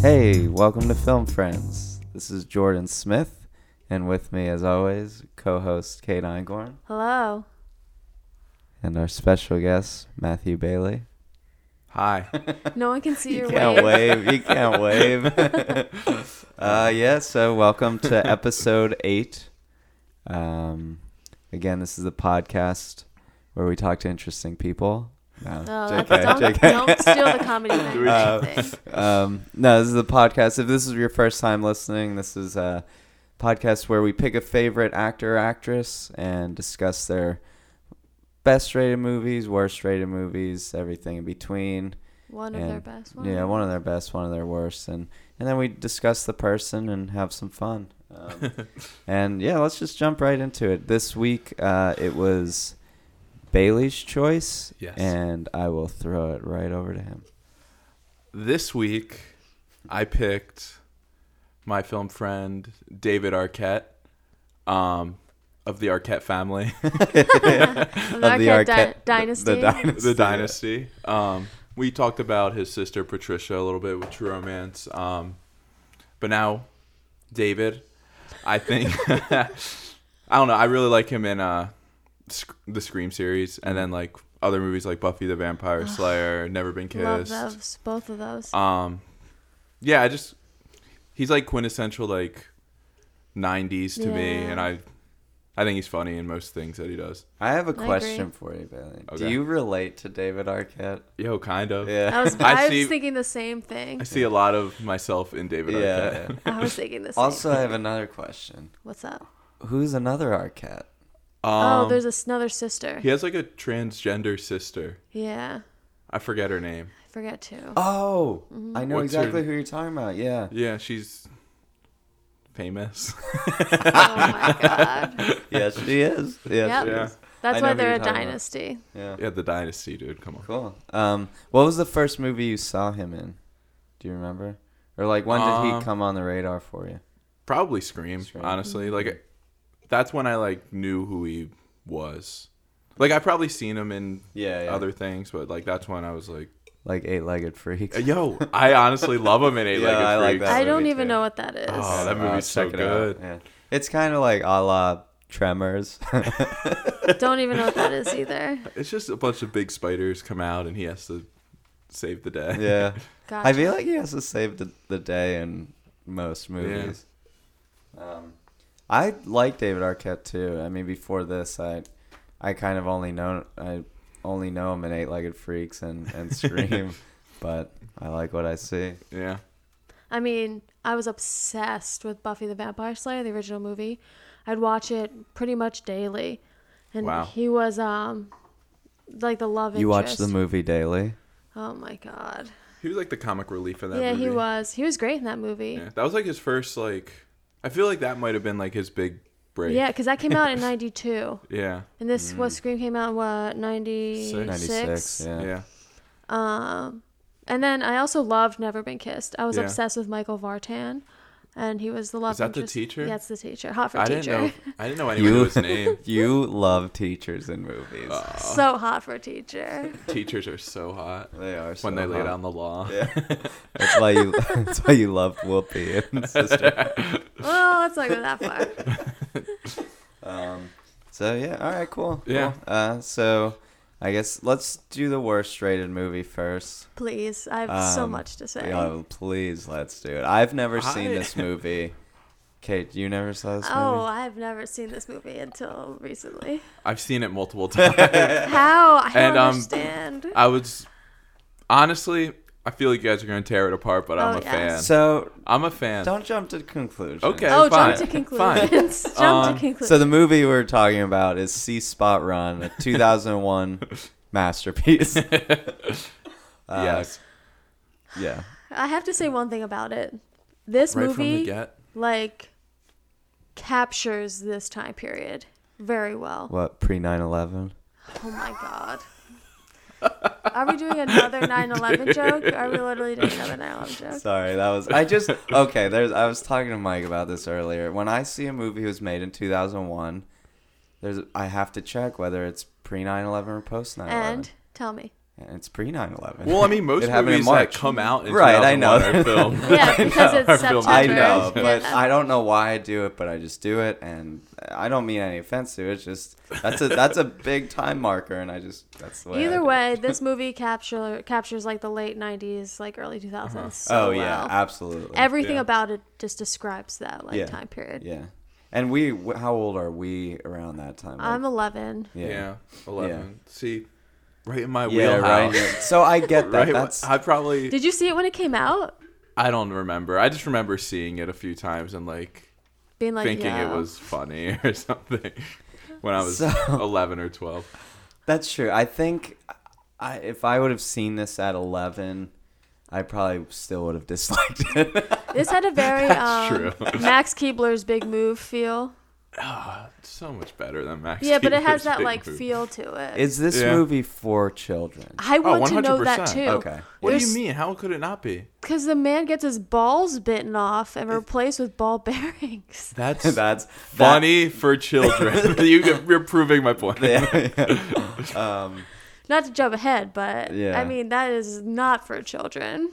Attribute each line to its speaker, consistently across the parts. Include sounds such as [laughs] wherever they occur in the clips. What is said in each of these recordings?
Speaker 1: Hey, welcome to Film Friends. This is Jordan Smith, and with me, as always, co host Kate Eingorn
Speaker 2: Hello.
Speaker 1: and our special guest, Matthew Bailey.
Speaker 3: Hi.
Speaker 2: No one can see
Speaker 1: You
Speaker 2: your
Speaker 1: can't
Speaker 2: wave.
Speaker 1: wave. You can't wave. [laughs] uh, yeah, so welcome to episode eight. Um, again, this is the podcast where we talk to interesting people. No,
Speaker 2: No,
Speaker 1: JK,
Speaker 2: Oh, Uh, that's, don't,
Speaker 1: JK.
Speaker 2: don't steal
Speaker 1: [laughs]
Speaker 2: the comedy thing.
Speaker 1: Uh,
Speaker 2: thing.
Speaker 1: um, no, this is the podcast. If this is your first time listening, this is a podcast where we pick a favorite actor or actress and discuss their best rated movies, worst rated movies, everything in between.
Speaker 2: One of their
Speaker 1: and-
Speaker 2: best ones.
Speaker 1: Yeah, one of their best, one of their worst, and and then we discuss the person and have some fun.
Speaker 2: [laughs]
Speaker 1: Um, and yeah, let's just jump right into it. This week, uh, it was Bailey's choice,
Speaker 3: Yes.
Speaker 1: and I will throw it right over to him.
Speaker 3: this week, I picked my film friend David Arquette, um, of the Arquette family, [laughs]
Speaker 2: Of
Speaker 1: of the
Speaker 2: Arquette di-
Speaker 1: Arquette- the-
Speaker 2: dynasty.
Speaker 1: the [laughs] dynasty.
Speaker 3: the dynasty. Um, we talked about his sister Patricia a little bit with True Romance, um, but now David,
Speaker 2: [laughs]
Speaker 3: I think [laughs] I don't know. I really like him in uh, Sc- the Scream series, and then like other movies like Buffy the Vampire Slayer, Never Been Kissed.
Speaker 2: Love those. Both of
Speaker 1: Uh,
Speaker 2: those.
Speaker 3: Um, yeah, I just he's like quintessential like '90s to me,
Speaker 2: Yeah.
Speaker 3: and I I think he's funny in most things that he does.
Speaker 1: I have a
Speaker 2: agree.
Speaker 1: question for you, Bailey. Do
Speaker 3: Okay.
Speaker 1: you relate to David Arquette?
Speaker 3: Yo, kind of.
Speaker 1: Yeah. [laughs]
Speaker 2: I was,
Speaker 3: I
Speaker 2: I
Speaker 3: see-
Speaker 2: was thinking the same thing.
Speaker 3: I see a lot of myself in David
Speaker 1: Yeah.
Speaker 3: Arquette.
Speaker 2: I was thinking the same.
Speaker 1: Also, I have another question.
Speaker 2: What's up?
Speaker 1: Who's another Arquette?
Speaker 3: [laughs] Um,
Speaker 2: oh, there's a- another sister.
Speaker 3: he has like a transgender sister.
Speaker 2: Yeah,
Speaker 3: I forget her name.
Speaker 2: I
Speaker 1: [laughs]
Speaker 2: forget too.
Speaker 1: Oh, I know
Speaker 3: What's her-
Speaker 1: exactly who you're talking about.
Speaker 3: [laughs]
Speaker 1: Yeah.
Speaker 3: Yeah, she's famous. [laughs]
Speaker 2: Oh my god.
Speaker 1: yes, she is. Yes,
Speaker 2: Yep.
Speaker 1: she
Speaker 3: Yeah.
Speaker 1: is. I
Speaker 2: That's
Speaker 1: know
Speaker 2: why
Speaker 1: who
Speaker 2: they're
Speaker 1: you're
Speaker 2: a
Speaker 1: talking about.
Speaker 2: dynasty.
Speaker 1: Yeah.
Speaker 3: yeah, the dynasty dude. Come on.
Speaker 1: Cool. Um, what was the first movie you saw him in? Do you remember? Or like when did
Speaker 3: Um,
Speaker 1: he come on the radar for you?
Speaker 3: Probably Scream,
Speaker 1: Scream.
Speaker 3: honestly. Like that's when I like knew who he was. Like I probably seen him in
Speaker 1: Yeah, yeah.
Speaker 3: other things, but like that's when I was like,
Speaker 1: Like eight-legged freak.
Speaker 3: yo, I honestly
Speaker 1: [laughs]
Speaker 3: love him in Eight Legged
Speaker 1: Yeah, I like
Speaker 3: Freaks.
Speaker 1: That
Speaker 2: I don't
Speaker 1: movie
Speaker 2: even
Speaker 1: too.
Speaker 2: know what that is.
Speaker 1: [laughs]
Speaker 3: Oh, that movie's so
Speaker 1: Uh, check it out.
Speaker 3: good.
Speaker 1: Yeah. It's kind of like a la Tremors. [laughs]
Speaker 2: Don't even know what that is either.
Speaker 3: It's just a bunch of big spiders come out and he has to save the day.
Speaker 1: yeah.
Speaker 2: Gotcha.
Speaker 1: I feel like he has to save the, the day in most movies. Um, I like David Arquette too. I mean, before this, I I kind of only know I only know him in Eight Legged Freaks and and Scream, but I like what I see.
Speaker 3: [laughs] Yeah.
Speaker 2: I mean, I was obsessed with Buffy the Vampire Slayer, the original movie. I'd watch it pretty much daily, and
Speaker 3: Wow.
Speaker 2: he was um, like the love interest.
Speaker 1: You watch the movie daily.
Speaker 2: Oh my god.
Speaker 3: He was like the comic relief in that
Speaker 2: yeah,
Speaker 3: movie.
Speaker 2: he was. He was great in that movie.
Speaker 3: Yeah. That was like his first like I feel like that might have been like his big break.
Speaker 2: Yeah, because that came out in
Speaker 3: [laughs]
Speaker 2: '92,
Speaker 3: Yeah.
Speaker 2: and this what Scream came out in what
Speaker 1: Ninety
Speaker 2: '96.
Speaker 1: six. Yeah.
Speaker 3: Mm. Yeah.
Speaker 2: Um, and then I also loved Never Been Kissed. I was
Speaker 3: Yeah.
Speaker 2: obsessed with Michael Vartan, and he was the love.
Speaker 3: Is that the
Speaker 2: interest-
Speaker 3: teacher?
Speaker 2: Yeah, it's the teacher. Hot for
Speaker 3: I
Speaker 2: teacher.
Speaker 3: didn't know I didn't know anyone knew
Speaker 1: You [laughs]
Speaker 3: his name.
Speaker 1: you love teachers in movies.
Speaker 2: [laughs]
Speaker 3: Oh.
Speaker 2: so hot for teacher.
Speaker 3: Teachers are so hot.
Speaker 1: They are so
Speaker 3: when they lay
Speaker 1: hot.
Speaker 3: down the law. [laughs]
Speaker 1: That's why you. [laughs] That's why you loved Whoopi and Sister.
Speaker 2: Well, Oh, let's not go that far.
Speaker 1: [laughs] Um, so yeah, all right, cool.
Speaker 3: Yeah.
Speaker 1: cool. Uh, so I guess let's do the worst rated movie first.
Speaker 2: Please, I have [laughs] so
Speaker 1: Um,
Speaker 2: much to say.
Speaker 1: Oh, please, let's do it. I've never seen
Speaker 3: I-
Speaker 1: this
Speaker 3: [laughs]
Speaker 1: movie. Kate, you never saw this
Speaker 2: Oh,
Speaker 1: movie?
Speaker 2: I've never seen this movie until recently.
Speaker 3: I've seen it multiple
Speaker 1: [laughs]
Speaker 3: times.
Speaker 2: How? I don't
Speaker 3: And, um,
Speaker 2: understand.
Speaker 3: I was honestly I feel like you guys are gonna tear it apart, but I'm
Speaker 2: Oh,
Speaker 3: a
Speaker 2: yeah.
Speaker 3: fan.
Speaker 1: So
Speaker 3: I'm a fan.
Speaker 1: don't jump to conclusions.
Speaker 3: Okay.
Speaker 2: oh, jump
Speaker 3: fine,
Speaker 2: to
Speaker 3: fine. [laughs]
Speaker 2: conclusions. jump
Speaker 3: Um,
Speaker 2: to conclusions.
Speaker 1: So the movie we're talking about is Sea Spot Run, a
Speaker 3: [laughs]
Speaker 1: 2001 masterpiece. Uh,
Speaker 3: yes.
Speaker 1: Yeah.
Speaker 2: I have to say one thing about it. This
Speaker 3: Right from the
Speaker 2: movie,
Speaker 3: get.
Speaker 2: like, captures this time period very well.
Speaker 1: What pre 9/11?
Speaker 2: Oh my god. Are we doing another
Speaker 3: [laughs]
Speaker 2: 9/11 joke? Are we literally doing another 9/11 joke?
Speaker 1: Sorry, that was I
Speaker 3: [laughs]
Speaker 1: just okay. There's I was talking to Mike about this earlier. When I see a movie was made in 2001,
Speaker 3: uh,
Speaker 1: there's I have to check whether it's pre 9/11 or post 9/11.
Speaker 2: And tell me.
Speaker 1: And And it's pre 9 11.
Speaker 3: Well, I mean, most
Speaker 1: It happened in
Speaker 3: movies that
Speaker 1: March.
Speaker 3: come out in
Speaker 1: Right, I know.
Speaker 3: [laughs] 2001 are filmed.
Speaker 2: Yeah, because
Speaker 3: I know,
Speaker 2: it's
Speaker 3: are filmed
Speaker 1: I
Speaker 2: September.
Speaker 1: know,
Speaker 2: Yeah.
Speaker 1: but I don't know why I do it, but I just do it, and I don't mean any offense to it. It's just that's a that's a big time marker, and I just that's the way. I
Speaker 2: Either
Speaker 3: [laughs]
Speaker 1: do it.
Speaker 2: way, this movie capture captures like the late '90s, like early
Speaker 3: Uh-huh.
Speaker 2: 2000s. So
Speaker 1: oh yeah,
Speaker 2: well.
Speaker 1: absolutely.
Speaker 2: everything
Speaker 3: Yeah.
Speaker 2: about it just describes that like
Speaker 1: Yeah.
Speaker 2: time period.
Speaker 1: yeah, and we wh- how old are we around that time? Like,
Speaker 2: I'm 11.
Speaker 3: Yeah. 11. See, right in my
Speaker 1: yeah,
Speaker 3: wheelhouse.
Speaker 1: right. yeah. So I get that.
Speaker 3: [laughs] Right,
Speaker 1: That's
Speaker 3: I probably
Speaker 2: Did you see it when it came out?
Speaker 3: I don't remember. I just remember seeing it a few times and like
Speaker 2: Being like,
Speaker 3: thinking
Speaker 2: Uh, yeah.
Speaker 3: it was funny [laughs] or something when I was [laughs]
Speaker 1: So-
Speaker 3: 11 or 12.
Speaker 1: that's true. I think I, if I would have seen this at eleven, I probably still would have disliked it.
Speaker 2: [laughs] This
Speaker 3: [laughs]
Speaker 2: had a very um,
Speaker 3: That's [laughs]
Speaker 2: Max Keebler's Big Move feel.
Speaker 3: It's so much better than Max.
Speaker 2: Yeah, but it
Speaker 3: Keeler's
Speaker 2: has that
Speaker 3: Big
Speaker 2: like
Speaker 3: Move.
Speaker 2: feel to it.
Speaker 1: Is this
Speaker 3: Yeah.
Speaker 1: movie for children?
Speaker 2: I
Speaker 3: Oh,
Speaker 2: want to know that
Speaker 3: 100%.
Speaker 2: too.
Speaker 1: Okay.
Speaker 3: What do you mean? How could it not [laughs] be?
Speaker 2: Because the man gets his balls bitten off and replaced with ball [laughs] bearings.
Speaker 3: That's
Speaker 1: That's that- [laughs]
Speaker 3: funny for children. [laughs] you, get- you're proving my [laughs] point.
Speaker 1: um,
Speaker 2: Not to jump ahead, but
Speaker 1: Yeah.
Speaker 2: I mean that is not for children.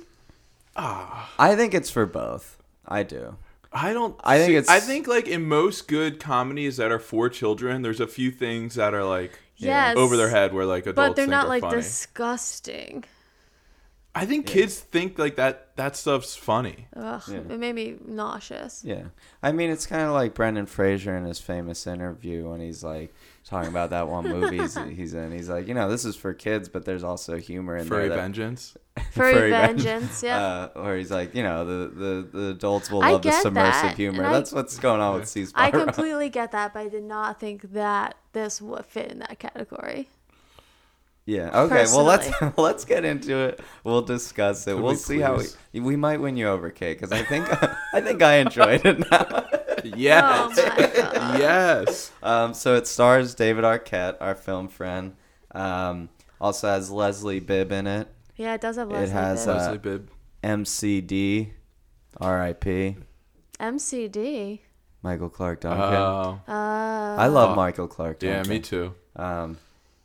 Speaker 1: I think it's for both. I do.
Speaker 3: Ah, I don't.
Speaker 1: I think
Speaker 3: see-
Speaker 1: it's-
Speaker 3: I think like in most good comedies that are for children, there's a few things that are like
Speaker 1: Yeah.
Speaker 2: Yes.
Speaker 3: over their head where like adults
Speaker 2: But they're
Speaker 3: think
Speaker 2: not
Speaker 3: are
Speaker 2: like
Speaker 3: funny.
Speaker 2: disgusting.
Speaker 3: I think kids think like that. That stuff's funny.
Speaker 2: Ugh,
Speaker 1: Yeah.
Speaker 2: it made me nauseous.
Speaker 1: Yeah. I mean, it's kind of like Brendan Fraser in his famous interview when he's like talking about that one movie he's, he's in. He's like, you know, this is for kids, but there's also humor in
Speaker 3: Furry
Speaker 1: there. that- [laughs]
Speaker 3: vengeance.
Speaker 2: Furry,
Speaker 1: Furry vengeance.
Speaker 2: vengeance, yeah.
Speaker 1: [laughs] Uh, where he's like, you know, the, the, the adults will
Speaker 2: I
Speaker 1: love the
Speaker 2: get
Speaker 1: submersive
Speaker 2: that,
Speaker 1: humor.
Speaker 2: and I-
Speaker 1: That's what's going on with C-SPAN.
Speaker 2: [laughs] I completely get that, but I did not think that this would fit in that
Speaker 1: [laughs]
Speaker 2: category.
Speaker 1: [laughs] Yeah. Okay. [laughs] Well, let's
Speaker 2: Personally.
Speaker 1: let's get into it. We'll discuss it.
Speaker 3: Could
Speaker 1: we'll
Speaker 3: we
Speaker 1: see how
Speaker 3: please?
Speaker 1: we, we might win you over, Kate, because I think [laughs] I think I enjoyed it now. [laughs]
Speaker 3: Yes.
Speaker 2: Oh my god.
Speaker 3: yes.
Speaker 1: Um, so it stars David Arquette, our film friend. Um, also has Leslie Bibb in it.
Speaker 2: Yeah, it does have Leslie. It
Speaker 1: has, uh,
Speaker 3: Leslie Bibb.
Speaker 1: MCD, R.I.P.
Speaker 2: MCD.
Speaker 1: Michael Clark
Speaker 3: Oh,
Speaker 1: Duncan. Uh,
Speaker 2: Uh,
Speaker 1: I love Michael Clark
Speaker 3: uh, yeah,
Speaker 1: Duncan.
Speaker 3: me too.
Speaker 1: Um,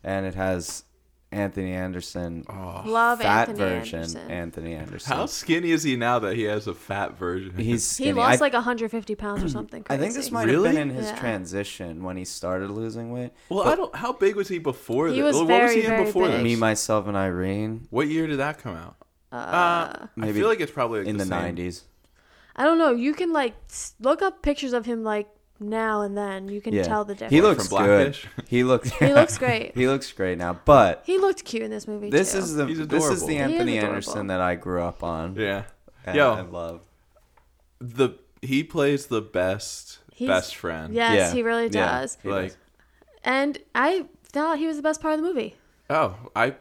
Speaker 1: and it has Anthony Anderson,
Speaker 3: Oh,
Speaker 2: love
Speaker 1: fat
Speaker 2: Anthony
Speaker 1: version
Speaker 2: Anderson.
Speaker 1: Anthony Anderson.
Speaker 3: How skinny is he now that he has a fat version?
Speaker 1: He's
Speaker 2: he
Speaker 1: skinny.
Speaker 2: lost
Speaker 1: I,
Speaker 2: like 150 pounds or something.
Speaker 1: [clears throat] I
Speaker 2: Crazy.
Speaker 1: think this might
Speaker 3: Really?
Speaker 1: have been in his
Speaker 2: Yeah.
Speaker 1: transition when he started losing weight.
Speaker 3: [laughs] well, I don't. How big was he before?
Speaker 2: He
Speaker 3: this?
Speaker 2: was
Speaker 3: what was
Speaker 2: very,
Speaker 3: he in
Speaker 2: very
Speaker 3: before
Speaker 2: big.
Speaker 3: this?
Speaker 1: Me, myself, and Irene
Speaker 3: What year did that come out? Uh, I
Speaker 1: maybe
Speaker 3: feel like it's probably like
Speaker 1: in the
Speaker 3: same.
Speaker 1: '90s.
Speaker 2: I don't know. You can like s- look up pictures of him like now and then. You can
Speaker 1: Yeah,
Speaker 2: tell the difference.
Speaker 1: he looks
Speaker 3: From
Speaker 1: good.
Speaker 3: Blackish?
Speaker 1: [laughs] He looks.
Speaker 2: He looks great.
Speaker 1: He looks great now, but
Speaker 2: He looked cute in this movie
Speaker 1: this
Speaker 2: too.
Speaker 1: is the
Speaker 3: He's
Speaker 1: this is
Speaker 3: adorable.
Speaker 1: the
Speaker 3: He is
Speaker 1: Anthony
Speaker 2: adorable.
Speaker 1: Anderson that I grew up on.
Speaker 3: Yeah.
Speaker 1: and
Speaker 3: Yo,
Speaker 1: I love.
Speaker 3: the he plays the best
Speaker 2: He's-
Speaker 3: best friend.
Speaker 2: yes,
Speaker 1: Yeah,
Speaker 2: he really
Speaker 1: yeah.
Speaker 2: does.
Speaker 1: He
Speaker 3: Like
Speaker 1: does.
Speaker 2: And I thought he was the best part of the movie.
Speaker 3: oh, I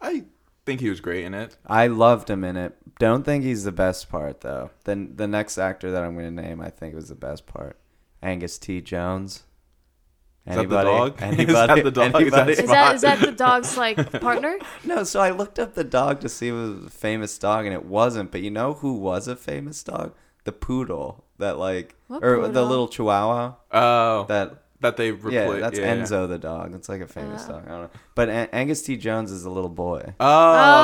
Speaker 3: I think he was great in it.
Speaker 1: I loved him in it. Don't think he's the best part though. Then the next actor that I'm going to name, I think was the best part. Angus T. Jones.
Speaker 3: that the dog? [laughs] Is that
Speaker 1: Anybody?
Speaker 3: the dog? Is
Speaker 1: Anybody?
Speaker 3: that
Speaker 2: Is that is that the
Speaker 1: [laughs]
Speaker 2: dog's like partner?
Speaker 1: No, so I looked up the dog to see if it was a famous dog, and it wasn't. But you know who was a famous dog? The poodle that like,
Speaker 2: What
Speaker 1: or the
Speaker 2: poodle?
Speaker 1: little chihuahua
Speaker 3: Oh, that,
Speaker 1: that.
Speaker 3: they replaced.
Speaker 1: Yeah, that's Enzo the dog. It's like a famous dog. I don't know. But An Angus T. Jones is a little boy.
Speaker 3: Oh,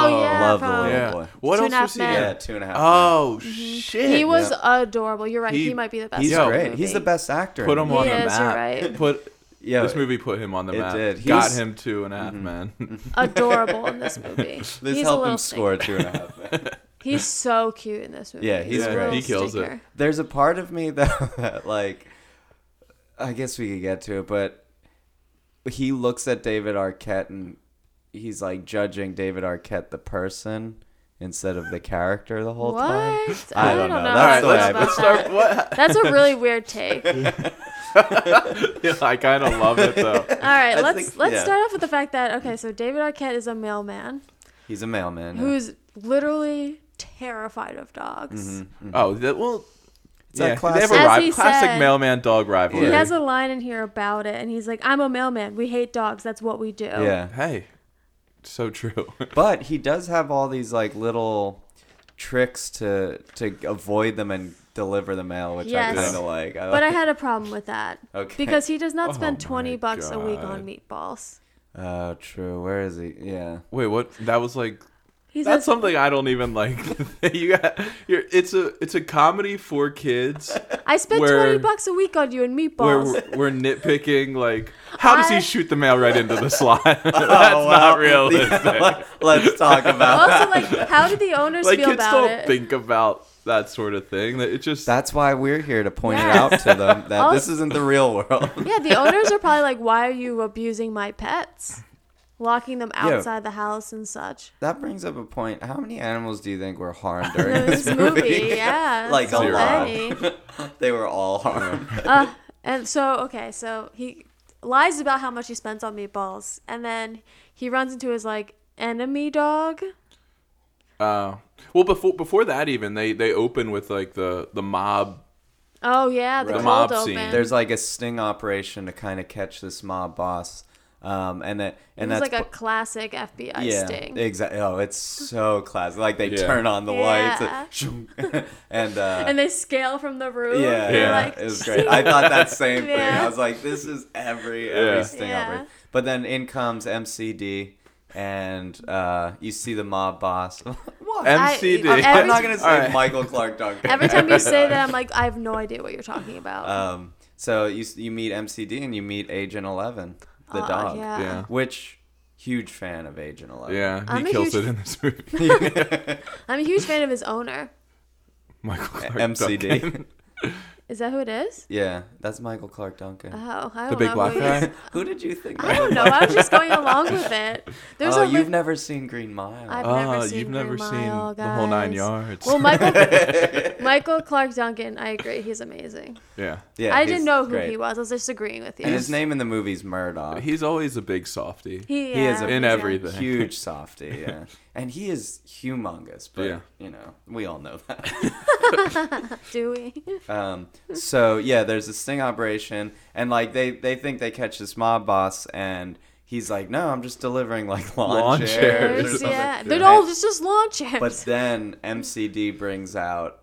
Speaker 2: Oh, yeah.
Speaker 1: Love the
Speaker 2: from-
Speaker 1: little
Speaker 3: yeah.
Speaker 1: boy.
Speaker 3: What
Speaker 2: Two
Speaker 3: else
Speaker 2: and a half
Speaker 3: was he? in?
Speaker 2: men. Mm-hmm.
Speaker 1: Yeah, two and a half.
Speaker 3: Oh shit!
Speaker 2: He was adorable. You're right.
Speaker 3: He-
Speaker 2: He, might be the best.
Speaker 1: he's
Speaker 3: Yo.
Speaker 2: part of the
Speaker 1: great. He's the
Speaker 2: movie.
Speaker 1: best actor.
Speaker 3: put
Speaker 1: in
Speaker 3: him
Speaker 1: it.
Speaker 3: on
Speaker 2: He
Speaker 3: the
Speaker 2: is,
Speaker 3: map.
Speaker 2: you're right.
Speaker 3: Put
Speaker 1: Yeah,
Speaker 3: this movie put him on the
Speaker 1: It
Speaker 3: map.
Speaker 1: did. He
Speaker 3: Got
Speaker 1: was- Mm-hmm.
Speaker 3: him two and a half men. [laughs]
Speaker 2: adorable in
Speaker 1: [laughs]
Speaker 2: this movie.
Speaker 1: This
Speaker 2: he's a
Speaker 1: helped
Speaker 2: little
Speaker 1: him score
Speaker 2: stinker.
Speaker 1: two and a half.
Speaker 2: [laughs]
Speaker 1: man.
Speaker 2: He's so cute in this movie.
Speaker 1: Yeah, he's
Speaker 2: a
Speaker 1: great.
Speaker 2: real
Speaker 1: He
Speaker 3: kills it.
Speaker 2: stinker.
Speaker 1: There's a part of me [laughs] though that like, I guess we could get to it, but he looks at David Arquette and he's like judging David Arquette the person instead of the character the whole
Speaker 2: What?
Speaker 1: time.
Speaker 2: I don't know. I
Speaker 1: That's
Speaker 2: don't
Speaker 1: the way
Speaker 2: know
Speaker 1: I-
Speaker 2: about
Speaker 1: let's
Speaker 2: that.
Speaker 1: start.
Speaker 3: [laughs]
Speaker 2: That's
Speaker 1: [laughs]
Speaker 2: a really weird take. All
Speaker 3: Yeah, I kind of love
Speaker 1: [laughs]
Speaker 3: it though.
Speaker 2: right,
Speaker 1: I
Speaker 2: let's
Speaker 1: think-
Speaker 2: let's
Speaker 1: yeah.
Speaker 2: start off with the fact that okay, so David Arquette is a mailman
Speaker 1: He's a mailman. yeah.
Speaker 2: who's literally terrified of
Speaker 1: Mm-hmm.
Speaker 2: dogs.
Speaker 3: Oh, that, well,
Speaker 1: that
Speaker 3: yeah,
Speaker 1: classic-
Speaker 3: they have a
Speaker 2: As
Speaker 3: ri-
Speaker 2: he
Speaker 3: classic
Speaker 2: said-
Speaker 3: mailman dog rivalry.
Speaker 2: He has a line in here about it, and he's like, "I'm a mailman. We hate dogs. That's what we do."
Speaker 1: Yeah.
Speaker 3: hey, so true. [laughs]
Speaker 1: But he does have all these like little tricks to to avoid them and deliver the mail, which
Speaker 2: Yes.
Speaker 1: I kind of like. I
Speaker 2: But I
Speaker 1: like-
Speaker 2: had a problem with that
Speaker 1: Okay.
Speaker 2: because he does not
Speaker 3: Oh
Speaker 2: spend
Speaker 3: my
Speaker 2: twenty bucks a week
Speaker 3: God.
Speaker 2: on meatballs.
Speaker 1: Oh, true. Where is he? Yeah.
Speaker 3: Wait, what? That
Speaker 2: [laughs]
Speaker 3: was like
Speaker 2: He
Speaker 3: that's
Speaker 2: says,
Speaker 3: something I don't even like. [laughs] you got you're, it's a it's a comedy for
Speaker 2: [laughs]
Speaker 3: kids
Speaker 2: I spent
Speaker 3: where-
Speaker 2: 20 bucks a week on you and
Speaker 3: where
Speaker 2: meatballs.
Speaker 3: we're, we're nitpicking like how does
Speaker 2: I-
Speaker 3: he shoot the mail right
Speaker 2: [laughs]
Speaker 3: into the slot? [laughs] that's
Speaker 1: Oh,
Speaker 3: not
Speaker 1: well, [laughs]
Speaker 3: realistic.
Speaker 1: Let's talk about
Speaker 2: [laughs]
Speaker 1: that.
Speaker 2: also, like, how did the owners
Speaker 3: [laughs] like
Speaker 2: feel
Speaker 3: kids
Speaker 2: about
Speaker 3: don't
Speaker 2: it?
Speaker 3: think about that sort of thing. That it just
Speaker 1: That's why we're here to point
Speaker 2: Yeah. Oh.
Speaker 1: it out to them
Speaker 2: [laughs]
Speaker 1: that
Speaker 2: Also-
Speaker 1: this isn't the real world. [laughs]
Speaker 2: yeah, the owners are probably like, why are you abusing my pets? Locking them
Speaker 1: Yeah.
Speaker 2: outside the house and
Speaker 3: [laughs]
Speaker 2: such.
Speaker 1: That brings up a point. How many animals do you think were
Speaker 2: [laughs]
Speaker 1: harmed during
Speaker 2: In
Speaker 1: this, [laughs]
Speaker 2: this movie, yeah.
Speaker 1: Like
Speaker 2: so
Speaker 1: a lot.
Speaker 2: many.
Speaker 1: [laughs] they were all harmed.
Speaker 2: uh, and so okay, so he lies about how much he spends on meatballs, and then he runs into his like enemy dog.
Speaker 3: uh, well before before that even they they open with like the the mob
Speaker 2: Oh yeah, the
Speaker 3: Right.
Speaker 2: cold
Speaker 3: Mob scene.
Speaker 2: open.
Speaker 1: There's like a sting operation to kind of catch this mob boss, um, and that and
Speaker 2: it's
Speaker 1: that's
Speaker 2: like a classic FBI
Speaker 1: yeah,
Speaker 2: sting.
Speaker 1: exactly. Oh, it's so classic. Like they
Speaker 3: Yeah.
Speaker 1: turn on the
Speaker 2: Yeah.
Speaker 1: [laughs] lights and, and, uh,
Speaker 2: and they scale from the roof.
Speaker 1: yeah,
Speaker 2: They're
Speaker 1: yeah,
Speaker 2: like,
Speaker 1: it
Speaker 2: [laughs]
Speaker 1: was great. I thought that same thing.
Speaker 2: Yeah.
Speaker 1: I was like, this is every
Speaker 3: Yeah.
Speaker 1: every sting
Speaker 2: Yeah.
Speaker 1: operation. But then in comes MCD, and uh, you see the mob boss. [laughs] what?
Speaker 2: I-
Speaker 3: MCD.
Speaker 2: I'm
Speaker 1: I'm
Speaker 2: every-
Speaker 1: not gonna say
Speaker 3: [laughs] All right.
Speaker 1: Michael Clark Duncan.
Speaker 2: [laughs] Every time
Speaker 1: [laughs]
Speaker 2: you say that, I'm like, I have no idea what you're talking about.
Speaker 1: Um, so you you meet MCD and you meet Agent Eleven, the
Speaker 2: Uh,
Speaker 1: dog.
Speaker 2: yeah.
Speaker 3: Yeah.
Speaker 1: Which huge fan of Agent Eleven. [laughs]
Speaker 3: Yeah,
Speaker 2: I'm a
Speaker 3: he kills
Speaker 2: huge-
Speaker 3: it in this movie.
Speaker 1: Yeah.
Speaker 2: I'm a huge fan of his owner.
Speaker 3: Michael Clark
Speaker 1: MCD.
Speaker 3: Duncan.
Speaker 2: Is that who it is?
Speaker 1: [laughs] yeah, that's Michael Clark Duncan.
Speaker 2: Oh, I don't
Speaker 3: the big
Speaker 2: know.
Speaker 3: black
Speaker 2: who he is.
Speaker 3: guy.
Speaker 1: [laughs] Who did you think?
Speaker 2: I don't know. I was just going along with it. There's
Speaker 1: [laughs] oh,
Speaker 2: a
Speaker 1: you've
Speaker 2: li-
Speaker 1: never seen Green Mile.
Speaker 2: I've
Speaker 3: Ah,
Speaker 2: never seen
Speaker 3: you've never
Speaker 2: Green
Speaker 3: seen
Speaker 2: Mile,
Speaker 3: the whole nine
Speaker 2: guys.
Speaker 3: yards.
Speaker 2: Well,
Speaker 1: [laughs]
Speaker 2: Michael Michael Clark Duncan, I agree, he's amazing.
Speaker 3: [laughs] yeah,
Speaker 1: yeah,
Speaker 2: I
Speaker 1: he's
Speaker 2: didn't know who
Speaker 1: great.
Speaker 2: he was. I was just agreeing with you.
Speaker 1: And his name in the movie's Murdoch.
Speaker 3: he's always a big softy.
Speaker 2: he, uh,
Speaker 1: he is
Speaker 2: yeah,
Speaker 1: a-
Speaker 3: In
Speaker 2: he's [laughs]
Speaker 3: everything.
Speaker 1: huge softy, yeah. And he is humongous, but
Speaker 3: Yeah.
Speaker 1: you know, we all know that. [laughs]
Speaker 2: Dewey.
Speaker 1: Um, so yeah, there's this sting operation, and like they they think they catch this mob boss, and he's like, "No, I'm just delivering like lawn,
Speaker 3: Lawn
Speaker 1: chairs."
Speaker 3: chairs.
Speaker 1: or [laughs]
Speaker 2: There's-
Speaker 1: something."
Speaker 2: yeah,
Speaker 1: And-
Speaker 2: they're all just just lawn chairs.
Speaker 1: but then MCD brings out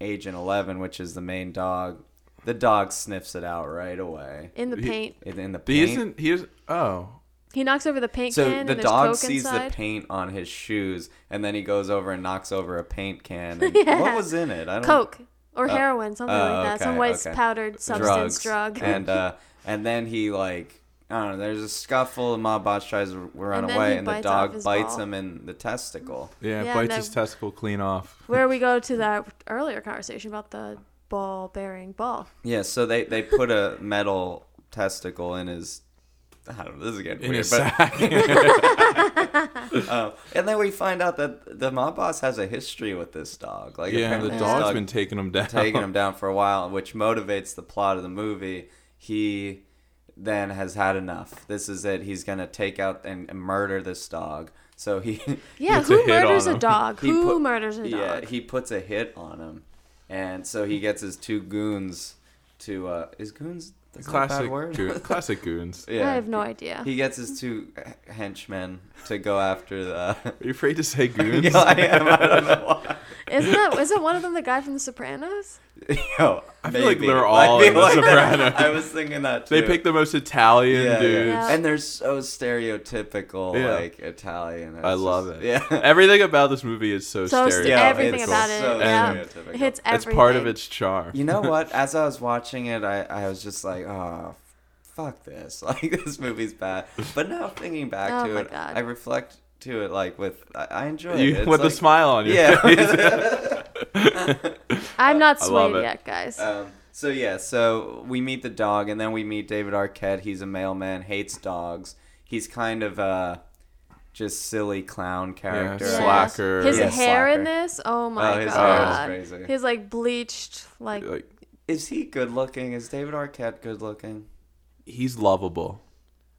Speaker 1: Agent Eleven, which is the main dog. The dog sniffs it out right away
Speaker 2: in the
Speaker 3: he-
Speaker 2: paint,
Speaker 1: in, in the
Speaker 3: He
Speaker 1: paint.
Speaker 3: isn't. He is. Oh,
Speaker 2: he knocks over the paint
Speaker 1: so
Speaker 2: can.
Speaker 1: the
Speaker 2: and there's
Speaker 1: dog
Speaker 2: Coke
Speaker 1: sees
Speaker 2: inside.
Speaker 1: the paint on his shoes, and then he goes over and knocks over a paint
Speaker 2: [laughs]
Speaker 1: can. And
Speaker 2: Yeah.
Speaker 1: What was in it? I don't
Speaker 2: Coke or heroin, something
Speaker 1: oh,
Speaker 2: like that. Some
Speaker 1: okay,
Speaker 2: white
Speaker 1: okay.
Speaker 2: powdered substance
Speaker 1: drugs.
Speaker 2: drug.
Speaker 1: [laughs] And uh, and then he like I don't know. There's a scuffle. The mob boss tries to run
Speaker 2: And then
Speaker 1: away,
Speaker 2: he
Speaker 1: and the
Speaker 2: bites off
Speaker 1: dog
Speaker 2: his
Speaker 1: bites
Speaker 2: ball.
Speaker 1: him in the testicle.
Speaker 3: yeah.
Speaker 2: Yeah,
Speaker 3: bites
Speaker 2: no.
Speaker 3: his testicle clean off.
Speaker 2: [laughs] Where we go to that earlier conversation about the ball bearing ball.
Speaker 1: Yeah. So they they put a metal testicle in his. I don't know. This is getting
Speaker 3: In
Speaker 1: weird,
Speaker 3: his
Speaker 1: but
Speaker 3: [laughs] sack.
Speaker 1: uh, and then we find out that the mob boss has a history with this dog. Like
Speaker 3: yeah, the [laughs]
Speaker 1: apparently
Speaker 3: dog's
Speaker 1: this dog
Speaker 3: been taking him down. [laughs]
Speaker 1: taking him down for a while, which motivates the plot of the movie. He then has had enough. This is it. He's gonna take out and murder this dog. So
Speaker 3: [laughs]
Speaker 1: he,
Speaker 2: Yeah,
Speaker 3: Puts a
Speaker 2: who
Speaker 3: hit on
Speaker 2: murders a
Speaker 3: him.
Speaker 2: dog?
Speaker 1: He
Speaker 2: Who
Speaker 1: put-
Speaker 2: murders
Speaker 1: [laughs]
Speaker 2: a
Speaker 1: yeah,
Speaker 2: dog?
Speaker 1: he puts a hit on him, and so he gets his two goons to uh, is goons that's not a bad
Speaker 3: Classic,
Speaker 1: word?
Speaker 3: goon, [laughs] classic goons.
Speaker 1: [laughs] yeah,
Speaker 2: I have no idea.
Speaker 1: He gets his two henchmen to go after the.
Speaker 3: Are you afraid to say [laughs] goons?
Speaker 1: Yo, [laughs] I am. I don't know why. [laughs]
Speaker 2: Isn't that isn't one of them the guy from The Sopranos?
Speaker 1: Yo,
Speaker 3: I feel like
Speaker 1: maybe. [laughs]
Speaker 3: they're all
Speaker 1: Might
Speaker 3: in
Speaker 1: be
Speaker 3: The
Speaker 1: like that.
Speaker 3: Sopranos.
Speaker 1: [laughs] I was thinking that too.
Speaker 3: They pick the most Italian
Speaker 1: yeah,
Speaker 3: dudes.
Speaker 2: Yeah.
Speaker 1: And they're so stereotypical,
Speaker 3: Yeah.
Speaker 1: like Italian.
Speaker 3: I
Speaker 1: It's
Speaker 3: love
Speaker 1: just-
Speaker 3: it.
Speaker 1: Yeah.
Speaker 3: Everything about this movie is so,
Speaker 2: So st-
Speaker 3: stereotypical.
Speaker 1: Yeah,
Speaker 2: everything
Speaker 1: it's
Speaker 2: about it.
Speaker 1: so
Speaker 2: yeah.
Speaker 1: stereotypical.
Speaker 2: It hits
Speaker 3: It's
Speaker 2: everything.
Speaker 3: part of its charm.
Speaker 1: You
Speaker 3: [laughs]
Speaker 1: know what? As I was watching it, I, I was just like, oh, fuck this. [laughs] Like, this movie's bad. But now thinking back
Speaker 2: Oh
Speaker 1: to
Speaker 2: my
Speaker 1: it,
Speaker 2: God.
Speaker 1: I reflect to it, like, with, I, I enjoy
Speaker 3: You-
Speaker 1: it. It's
Speaker 3: with a
Speaker 1: like-
Speaker 3: smile on your face.
Speaker 1: [laughs]
Speaker 3: [laughs]
Speaker 1: Yeah.
Speaker 2: I'm not
Speaker 3: I love
Speaker 2: swayed
Speaker 3: it.
Speaker 2: yet, guys.
Speaker 1: um, so, yeah, so we meet the dog, and then we meet David Arquette. He's a mailman, hates dogs. He's kind of a just silly clown character.
Speaker 3: Yeah.
Speaker 1: I guess.
Speaker 3: Slacker.
Speaker 2: His
Speaker 1: Yeah,
Speaker 2: hair in
Speaker 1: slacker.
Speaker 2: this, oh my
Speaker 1: Oh, his hair is
Speaker 2: god,
Speaker 1: crazy.
Speaker 2: his like bleached, like,
Speaker 3: Like,
Speaker 1: Is he good looking? Is David Arquette good looking?
Speaker 3: he's lovable.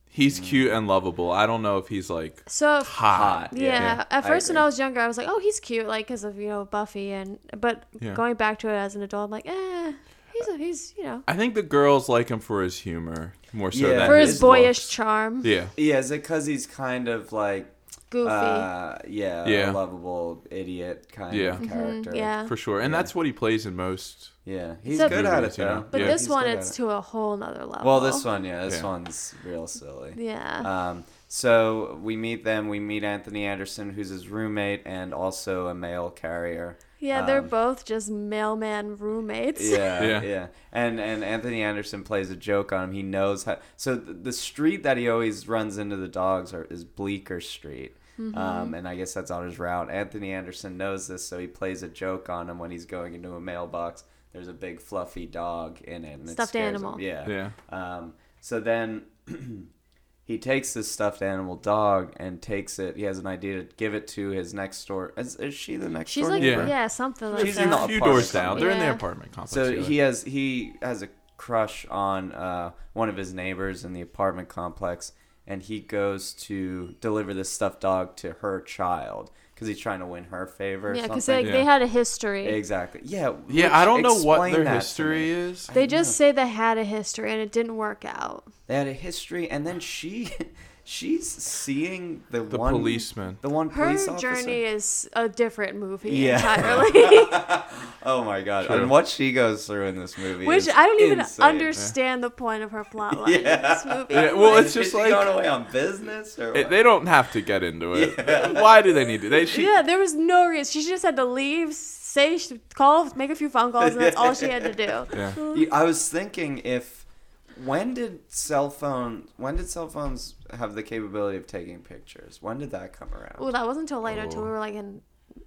Speaker 3: He's cute and lovable. I don't know if he's like
Speaker 2: so.
Speaker 3: hot.
Speaker 2: yeah. at
Speaker 1: I
Speaker 2: first when
Speaker 1: agree.
Speaker 2: I was younger, I was like, "Oh, he's cute," like because of you know Buffy, and but
Speaker 3: Yeah.
Speaker 2: going back to it as an adult, I'm like, "Eh, he's a, he's you know
Speaker 3: I think the girls like him for his humor more so
Speaker 1: Yeah.
Speaker 3: than
Speaker 2: for his,
Speaker 1: his
Speaker 2: boyish
Speaker 1: looks.
Speaker 2: charm,
Speaker 3: Yeah.
Speaker 1: Yeah, is it because he's kind of like,
Speaker 2: goofy."
Speaker 1: uh, yeah,
Speaker 3: Yeah.
Speaker 1: a lovable idiot kind
Speaker 3: Yeah.
Speaker 1: of
Speaker 3: Mhm,
Speaker 1: character?
Speaker 2: Mm-hmm, Mm, yeah,
Speaker 3: For sure. And that's what he plays in most.
Speaker 1: yeah, he's
Speaker 2: So-
Speaker 1: good at it
Speaker 3: Movies, you know?
Speaker 1: though.
Speaker 2: but
Speaker 3: yeah,
Speaker 2: this
Speaker 1: he's
Speaker 2: one,
Speaker 1: good at
Speaker 2: it's
Speaker 1: it.
Speaker 2: to a whole nother level.
Speaker 1: well, this one, yeah, this
Speaker 3: Yeah.
Speaker 1: one's real silly.
Speaker 2: yeah.
Speaker 1: Um, So we meet them. We meet Anthony Anderson, who's his roommate and also a mail carrier.
Speaker 2: Yeah, they're
Speaker 1: Um,
Speaker 2: both just mailman roommates.
Speaker 1: Yeah,
Speaker 3: Yeah.
Speaker 1: yeah, And and Anthony Anderson plays a joke on him. He knows how. So the, the street that he always runs into the dogs are, is Bleecker Street.
Speaker 2: Mm-hmm.
Speaker 1: Um, and I guess that's on his route. Anthony Anderson knows this, so he plays a joke on him when he's going into a mailbox. There's a big fluffy dog in it. And it
Speaker 2: Stuffed
Speaker 1: scares
Speaker 2: animal.
Speaker 1: Him. Yeah.
Speaker 3: Yeah.
Speaker 1: Um, so then [clears throat] he takes this stuffed animal dog and takes it. He has an idea to give it to his next door. Is, is she the next
Speaker 2: [laughs] She's
Speaker 1: door?
Speaker 2: like,
Speaker 1: neighbor?
Speaker 2: yeah,
Speaker 3: Yeah.
Speaker 2: something like
Speaker 1: She's
Speaker 3: She's
Speaker 1: in
Speaker 2: that.
Speaker 1: the
Speaker 3: a few
Speaker 1: apartment
Speaker 3: doors down. They're in
Speaker 2: Yeah.
Speaker 3: the apartment complex.
Speaker 1: So
Speaker 3: together.
Speaker 1: he has he has a crush on uh, one of his neighbors in the apartment complex, and he goes to deliver this stuffed dog to her child because he's trying to win her favor. Or
Speaker 2: yeah, because
Speaker 1: something.
Speaker 2: like, they
Speaker 3: Yeah.
Speaker 2: had a history.
Speaker 1: exactly. Yeah. which-
Speaker 3: yeah, I don't know what
Speaker 1: explain
Speaker 3: their
Speaker 1: that to
Speaker 3: history
Speaker 1: me.
Speaker 3: is.
Speaker 2: They just say they had a history and it didn't work out.
Speaker 1: They had a history, and then she [laughs] she's seeing the,
Speaker 3: The
Speaker 1: one
Speaker 3: policeman.
Speaker 1: the one
Speaker 2: Her
Speaker 1: police officer.
Speaker 2: journey is a different movie
Speaker 1: Yeah. [laughs]
Speaker 2: entirely,
Speaker 1: Oh my god!
Speaker 3: True.
Speaker 1: And what she goes through in this movie,
Speaker 2: [laughs] which
Speaker 1: is
Speaker 2: I don't even
Speaker 1: insane.
Speaker 2: understand the point of her plot line in
Speaker 1: [laughs]
Speaker 2: this movie.
Speaker 3: Yeah, well, it's
Speaker 1: Is
Speaker 3: just
Speaker 1: she
Speaker 3: like-
Speaker 1: going away on business or
Speaker 3: It-
Speaker 1: what?
Speaker 3: they don't have to get into
Speaker 1: [laughs]
Speaker 3: it. Why do they need to? They she,
Speaker 2: yeah, there was no reason. She just had to leave, say, she- call, make a few phone calls, and that's all she had to do.
Speaker 1: [laughs]
Speaker 3: Yeah.
Speaker 1: You- I was thinking if when did cell phone when did cell phones have the capability of taking pictures? When did that come around?
Speaker 2: Well, that wasn't until later, till
Speaker 3: Oh.
Speaker 2: we were like in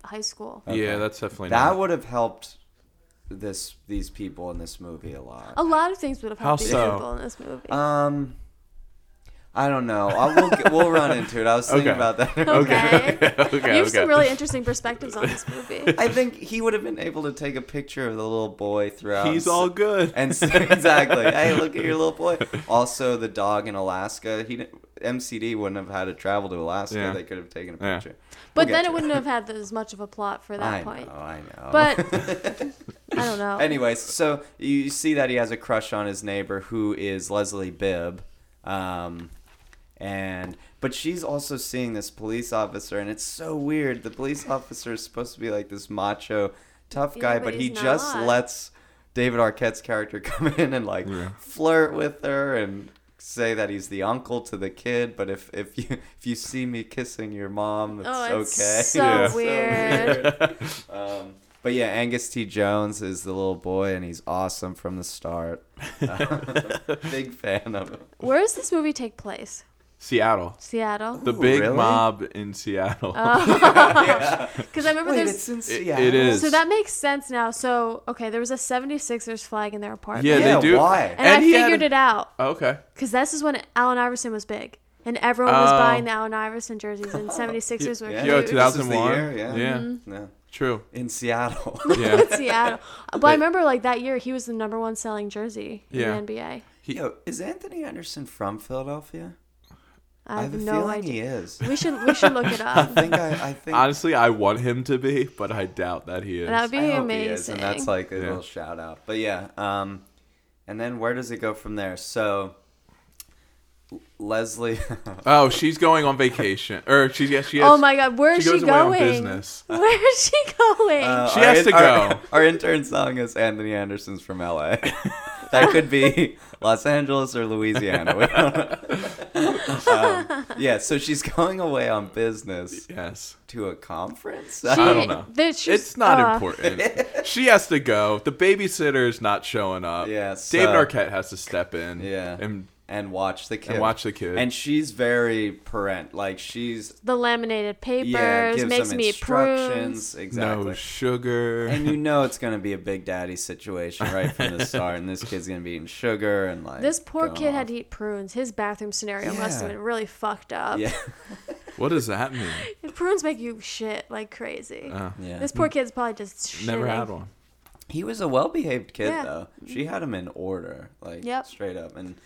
Speaker 2: high school.
Speaker 3: Yeah, that's definitely
Speaker 1: that
Speaker 3: not.
Speaker 1: would have helped this these people in this movie a lot.
Speaker 2: A lot of things would have helped
Speaker 3: How
Speaker 2: these
Speaker 3: so?
Speaker 2: people in this movie.
Speaker 1: Um I don't know. I'll, we'll, get- we'll run into it. I was thinking
Speaker 3: Okay.
Speaker 1: about that.
Speaker 2: [laughs] okay.
Speaker 3: okay, [laughs]
Speaker 2: you have
Speaker 3: okay.
Speaker 2: some really interesting perspectives on this movie.
Speaker 1: [laughs] I think he would have been able to take a picture of the little boy throughout.
Speaker 3: [laughs] He's
Speaker 1: and s-
Speaker 3: all good.
Speaker 1: and s- exactly. Hey, look at your little
Speaker 3: [laughs]
Speaker 1: boy. [laughs] Also, the dog in Alaska. He didn't, MCD wouldn't have had to travel to Alaska.
Speaker 3: Yeah.
Speaker 1: They could have taken a
Speaker 3: Yeah.
Speaker 1: picture.
Speaker 2: But
Speaker 1: We'll get
Speaker 2: then it
Speaker 1: to
Speaker 2: wouldn't have had as much of a plot for that
Speaker 1: I
Speaker 2: point.
Speaker 1: know. I know.
Speaker 2: But-
Speaker 1: [laughs]
Speaker 2: I don't know.
Speaker 1: Anyways, so you see that he has a crush on his neighbor, who is Leslie Bibb, um, and but she's also seeing this police officer, and it's so weird. The police officer is supposed to be like this macho, tough
Speaker 2: Yeah,
Speaker 1: guy,
Speaker 2: but
Speaker 1: but, he
Speaker 2: he's
Speaker 1: just
Speaker 2: not.
Speaker 1: lets David Arquette's character [laughs] come in and like
Speaker 3: Yeah.
Speaker 1: flirt with her and say that he's the uncle to the kid. But if if you if you see me kissing your mom, it's
Speaker 2: Oh, it's
Speaker 1: okay.
Speaker 2: so
Speaker 1: [laughs]
Speaker 3: Yeah.
Speaker 2: weird.
Speaker 1: Um, but yeah, Angus T. Jones is the little boy, and he's awesome from the
Speaker 3: [laughs]
Speaker 1: start. Big fan of him.
Speaker 2: Where does this movie take place?
Speaker 3: Seattle.
Speaker 2: Seattle? [laughs]
Speaker 3: The big
Speaker 1: really?
Speaker 3: mob in Seattle.
Speaker 2: Oh,
Speaker 3: [laughs]
Speaker 2: Because I remember
Speaker 1: Wait,
Speaker 2: there's.
Speaker 1: it's in
Speaker 3: it
Speaker 1: Seattle.
Speaker 3: is.
Speaker 2: So that makes sense now. So, okay, there was a 76ers flag in their apartment.
Speaker 3: yeah,
Speaker 1: Yeah,
Speaker 3: they do.
Speaker 1: why?
Speaker 2: And, I
Speaker 3: he had
Speaker 2: figured
Speaker 3: a- Oh,
Speaker 2: it out.
Speaker 3: Okay.
Speaker 2: Because this is when Allen Iverson was big. And everyone was
Speaker 3: Oh.
Speaker 2: buying the Allen Iverson jerseys,
Speaker 3: [laughs]
Speaker 2: and 76ers were
Speaker 1: Yeah.
Speaker 3: Yo,
Speaker 2: huge.
Speaker 1: This is the
Speaker 3: 2001.
Speaker 1: year, yeah.
Speaker 3: Yeah.
Speaker 2: Mm-hmm.
Speaker 1: No, [laughs]
Speaker 3: True.
Speaker 1: in Seattle.
Speaker 3: [laughs] Yeah.
Speaker 2: [laughs] Seattle. But I remember like that year he was the number one selling jersey
Speaker 3: Yeah.
Speaker 2: in the NBA.
Speaker 1: [laughs] Yo, is Anthony Anderson from Philadelphia? I
Speaker 2: I have,
Speaker 1: have a
Speaker 2: no
Speaker 1: feeling
Speaker 2: idea.
Speaker 1: he is.
Speaker 2: We should we
Speaker 3: [laughs]
Speaker 2: should look it up.
Speaker 1: I think I, I think
Speaker 3: Honestly, I want him to be, but I doubt that he is.
Speaker 2: That would be
Speaker 1: I hope he
Speaker 2: amazing.
Speaker 1: is, and that's like a
Speaker 3: Yeah.
Speaker 1: little shout out. But yeah, um, and then where does it go from there? So Leslie, [laughs]
Speaker 3: [laughs] oh, she's going on vacation, or she yeah, she has,
Speaker 2: oh my god, where is
Speaker 3: she
Speaker 2: she,
Speaker 3: goes away on
Speaker 2: going?
Speaker 3: business.
Speaker 2: [laughs] Where is she going?
Speaker 1: Uh,
Speaker 3: She has to
Speaker 1: our-
Speaker 3: go.
Speaker 1: [laughs] Our intern song is Anthony Anderson's from LA. [laughs] that could be Los Angeles or Louisiana. We
Speaker 2: [laughs]
Speaker 1: don't know. Um, yeah, so she's going away on business
Speaker 3: Yes,
Speaker 1: to a conference. um,
Speaker 2: she,
Speaker 3: I don't know.
Speaker 2: that she's-
Speaker 3: it's not
Speaker 1: [laughs]
Speaker 2: uh,
Speaker 3: important. she has to go. The babysitter's not showing up.
Speaker 1: Yeah,
Speaker 3: David
Speaker 1: so-
Speaker 3: Arquette has to step in.
Speaker 1: Yeah.
Speaker 3: and
Speaker 1: and watch the kid.
Speaker 3: And watch the kid.
Speaker 1: And she's very parent. Like she's
Speaker 2: The laminated papers
Speaker 1: yeah, gives
Speaker 2: makes
Speaker 1: them
Speaker 2: me prunes.
Speaker 1: instructions. Exactly.
Speaker 3: no sugar.
Speaker 1: and you know it's gonna be a big daddy situation right from the start, and this kid's gonna be eating sugar and like
Speaker 2: This poor
Speaker 1: going
Speaker 2: kid
Speaker 1: off.
Speaker 2: had to eat prunes. His bathroom scenario must have
Speaker 1: Yeah.
Speaker 2: been really fucked up.
Speaker 1: yeah
Speaker 3: [laughs] what does that mean?
Speaker 2: [laughs] Prunes make you shit like crazy.
Speaker 3: Uh,
Speaker 1: yeah.
Speaker 2: This poor kid's probably just
Speaker 3: never
Speaker 2: shitting.
Speaker 3: had one.
Speaker 1: He was a well-behaved kid
Speaker 2: Yeah.
Speaker 1: though. She had him in order, like
Speaker 2: Yep.
Speaker 1: straight up. And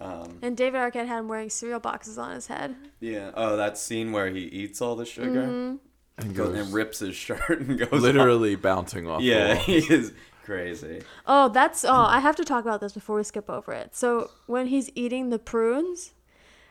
Speaker 1: um,
Speaker 2: And David Arquette had him wearing cereal boxes on his head.
Speaker 1: yeah, oh, that scene where he eats all the sugar
Speaker 2: Mm-hmm.
Speaker 3: And
Speaker 1: goes,
Speaker 3: goes
Speaker 1: and rips his shirt and goes off.
Speaker 3: literally bouncing off. the
Speaker 1: Yeah,
Speaker 3: wall.
Speaker 1: he is crazy.
Speaker 2: Oh, that's oh, I have to talk about this before we skip over it. So when he's eating the prunes,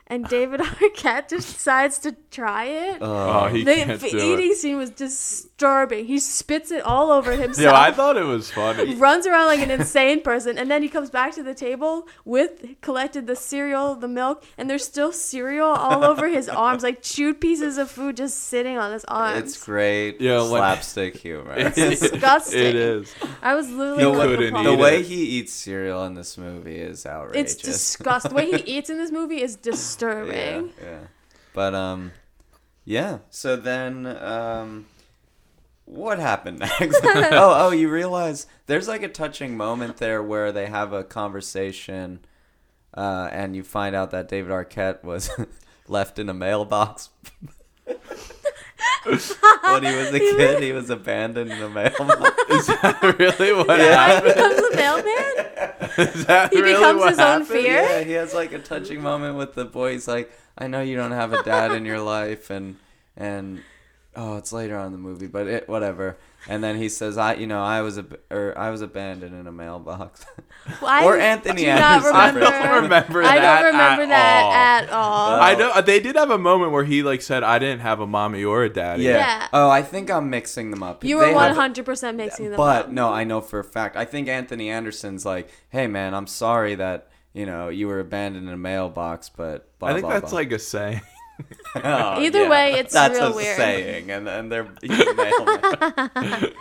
Speaker 3: [sighs]
Speaker 2: and David [laughs] Arquette just decides to try it.
Speaker 3: Oh,
Speaker 1: [laughs] Oh,
Speaker 3: [laughs] he
Speaker 2: the
Speaker 3: can't
Speaker 2: f-
Speaker 3: do
Speaker 2: eating
Speaker 3: it.
Speaker 2: scene was disturbing. He spits it all
Speaker 3: [laughs]
Speaker 2: over himself.
Speaker 3: Yo, I thought it was [laughs] funny.
Speaker 2: runs around like an insane person, and then he comes back to the table with collected the cereal, the milk, and there's still cereal all
Speaker 3: [laughs]
Speaker 2: over his arms, like chewed pieces of food just sitting on his arms.
Speaker 1: it's great
Speaker 3: Yeah, like-
Speaker 1: slapstick
Speaker 3: [laughs]
Speaker 1: [laughs] humor.
Speaker 2: It's disgusting.
Speaker 3: It is.
Speaker 2: I was literally
Speaker 3: He
Speaker 2: like,
Speaker 3: couldn't
Speaker 1: the
Speaker 3: eat
Speaker 2: appalled.
Speaker 1: way
Speaker 3: it.
Speaker 1: he eats cereal in this movie is outrageous.
Speaker 2: It's disgusting. The
Speaker 1: [laughs]
Speaker 2: way he eats in this movie is
Speaker 1: yeah,
Speaker 2: disturbing.
Speaker 1: yeah. But um, yeah. So then um, what happened [laughs] next? oh, oh, you realize there's like a touching moment there where they have a conversation, uh, and you find out that David Arquette was [laughs] left in a mailbox. [laughs] when he was a kid, he was abandoned in the mailbox.
Speaker 3: Is that [laughs] really what [laughs]
Speaker 2: Why he
Speaker 3: happened?
Speaker 2: becomes a mailman?
Speaker 1: [laughs]
Speaker 3: Is that
Speaker 2: He
Speaker 3: really
Speaker 2: becomes
Speaker 3: what
Speaker 2: his own
Speaker 3: happened?
Speaker 2: fear?
Speaker 1: Yeah, he has like a touching moment with the boy. He's like, I know you don't have a dad in your life, and and oh, it's later on in the movie, but it whatever. And then he says, I you know I was a or I was abandoned in a mailbox. [laughs]
Speaker 2: Why
Speaker 1: Or Anthony
Speaker 2: do not
Speaker 1: Anderson.
Speaker 3: I
Speaker 1: I
Speaker 2: remember.
Speaker 1: don't
Speaker 3: don't remember
Speaker 2: I
Speaker 3: that.
Speaker 2: don't remember
Speaker 3: at
Speaker 2: that
Speaker 3: all.
Speaker 2: at all.
Speaker 3: I know uh, they did have a moment where he like said, "I didn't have a mommy or a daddy."
Speaker 2: Yeah.
Speaker 1: Oh, I think I'm mixing them up. They
Speaker 2: you were
Speaker 1: have-
Speaker 2: one hundred percent mixing them
Speaker 1: But
Speaker 2: up.
Speaker 1: no, I know for a fact. I think Anthony Anderson's like, hey man, I'm sorry that you know you were abandoned in a mailbox, but blah,
Speaker 3: I think
Speaker 1: blah,
Speaker 3: that's
Speaker 1: blah."
Speaker 3: like a saying.
Speaker 1: [laughs]
Speaker 3: [laughs]
Speaker 1: Oh,
Speaker 2: Either way, it's
Speaker 1: that's
Speaker 2: real
Speaker 1: a
Speaker 2: weird.
Speaker 1: saying, and and they're he's a
Speaker 2: [laughs]
Speaker 1: mailman.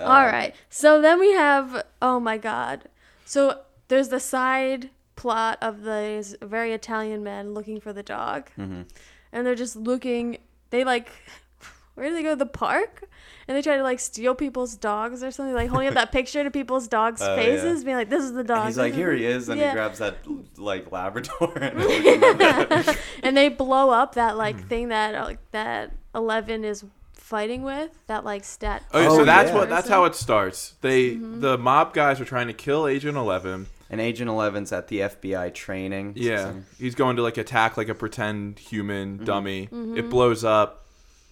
Speaker 2: All right. So then we have oh my god. So there's the side plot of these very Italian men looking for the dog,
Speaker 1: Mm-hmm.
Speaker 2: and they're just looking. They like [laughs] where do they go? The park, and they try to like steal people's dogs or something. Like holding up
Speaker 1: [laughs]
Speaker 2: that picture to people's dogs'
Speaker 1: Oh, yeah.
Speaker 2: faces, being like, "This is the dog."
Speaker 1: He's
Speaker 2: this
Speaker 1: like,
Speaker 2: is
Speaker 1: here
Speaker 2: the-"
Speaker 1: he
Speaker 2: [laughs]
Speaker 1: is, and
Speaker 2: Yeah.
Speaker 1: he grabs that like Labrador. [laughs]
Speaker 2: [laughs]
Speaker 1: And
Speaker 2: and they blow up that
Speaker 1: Mm-hmm.
Speaker 2: like thing that uh, like that Eleven is fighting with. That like stat.
Speaker 3: Okay,
Speaker 1: Oh,
Speaker 3: so that's
Speaker 1: yeah. Mm-hmm.
Speaker 3: what that's how it starts. They the mob guys are trying to kill Agent Eleven.
Speaker 1: and Agent Eleven's at the FBI training.
Speaker 3: Yeah, he's going to like attack like a pretend human
Speaker 1: Mm-hmm.
Speaker 3: dummy. It blows up.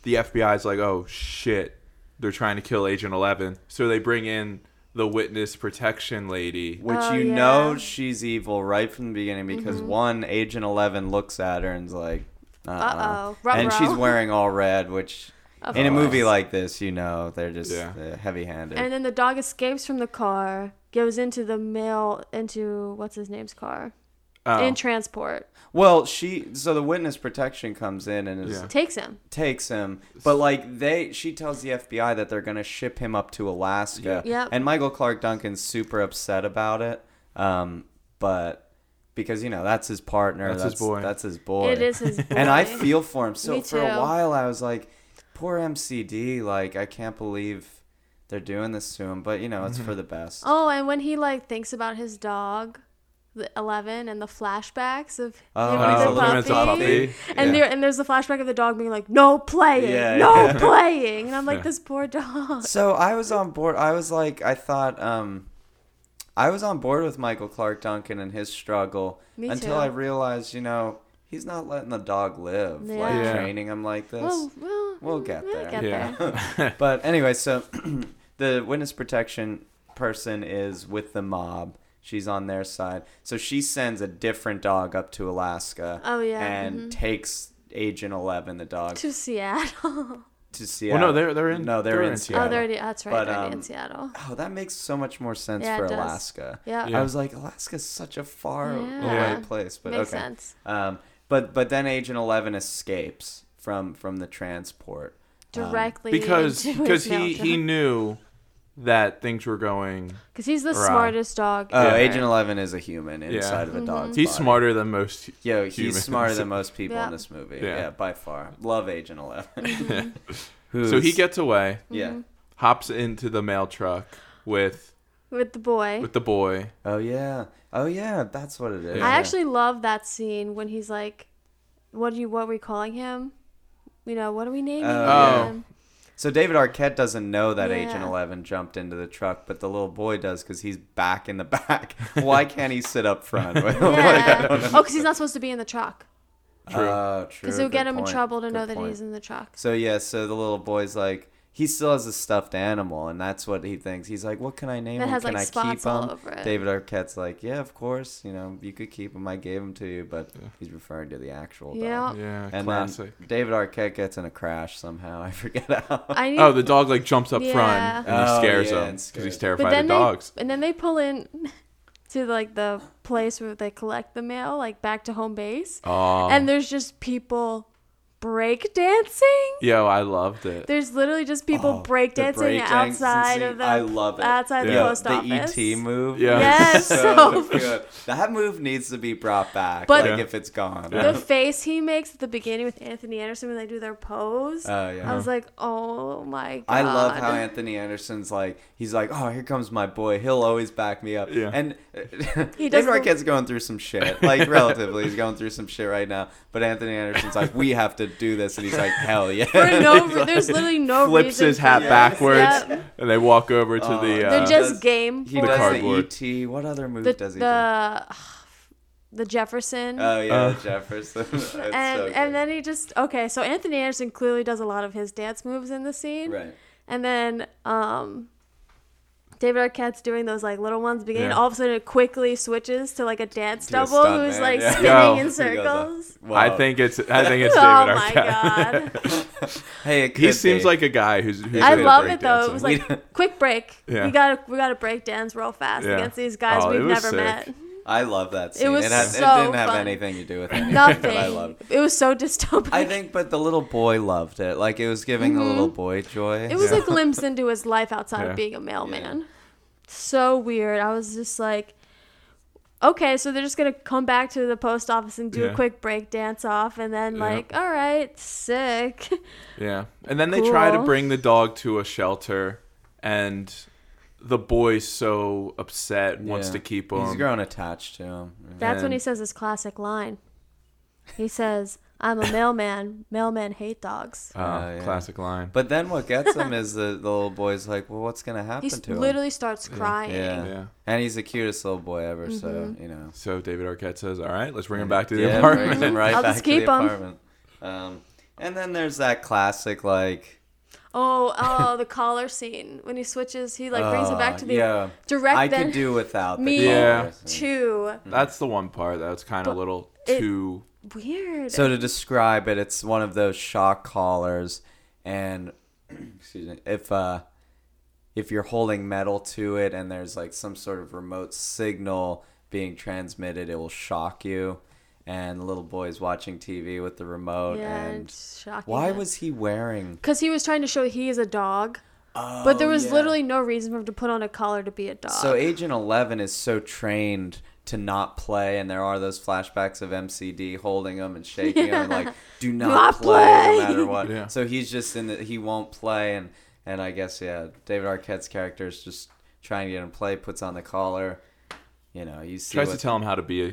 Speaker 3: The FBI's like, oh shit, they're trying to kill Agent Eleven. So they bring in the witness protection lady.
Speaker 1: Which
Speaker 2: Oh,
Speaker 1: you
Speaker 2: yeah. Mm-hmm.
Speaker 1: know she's evil right from the beginning because one Agent Eleven looks at her and's like, uh
Speaker 2: Uh-oh,
Speaker 1: uh and
Speaker 2: ruh-roh.
Speaker 1: she's wearing all red, which
Speaker 2: Of
Speaker 1: in a
Speaker 2: course.
Speaker 1: movie like this, you know, they're just
Speaker 3: Yeah.
Speaker 1: uh, heavy-handed.
Speaker 2: And then the dog escapes from the car, goes into the mail, into what's his name's car,
Speaker 3: Oh.
Speaker 2: in transport,
Speaker 1: well, she so the witness protection comes in and is
Speaker 3: Yeah.
Speaker 2: takes him.
Speaker 1: takes him but like they she tells the fbi that they're gonna ship him up to alaska
Speaker 2: Yeah. Yep.
Speaker 1: and michael clark duncan's super upset about it um but because you know that's his partner
Speaker 3: That's
Speaker 1: that's,
Speaker 3: his boy.
Speaker 1: that's his boy
Speaker 2: It is his. Boy.
Speaker 1: and i feel for
Speaker 2: [laughs]
Speaker 1: him so
Speaker 2: Me
Speaker 1: for a
Speaker 2: too.
Speaker 1: while i was like poor mcd like i can't believe they're doing this to him but you know it's
Speaker 3: Mm-hmm.
Speaker 1: for the best
Speaker 2: Oh, and when he like thinks about his dog, the Eleven, and the flashbacks of
Speaker 1: Oh,
Speaker 2: him
Speaker 1: when he's
Speaker 2: with
Speaker 1: a little
Speaker 2: the
Speaker 1: man's a
Speaker 2: puppy,
Speaker 1: puppy.
Speaker 2: and
Speaker 1: Yeah.
Speaker 2: there and there's the flashback of the dog being like, "No playing,
Speaker 1: Yeah,
Speaker 2: no
Speaker 1: yeah.
Speaker 2: [laughs] playing," and I'm like,
Speaker 3: Yeah.
Speaker 2: "This
Speaker 1: [laughs]
Speaker 2: poor dog."
Speaker 1: So I was on board. I was like, I thought, um, I was on board with Michael Clark Duncan and his struggle
Speaker 2: Me
Speaker 1: until
Speaker 2: too.
Speaker 1: I realized, you know, he's not letting the dog live. Like
Speaker 2: Yeah.
Speaker 3: Yeah.
Speaker 1: training him like this.
Speaker 2: Well, well,
Speaker 1: We'll get
Speaker 2: we'll
Speaker 1: there.
Speaker 2: get
Speaker 3: Um, Yeah.
Speaker 2: there.
Speaker 1: But anyway, so [clears throat] the witness protection person is with the mob. She's on their side. So she sends a different dog up to Alaska.
Speaker 2: Oh, yeah,
Speaker 1: And takes Agent Eleven, the dog, to,
Speaker 2: to Seattle.
Speaker 1: Seattle.
Speaker 3: no, they're- they're in-
Speaker 1: No, they're,
Speaker 3: they're
Speaker 1: in,
Speaker 3: in
Speaker 1: Seattle.
Speaker 2: Oh, there it is. That's right.
Speaker 1: But,
Speaker 2: they're already
Speaker 1: um,
Speaker 2: in Seattle.
Speaker 1: Oh, that makes so much more sense
Speaker 2: Yeah,
Speaker 1: for
Speaker 2: it does.
Speaker 1: Alaska.
Speaker 2: Yeah.
Speaker 3: Yeah.
Speaker 1: I was like, Alaska's such a far
Speaker 2: Yeah.
Speaker 1: away place, but
Speaker 2: Makes
Speaker 1: okay.
Speaker 2: sense.
Speaker 1: Um, but but then Agent Eleven escapes from from the transport. Um,
Speaker 2: Directly
Speaker 3: because
Speaker 2: into
Speaker 3: because
Speaker 2: his
Speaker 3: he
Speaker 2: mail
Speaker 3: he knew that things were going.
Speaker 2: Because he's the
Speaker 3: Right.
Speaker 2: smartest dog.
Speaker 1: Oh,
Speaker 2: ever.
Speaker 1: Agent Eleven is a human inside
Speaker 2: Mm-hmm.
Speaker 1: of a dog's
Speaker 3: He's
Speaker 1: body.
Speaker 3: smarter than most.
Speaker 1: Yo, he's
Speaker 3: humans.
Speaker 1: smarter
Speaker 3: [laughs]
Speaker 1: than most people
Speaker 2: Yeah.
Speaker 1: in this movie.
Speaker 3: Yeah.
Speaker 1: Yeah. by far. Love Agent
Speaker 3: [laughs]
Speaker 1: Eleven. [laughs]
Speaker 3: So he gets away,
Speaker 2: Mm-hmm.
Speaker 1: yeah.
Speaker 3: hops into the mail truck with
Speaker 2: with the boy.
Speaker 3: with the boy.
Speaker 1: Oh yeah. Oh yeah. That's what it is.
Speaker 3: Yeah.
Speaker 2: I actually love that scene when he's like, "What do you? What are we calling him? You know, what are we naming
Speaker 1: Oh,
Speaker 2: him?"
Speaker 1: So David Arquette doesn't know that
Speaker 2: Yeah.
Speaker 1: Agent Eleven jumped into the truck, but the little boy does because he's back in the [laughs] back. Why can't he sit up front? [laughs] Like,
Speaker 2: Yeah. oh, because he's not supposed to be in the truck.
Speaker 1: Oh, true.
Speaker 2: Because it would get
Speaker 1: Good
Speaker 2: him in
Speaker 1: point.
Speaker 2: trouble to know
Speaker 1: Good
Speaker 2: that
Speaker 1: point.
Speaker 2: he's in the truck.
Speaker 1: So yeah, so the little boy's like, he still has a stuffed animal, and that's what he thinks. He's like, "What can I name
Speaker 2: That
Speaker 1: him?
Speaker 2: has,
Speaker 1: can
Speaker 2: like,
Speaker 1: I keep
Speaker 2: spots all
Speaker 1: him?"
Speaker 2: over it.
Speaker 1: David Arquette's like, "Yeah, of course. You know, you could keep him. I gave him to you, but
Speaker 3: Yeah.
Speaker 1: he's referring to the actual
Speaker 2: Yeah.
Speaker 1: dog."
Speaker 3: Yeah,
Speaker 1: And
Speaker 3: classic.
Speaker 1: then David Arquette gets in a crash somehow. [laughs] I forget how.
Speaker 2: I need,
Speaker 3: oh, the dog like jumps up
Speaker 2: Yeah.
Speaker 3: front and he
Speaker 1: Oh,
Speaker 3: scares
Speaker 1: yeah,
Speaker 3: him
Speaker 1: and
Speaker 3: because
Speaker 1: scares
Speaker 3: he's
Speaker 1: him.
Speaker 3: terrified of dogs.
Speaker 2: They, and then they pull in [laughs] to like the place where they collect the mail, like back to home base,
Speaker 3: Oh,
Speaker 2: and there's just people break dancing.
Speaker 3: yo, I loved it.
Speaker 2: There's literally just people
Speaker 1: Oh,
Speaker 2: break
Speaker 1: the
Speaker 2: dancing
Speaker 1: breakdancing
Speaker 2: outside
Speaker 1: scene.
Speaker 2: of the
Speaker 1: I love it.
Speaker 2: outside
Speaker 3: Yeah.
Speaker 2: the E post office.
Speaker 1: The E ET move. [laughs]
Speaker 3: Yeah.
Speaker 2: Yes, so [laughs]
Speaker 1: good. That move needs to be brought back.
Speaker 2: But-
Speaker 1: like
Speaker 3: Yeah.
Speaker 1: if it's gone. Oh,
Speaker 3: Yeah.
Speaker 2: the face he makes at the beginning with Anthony Anderson when they do their pose.
Speaker 1: Oh, yeah.
Speaker 2: I was like, oh my god.
Speaker 1: I love how Anthony Anderson's like he's like, oh, here comes my boy. He'll always back me up.
Speaker 3: Yeah.
Speaker 1: And
Speaker 2: [laughs] He
Speaker 1: he
Speaker 2: does
Speaker 1: David
Speaker 2: the-
Speaker 1: Arquette's going through some shit, like
Speaker 2: [laughs]
Speaker 1: relatively. he's going through some shit right now. But Anthony Anderson's like, we have to do this, and he's like, hell yeah. [laughs]
Speaker 2: For no,
Speaker 1: He's
Speaker 2: re-
Speaker 1: like-
Speaker 2: there's literally no
Speaker 3: Flips
Speaker 2: reason
Speaker 3: his
Speaker 2: for
Speaker 3: hat
Speaker 2: this.
Speaker 3: backwards
Speaker 2: Yep.
Speaker 3: and they walk over to
Speaker 1: Oh,
Speaker 3: the.
Speaker 1: yeah.
Speaker 2: They're
Speaker 3: Uh,
Speaker 1: He
Speaker 2: just
Speaker 1: does-
Speaker 2: game.
Speaker 1: He
Speaker 2: for
Speaker 1: does
Speaker 3: cardboard.
Speaker 1: the ET. What other move
Speaker 2: the
Speaker 1: does he
Speaker 2: the, [sighs] the Jefferson.
Speaker 1: do? Oh yeah,
Speaker 3: Uh.
Speaker 1: Jefferson. [laughs] It's so
Speaker 2: and
Speaker 1: good.
Speaker 2: and then he just okay. So Anthony Anderson clearly does a lot of his dance moves in the scene.
Speaker 1: right.
Speaker 2: And then um, David Arquette's doing those like little ones beginning.
Speaker 3: Yeah.
Speaker 2: All of a sudden, it quickly switches to like a dance
Speaker 1: To a
Speaker 2: double
Speaker 1: stunt
Speaker 2: who's
Speaker 1: man,
Speaker 2: like
Speaker 1: yeah.
Speaker 2: spinning
Speaker 3: Yo.
Speaker 2: in
Speaker 1: He goes up.
Speaker 2: circles.
Speaker 1: Wow.
Speaker 3: I think it's. I think it's David
Speaker 2: [laughs] oh my
Speaker 3: Arquette.
Speaker 2: god!
Speaker 1: [laughs] Hey, it could
Speaker 3: [laughs] he seems
Speaker 1: be.
Speaker 3: like a guy who's. who's
Speaker 2: I
Speaker 3: into
Speaker 2: love it though.
Speaker 3: breakdancing.
Speaker 2: It was
Speaker 1: We
Speaker 3: [laughs]
Speaker 2: like quick break.
Speaker 3: Yeah.
Speaker 2: We gotta we gotta break dance real fast
Speaker 3: Yeah.
Speaker 2: against these guys
Speaker 3: Oh, it
Speaker 2: we've
Speaker 3: was
Speaker 2: never
Speaker 3: sick. [laughs]
Speaker 2: met.
Speaker 1: I love that scene.
Speaker 2: was
Speaker 1: it, had,
Speaker 2: so
Speaker 1: it didn't have
Speaker 2: fun.
Speaker 1: anything to
Speaker 2: [laughs]
Speaker 1: do with anything.
Speaker 2: Nothing.
Speaker 1: But I loved. it.
Speaker 2: It was so [laughs] dystopic.
Speaker 1: I think, but the little boy loved it. Like it was giving the little boy joy.
Speaker 2: Mm-hmm. it was
Speaker 3: Yeah.
Speaker 2: a glimpse into his life outside
Speaker 3: Yeah.
Speaker 2: of being a mailman. So weird. I was just like, okay, so they're just gonna come back to the post office and do
Speaker 3: Yeah.
Speaker 2: a quick break dance off, and then
Speaker 3: Yeah.
Speaker 2: like, all right, sick. [laughs]
Speaker 3: Yeah. And then they try to
Speaker 2: Cool.
Speaker 3: bring the dog to a shelter and the boy's so upset, wants
Speaker 1: Yeah.
Speaker 3: to keep him.
Speaker 1: He's grown attached to him.
Speaker 2: That's when
Speaker 3: And-
Speaker 2: he says his classic line. He says, "I'm a mailman. Mailmen hate dogs."
Speaker 3: Uh,
Speaker 1: Oh, yeah.
Speaker 3: Classic line.
Speaker 1: But then what gets him is the, the little boy's like, well, what's gonna happen
Speaker 2: He
Speaker 1: to him?
Speaker 2: literally starts crying.
Speaker 1: yeah.
Speaker 3: Yeah.
Speaker 1: and he's the cutest little boy ever. So
Speaker 2: Mm-hmm.
Speaker 1: you know,
Speaker 3: So David Arquette says, All right, let's bring him back to the
Speaker 1: Yeah,
Speaker 3: apartment.
Speaker 1: brings him right
Speaker 2: I'll
Speaker 1: back
Speaker 2: just
Speaker 1: to the
Speaker 2: keep 'em.
Speaker 1: apartment. Um, and then there's that classic like.
Speaker 2: Oh, oh, the collar scene when he switches, he like brings it back
Speaker 1: uh,
Speaker 2: to the
Speaker 1: yeah.
Speaker 2: direct.
Speaker 1: I
Speaker 2: then
Speaker 1: could do without the
Speaker 2: me
Speaker 3: Yeah.
Speaker 1: colors.
Speaker 2: too
Speaker 1: Mm.
Speaker 3: That's the one part that's kind of
Speaker 2: But
Speaker 3: a little
Speaker 2: it-
Speaker 3: too.
Speaker 2: weird.
Speaker 1: So to describe it, it's one of those shock collars, and [clears throat] excuse me, if uh, if you're holding metal to it and there's like some sort of remote signal being transmitted, it will shock you. And the little boy's watching TV with the remote,
Speaker 2: yeah,
Speaker 1: and
Speaker 2: it's shocking.
Speaker 1: why was he wearing?
Speaker 2: because he was trying to show he is a dog, but there
Speaker 1: Oh,
Speaker 2: was
Speaker 1: yeah.
Speaker 2: literally no reason for him to put on a collar to be a dog.
Speaker 1: So Agent Eleven is so trained to not play, and there are those flashbacks of MCD holding him and shaking him,
Speaker 2: [laughs]
Speaker 1: and like do not,
Speaker 2: Not
Speaker 1: play, no
Speaker 2: play.
Speaker 1: matter what.
Speaker 3: Yeah.
Speaker 1: So he's just in the he won't play, and and I guess yeah, David Arquette's character is just trying to get him to play, puts on the collar, you know, you see.
Speaker 3: Tries
Speaker 1: what-
Speaker 3: to tell him how to be a,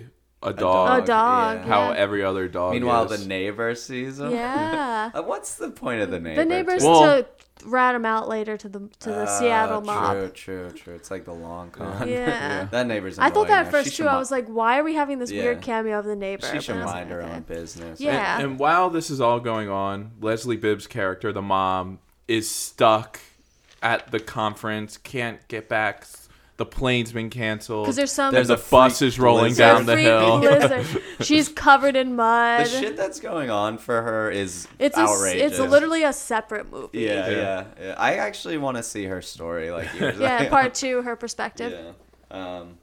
Speaker 3: a
Speaker 1: dog,
Speaker 3: dog.
Speaker 2: a dog.
Speaker 1: yeah.
Speaker 3: How
Speaker 2: yeah.
Speaker 3: every other dog.
Speaker 1: Meanwhile,
Speaker 3: is.
Speaker 1: the neighbor sees him.
Speaker 2: yeah.
Speaker 1: [laughs] Uh, What's the point of the neighbor?
Speaker 2: the neighbors
Speaker 1: too?
Speaker 2: to
Speaker 3: Well-
Speaker 2: rat him out later to the to the
Speaker 1: Ah,
Speaker 2: Seattle mob.
Speaker 1: True, true, true. It's like the long con.
Speaker 2: Yeah. Yeah.
Speaker 1: [laughs] that neighbor's.
Speaker 2: I
Speaker 1: annoying
Speaker 2: thought that
Speaker 1: her.
Speaker 2: at
Speaker 1: She
Speaker 2: first
Speaker 1: should
Speaker 2: too. I
Speaker 1: mi-
Speaker 2: was like, why are we having this
Speaker 1: Yeah.
Speaker 2: weird cameo of the neighbor?
Speaker 1: She should
Speaker 2: But I was
Speaker 1: mind
Speaker 2: like,
Speaker 1: her
Speaker 2: okay.
Speaker 1: own business.
Speaker 2: Yeah.
Speaker 3: And, and while this is all going on, Leslie Bibb's character, the mom, is stuck at the conference, can't get back. The plane's been canceled.
Speaker 2: 'Cause there's some-
Speaker 1: There's
Speaker 3: the
Speaker 1: a
Speaker 3: bus
Speaker 1: freak
Speaker 3: is rolling
Speaker 1: blizzard.
Speaker 3: down the
Speaker 2: Freak [laughs]
Speaker 3: hill.
Speaker 2: blizzard.
Speaker 1: [laughs]
Speaker 2: She's covered in mud.
Speaker 1: the shit that's going on for her is
Speaker 2: it's a, s-
Speaker 1: outrageous.
Speaker 2: it's literally a separate movie.
Speaker 1: yeah,
Speaker 3: Yeah.
Speaker 1: yeah, yeah. I actually want to see her story,
Speaker 3: [laughs]
Speaker 1: like you were
Speaker 2: Yeah,
Speaker 1: saying. [laughs]
Speaker 2: part two, her perspective.
Speaker 1: Yeah. Um,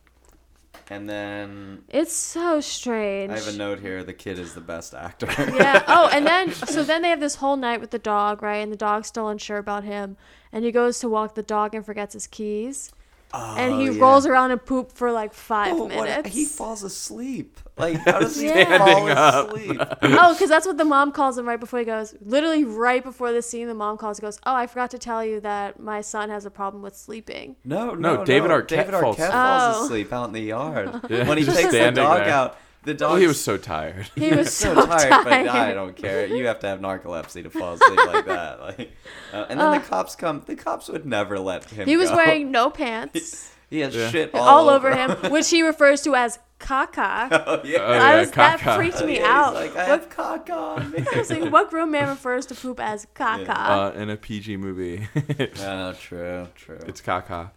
Speaker 1: and then
Speaker 2: It's so strange.
Speaker 1: I have a note here. The kid is the best actor. [laughs]
Speaker 2: yeah. Oh, and then so then they have this whole night with the dog, right? And the dog's still unsure about him, and he goes to walk the dog and forgets his keys, and he
Speaker 1: Oh, yeah.
Speaker 2: rolls around and poop for like five
Speaker 1: Oh, what-
Speaker 2: minutes.
Speaker 1: he falls
Speaker 3: [laughs]
Speaker 1: asleep. Like how does he
Speaker 2: Yeah.
Speaker 1: fall
Speaker 3: Standing up.
Speaker 1: asleep?
Speaker 2: oh, because that's what the mom calls him right before he goes. Literally right before the scene, the mom calls, goes, "Oh, I forgot to tell you that my son has a problem with sleeping."
Speaker 1: No,
Speaker 3: [laughs] No,
Speaker 1: no,
Speaker 3: David
Speaker 1: no.
Speaker 3: Arquette
Speaker 1: David
Speaker 3: falls
Speaker 1: falls,
Speaker 3: asleep.
Speaker 2: Oh.
Speaker 1: asleep out in the yard
Speaker 2: [laughs]
Speaker 3: Yeah,
Speaker 1: when he
Speaker 3: just
Speaker 1: takes the
Speaker 3: standing
Speaker 1: dog
Speaker 3: there.
Speaker 1: out. The dog.
Speaker 3: [laughs] Oh, he was so tired.
Speaker 2: He
Speaker 1: [laughs]
Speaker 2: [laughs] was
Speaker 1: so, tired, but I don't care. You have to have narcolepsy to fall asleep like that. [laughs] Like, uh, and then the cops come. The cops would never let him.
Speaker 2: He was
Speaker 1: go.
Speaker 2: wearing no pants
Speaker 1: [laughs] He has
Speaker 3: Yeah.
Speaker 1: shit all,
Speaker 2: all over him, which he refers to as caca.
Speaker 1: [laughs] Oh yeah.
Speaker 3: Oh,
Speaker 2: I
Speaker 3: yeah,
Speaker 2: was that
Speaker 3: caca.
Speaker 2: freaked
Speaker 1: Yeah,
Speaker 2: me
Speaker 1: he's
Speaker 2: out.
Speaker 1: Like I
Speaker 2: What-
Speaker 1: have cock on me.
Speaker 2: [laughs] I
Speaker 1: [laughs]
Speaker 2: was like, what grown man refers to poop as caca?
Speaker 3: uh, in a PG movie. [laughs]
Speaker 1: Oh, true, true.
Speaker 3: it's caca.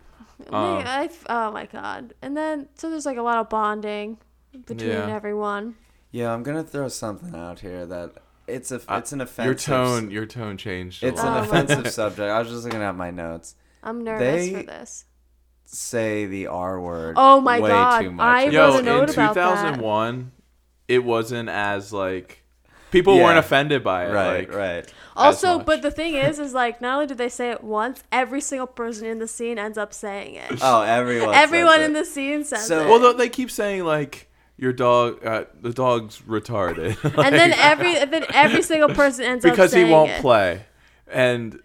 Speaker 2: Like,
Speaker 3: Um,
Speaker 2: I f- oh my god! And then so there's like a lot of bonding between
Speaker 3: Yeah.
Speaker 2: everyone.
Speaker 1: yeah, I'm gonna throw something out here that it's a
Speaker 3: Uh,
Speaker 1: it's an offensive.
Speaker 3: Your tone, your tone changed. a
Speaker 1: It's
Speaker 3: lot.
Speaker 1: an
Speaker 2: Oh. [laughs]
Speaker 1: offensive subject. I was just looking at my notes.
Speaker 2: I'm nervous
Speaker 1: They-
Speaker 2: for this.
Speaker 1: Say the R word.
Speaker 2: Oh my
Speaker 1: way
Speaker 2: God,
Speaker 1: Too much.
Speaker 2: I
Speaker 1: It's
Speaker 2: wrote
Speaker 3: Yo,
Speaker 2: a
Speaker 3: in
Speaker 2: note about that.
Speaker 3: 2001, it wasn't as like people
Speaker 1: Yeah.
Speaker 3: weren't offended by it.
Speaker 1: right,
Speaker 3: like,
Speaker 1: right.
Speaker 2: Also,
Speaker 3: much.
Speaker 2: but the thing is, is like not only do they say it once, every single person in the scene ends up saying it.
Speaker 1: Oh, everyone. says
Speaker 2: Everyone
Speaker 1: it.
Speaker 2: in the scene says
Speaker 1: So-
Speaker 2: it.
Speaker 3: Well, though, they keep saying like your dog, uh, the dog's retarded,
Speaker 2: and then
Speaker 3: [laughs] Like,
Speaker 2: every and then every single person ends up
Speaker 3: because he
Speaker 2: saying
Speaker 3: won't
Speaker 2: it.
Speaker 3: play,
Speaker 1: [laughs]
Speaker 3: and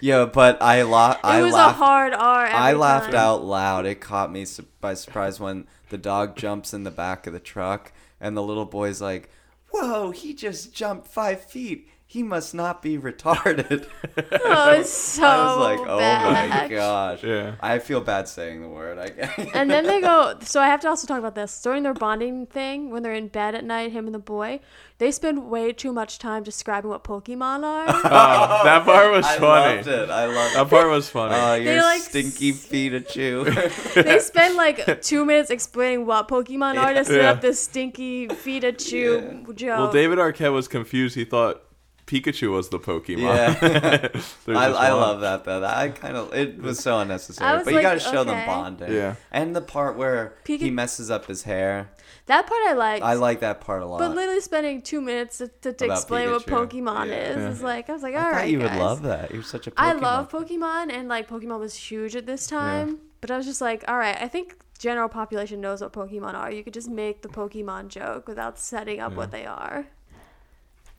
Speaker 1: Yo, but I laughed.
Speaker 2: It
Speaker 1: I
Speaker 2: was
Speaker 1: laughed.
Speaker 2: a hard R. Every
Speaker 1: I laughed
Speaker 2: time.
Speaker 1: out loud. It caught me su- by surprise when the dog jumps in the back of the truck and the little boy's like, "Whoa, he just jumped five feet. He must not be retarded."
Speaker 2: [laughs]
Speaker 1: [laughs]
Speaker 2: Oh, it's so
Speaker 1: I was like, "Oh
Speaker 2: bad.
Speaker 1: my gosh!"
Speaker 3: Yeah.
Speaker 1: I feel bad saying the word. I guess.
Speaker 2: And then they go. So I have to also talk about this during their bonding thing when they're in bed at night, him and the boy. They spend way too much time describing what Pokemon are.
Speaker 3: [laughs] Oh, that part
Speaker 1: [laughs]
Speaker 3: was
Speaker 1: I
Speaker 3: funny.
Speaker 1: loved it. I loved
Speaker 3: That
Speaker 1: it. [laughs]
Speaker 3: part was funny.
Speaker 1: Oh, your
Speaker 2: like,
Speaker 1: stinky
Speaker 3: [laughs]
Speaker 1: Pikachu.
Speaker 2: they spend like two minutes explaining what Pokemon are to set
Speaker 3: Yeah.
Speaker 2: up this stinky Pikachu joke.
Speaker 3: well, David Arquette was confused. He thought Pikachu was the Pokemon.
Speaker 1: Yeah.
Speaker 3: [laughs]
Speaker 1: [laughs]
Speaker 3: There's
Speaker 1: I,
Speaker 3: just
Speaker 1: I
Speaker 3: one.
Speaker 1: love that though. That- I kind of it was
Speaker 3: [laughs]
Speaker 1: so unnecessary,
Speaker 2: I was
Speaker 1: but you gotta
Speaker 2: like,
Speaker 1: show them
Speaker 2: okay.
Speaker 1: bonding.
Speaker 3: Yeah.
Speaker 1: and the part where
Speaker 2: Pika-
Speaker 1: he messes up his hair.
Speaker 2: that part I like.
Speaker 1: I like that part a lot.
Speaker 2: But literally spending two minutes to, to,
Speaker 1: About
Speaker 2: explain what
Speaker 1: Pikachu.
Speaker 2: Pokemon
Speaker 1: Yeah.
Speaker 2: is
Speaker 3: Yeah.
Speaker 2: is like I was like,
Speaker 1: I
Speaker 2: all right,
Speaker 1: thought you
Speaker 2: guys.
Speaker 1: would love that. You're such a Pokemon.
Speaker 2: I love Pokemon, and like Pokemon was huge at this time. But I was just like, all right, I think general population knows what Pokemon are. You could just make the Pokemon joke without setting up what they are.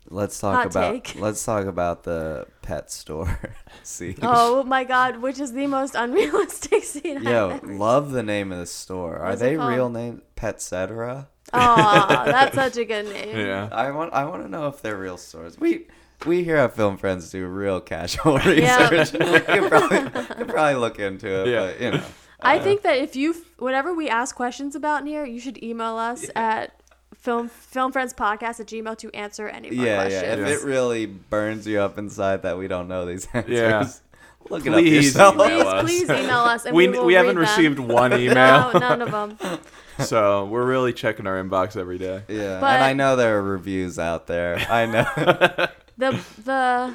Speaker 1: Let's talk
Speaker 2: Hot
Speaker 1: about
Speaker 2: take.
Speaker 1: let's talk about the pet store [laughs] scene.
Speaker 2: oh my god, which is the most [laughs] unrealistic scene.
Speaker 1: Yo,
Speaker 2: I've ever.
Speaker 1: love the name of the store. Are
Speaker 2: What's it
Speaker 1: they
Speaker 2: called?
Speaker 1: real name Petcetera?
Speaker 2: Oh, that's such a good name.
Speaker 3: Yeah.
Speaker 1: I want I want to know if they're real stores. We we here at Film Friends do real casual [laughs]
Speaker 2: Yeah.
Speaker 1: research. you could probably, could probably look into it,
Speaker 3: Yeah.
Speaker 1: but you know.
Speaker 2: I think that if you, whenever we ask questions about in here, you should email us at film filmfriendspodcast at gmail to answer any more
Speaker 1: Yeah, yeah.
Speaker 2: questions.
Speaker 1: If it really burns you up inside that we don't know these [laughs] answers,
Speaker 3: Yeah.
Speaker 1: look it up
Speaker 3: Please
Speaker 1: yourself.
Speaker 3: email
Speaker 2: please,
Speaker 3: us.
Speaker 2: please email us. And
Speaker 3: we
Speaker 2: we,
Speaker 3: we,
Speaker 2: will
Speaker 3: haven't
Speaker 2: read them. [laughs]
Speaker 3: received one email,
Speaker 2: No, none of them.
Speaker 3: [laughs] so we're really checking our inbox every day.
Speaker 1: Yeah,
Speaker 2: But-
Speaker 1: and I know there are reviews out
Speaker 3: [laughs]
Speaker 1: there. I know. [laughs]
Speaker 2: the the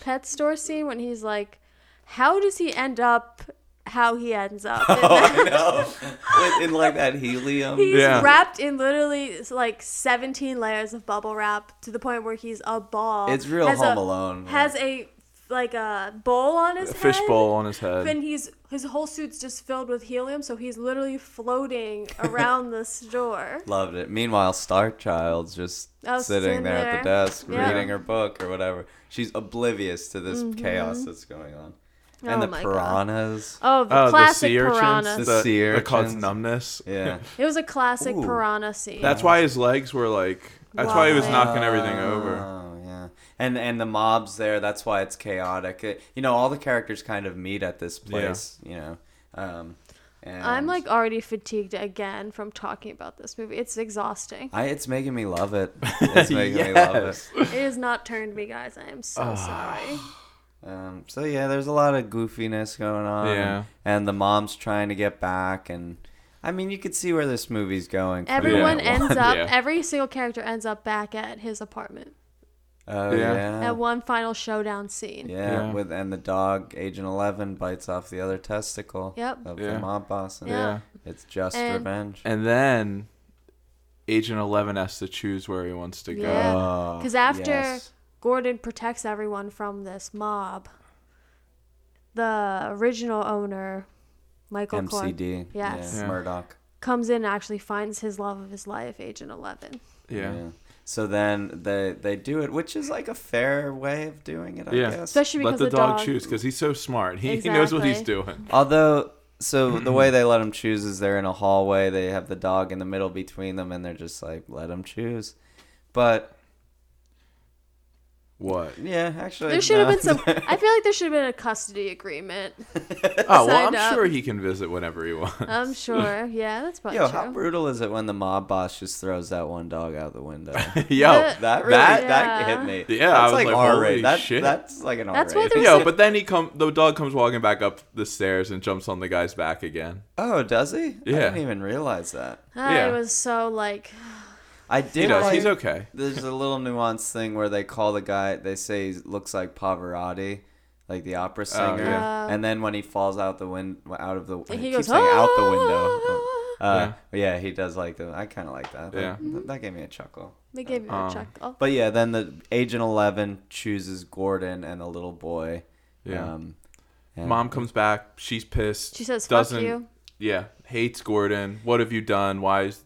Speaker 2: pet store scene when he's like, how does he end up how he ends up?
Speaker 1: I know. In, in like that helium.
Speaker 2: he's
Speaker 3: Yeah.
Speaker 2: wrapped in literally like 17 layers of bubble wrap to the point where he's a ball.
Speaker 1: It's real
Speaker 2: Has
Speaker 1: Home
Speaker 2: a-
Speaker 1: Alone.
Speaker 2: Has a like a bowl on his
Speaker 3: A
Speaker 2: head.
Speaker 3: fishbowl on his head.
Speaker 2: And he's his whole suit's just filled with helium, so he's literally floating around the store.
Speaker 1: Loved it. Meanwhile, Star Child's just
Speaker 2: Oh,
Speaker 1: sitting
Speaker 2: sitting
Speaker 1: there at the
Speaker 2: there.
Speaker 1: desk
Speaker 2: Yeah. Mm-hmm.
Speaker 1: reading her book or whatever. She's oblivious to this chaos that's going on. And
Speaker 2: Oh
Speaker 1: the
Speaker 2: my God.
Speaker 1: piranhas.
Speaker 2: Oh, the
Speaker 3: Oh, the
Speaker 2: classic
Speaker 3: sea urchins.
Speaker 2: piranha.
Speaker 1: The
Speaker 3: The
Speaker 1: sea
Speaker 3: that cause
Speaker 1: urchins.
Speaker 3: numbness.
Speaker 2: [laughs]
Speaker 1: Yeah.
Speaker 2: It was a classic
Speaker 1: Ooh.
Speaker 2: piranha scene.
Speaker 3: That's why his legs were like. That's why he was
Speaker 2: Wobbling.
Speaker 3: knocking everything over.
Speaker 1: Oh, yeah. And and the mob's there. That's why it's chaotic. It- you know, all the characters kind of meet at this place, you know. Um, and
Speaker 2: I'm like already fatigued again from talking about this movie. It's exhausting.
Speaker 1: I, it's making me love
Speaker 3: [laughs]
Speaker 1: it. It's making me love it.
Speaker 3: Yes.
Speaker 2: it has not turned me, guys. I am so
Speaker 1: Ah,
Speaker 2: sorry.
Speaker 1: Um, so yeah, there's a lot of goofiness going on.
Speaker 3: Yeah.
Speaker 1: And the mom's trying to get back, and I mean, you could see where this movie's going. from
Speaker 2: Everyone
Speaker 1: minute [laughs]
Speaker 2: ends
Speaker 1: one.
Speaker 2: up.
Speaker 3: Yeah.
Speaker 2: Every single character ends up back at his apartment
Speaker 1: Oh
Speaker 3: Yeah.
Speaker 1: yeah.
Speaker 2: at one final showdown scene.
Speaker 1: yeah,
Speaker 3: Yeah.
Speaker 1: With and the dog, Agent Eleven, bites off the other testicle.
Speaker 2: Yep.
Speaker 1: Of
Speaker 3: Yeah.
Speaker 1: the mob boss. And
Speaker 2: Yeah.
Speaker 1: It's just
Speaker 2: And-
Speaker 1: revenge.
Speaker 3: And then Agent Eleven has to choose where he wants to go.
Speaker 2: Yeah.
Speaker 1: Oh,
Speaker 2: Eh, 'Cause after-
Speaker 1: yes.
Speaker 2: Gordon protects everyone from this mob. The original owner, Michael Corn,
Speaker 1: MCD,
Speaker 2: Yes.
Speaker 1: yeah,
Speaker 3: Yeah.
Speaker 1: Murdoch.
Speaker 2: comes in and actually finds his love of his life, Agent Eleven.
Speaker 3: Yeah.
Speaker 1: So then they they do it, which is like a fair way of doing it, I
Speaker 3: Yeah.
Speaker 1: guess.
Speaker 2: Especially
Speaker 3: Let
Speaker 2: because
Speaker 3: the dog, choose because he's so smart. He, he knows what he's doing.
Speaker 1: Although,
Speaker 3: [clears throat]
Speaker 1: so the way they let them choose is they're in a hallway. They have the dog in the middle between them, and they're just like, let them choose. But
Speaker 3: What?
Speaker 1: Yeah, actually,
Speaker 2: There should have
Speaker 1: no.
Speaker 2: been
Speaker 1: [laughs]
Speaker 2: some. I feel like there should have been a custody agreement.
Speaker 3: Oh well,
Speaker 2: Signed
Speaker 3: I'm
Speaker 2: up. Uh,
Speaker 3: sure he can visit whenever he wants.
Speaker 2: I'm sure. Yeah, that's probably
Speaker 1: Yo,
Speaker 2: true.
Speaker 1: how brutal is it when the mob boss just throws that one dog out the
Speaker 3: [laughs]
Speaker 1: window?
Speaker 3: [laughs] Yo,
Speaker 2: But-
Speaker 1: That really,
Speaker 3: that
Speaker 1: that,
Speaker 2: Yeah.
Speaker 1: hit me.
Speaker 3: Yeah, I
Speaker 1: that's
Speaker 3: was
Speaker 1: like,
Speaker 3: like,
Speaker 1: R
Speaker 3: holy
Speaker 1: rated. That,
Speaker 3: shit.
Speaker 1: That's like an R
Speaker 2: That's why
Speaker 1: rated.
Speaker 2: there's-
Speaker 3: Yo, but then he come the dog comes walking back up the stairs and jumps on the guy's back again.
Speaker 1: Oh, does he? I
Speaker 3: Yeah.
Speaker 1: didn't even realize that.
Speaker 2: I
Speaker 3: Yeah.
Speaker 2: was so like,
Speaker 1: I did.
Speaker 3: He does.
Speaker 1: like-
Speaker 3: He's okay.
Speaker 1: There's a little nuanced thing where they call the guy. They say he looks like Pavarotti, like the opera singer.
Speaker 3: Oh, yeah.
Speaker 2: Uh,
Speaker 1: and then when he falls out the wind, out of the, I
Speaker 2: he
Speaker 1: keep
Speaker 2: goes,
Speaker 1: saying out the window.
Speaker 2: "Ah."
Speaker 1: [laughs] Uh, yeah. yeah, he does like the. I kind of like that. That-
Speaker 3: Yeah.
Speaker 1: that. That gave me a chuckle.
Speaker 2: They gave me a Oh.
Speaker 3: Um,
Speaker 2: chuckle.
Speaker 1: But yeah, then the agent eleven chooses Gordon and the little boy.
Speaker 3: Yeah.
Speaker 1: Um, and-
Speaker 3: Mom comes back. She's pissed.
Speaker 2: She says, "Fuck
Speaker 3: doesn't,
Speaker 2: you."
Speaker 3: Yeah, hates Gordon. What have you done? Why is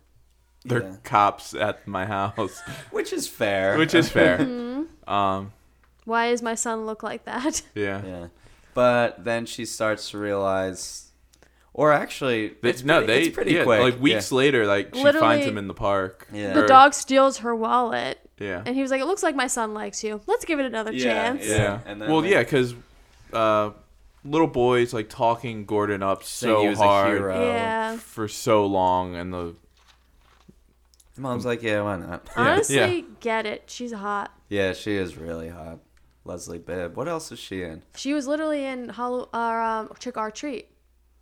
Speaker 3: there
Speaker 1: Yeah.
Speaker 3: cops at
Speaker 1: [laughs]
Speaker 3: my house? [laughs]
Speaker 1: which is fair. [laughs]
Speaker 3: Which is fair.
Speaker 2: Mm-hmm.
Speaker 3: um,
Speaker 2: Why does my son look like that? [laughs]
Speaker 3: yeah.
Speaker 1: yeah. But then she starts to realize, or actually,
Speaker 3: They-
Speaker 1: it's
Speaker 3: no,
Speaker 1: pretty,
Speaker 3: they
Speaker 1: it's pretty
Speaker 3: yeah,
Speaker 1: quick.
Speaker 3: like weeks later, like she
Speaker 2: Literally,
Speaker 3: finds him in the park.
Speaker 1: Yeah.
Speaker 2: The
Speaker 1: Or-
Speaker 2: dog steals her wallet,
Speaker 3: Yeah.
Speaker 2: and he was like, "It looks like my son likes you. Let's give it another
Speaker 1: Yeah,
Speaker 2: chance."
Speaker 1: yeah.
Speaker 3: Yeah.
Speaker 1: And then,
Speaker 3: well,
Speaker 1: like-
Speaker 3: yeah, because uh, little boy's like talking Gordon up
Speaker 1: Saying he
Speaker 3: so
Speaker 1: was a
Speaker 3: hard
Speaker 1: hero.
Speaker 2: Yeah.
Speaker 3: for so long, and the
Speaker 1: Yeah.
Speaker 3: Mm.
Speaker 1: Mom's like, yeah, why
Speaker 2: [laughs]
Speaker 1: not?
Speaker 2: Honestly,
Speaker 3: Yeah.
Speaker 2: get it. She's hot.
Speaker 1: [laughs] Yeah, she is really hot. Leslie Bibb. What else is she in?
Speaker 2: She was literally in Hollow or um, Trick or Treat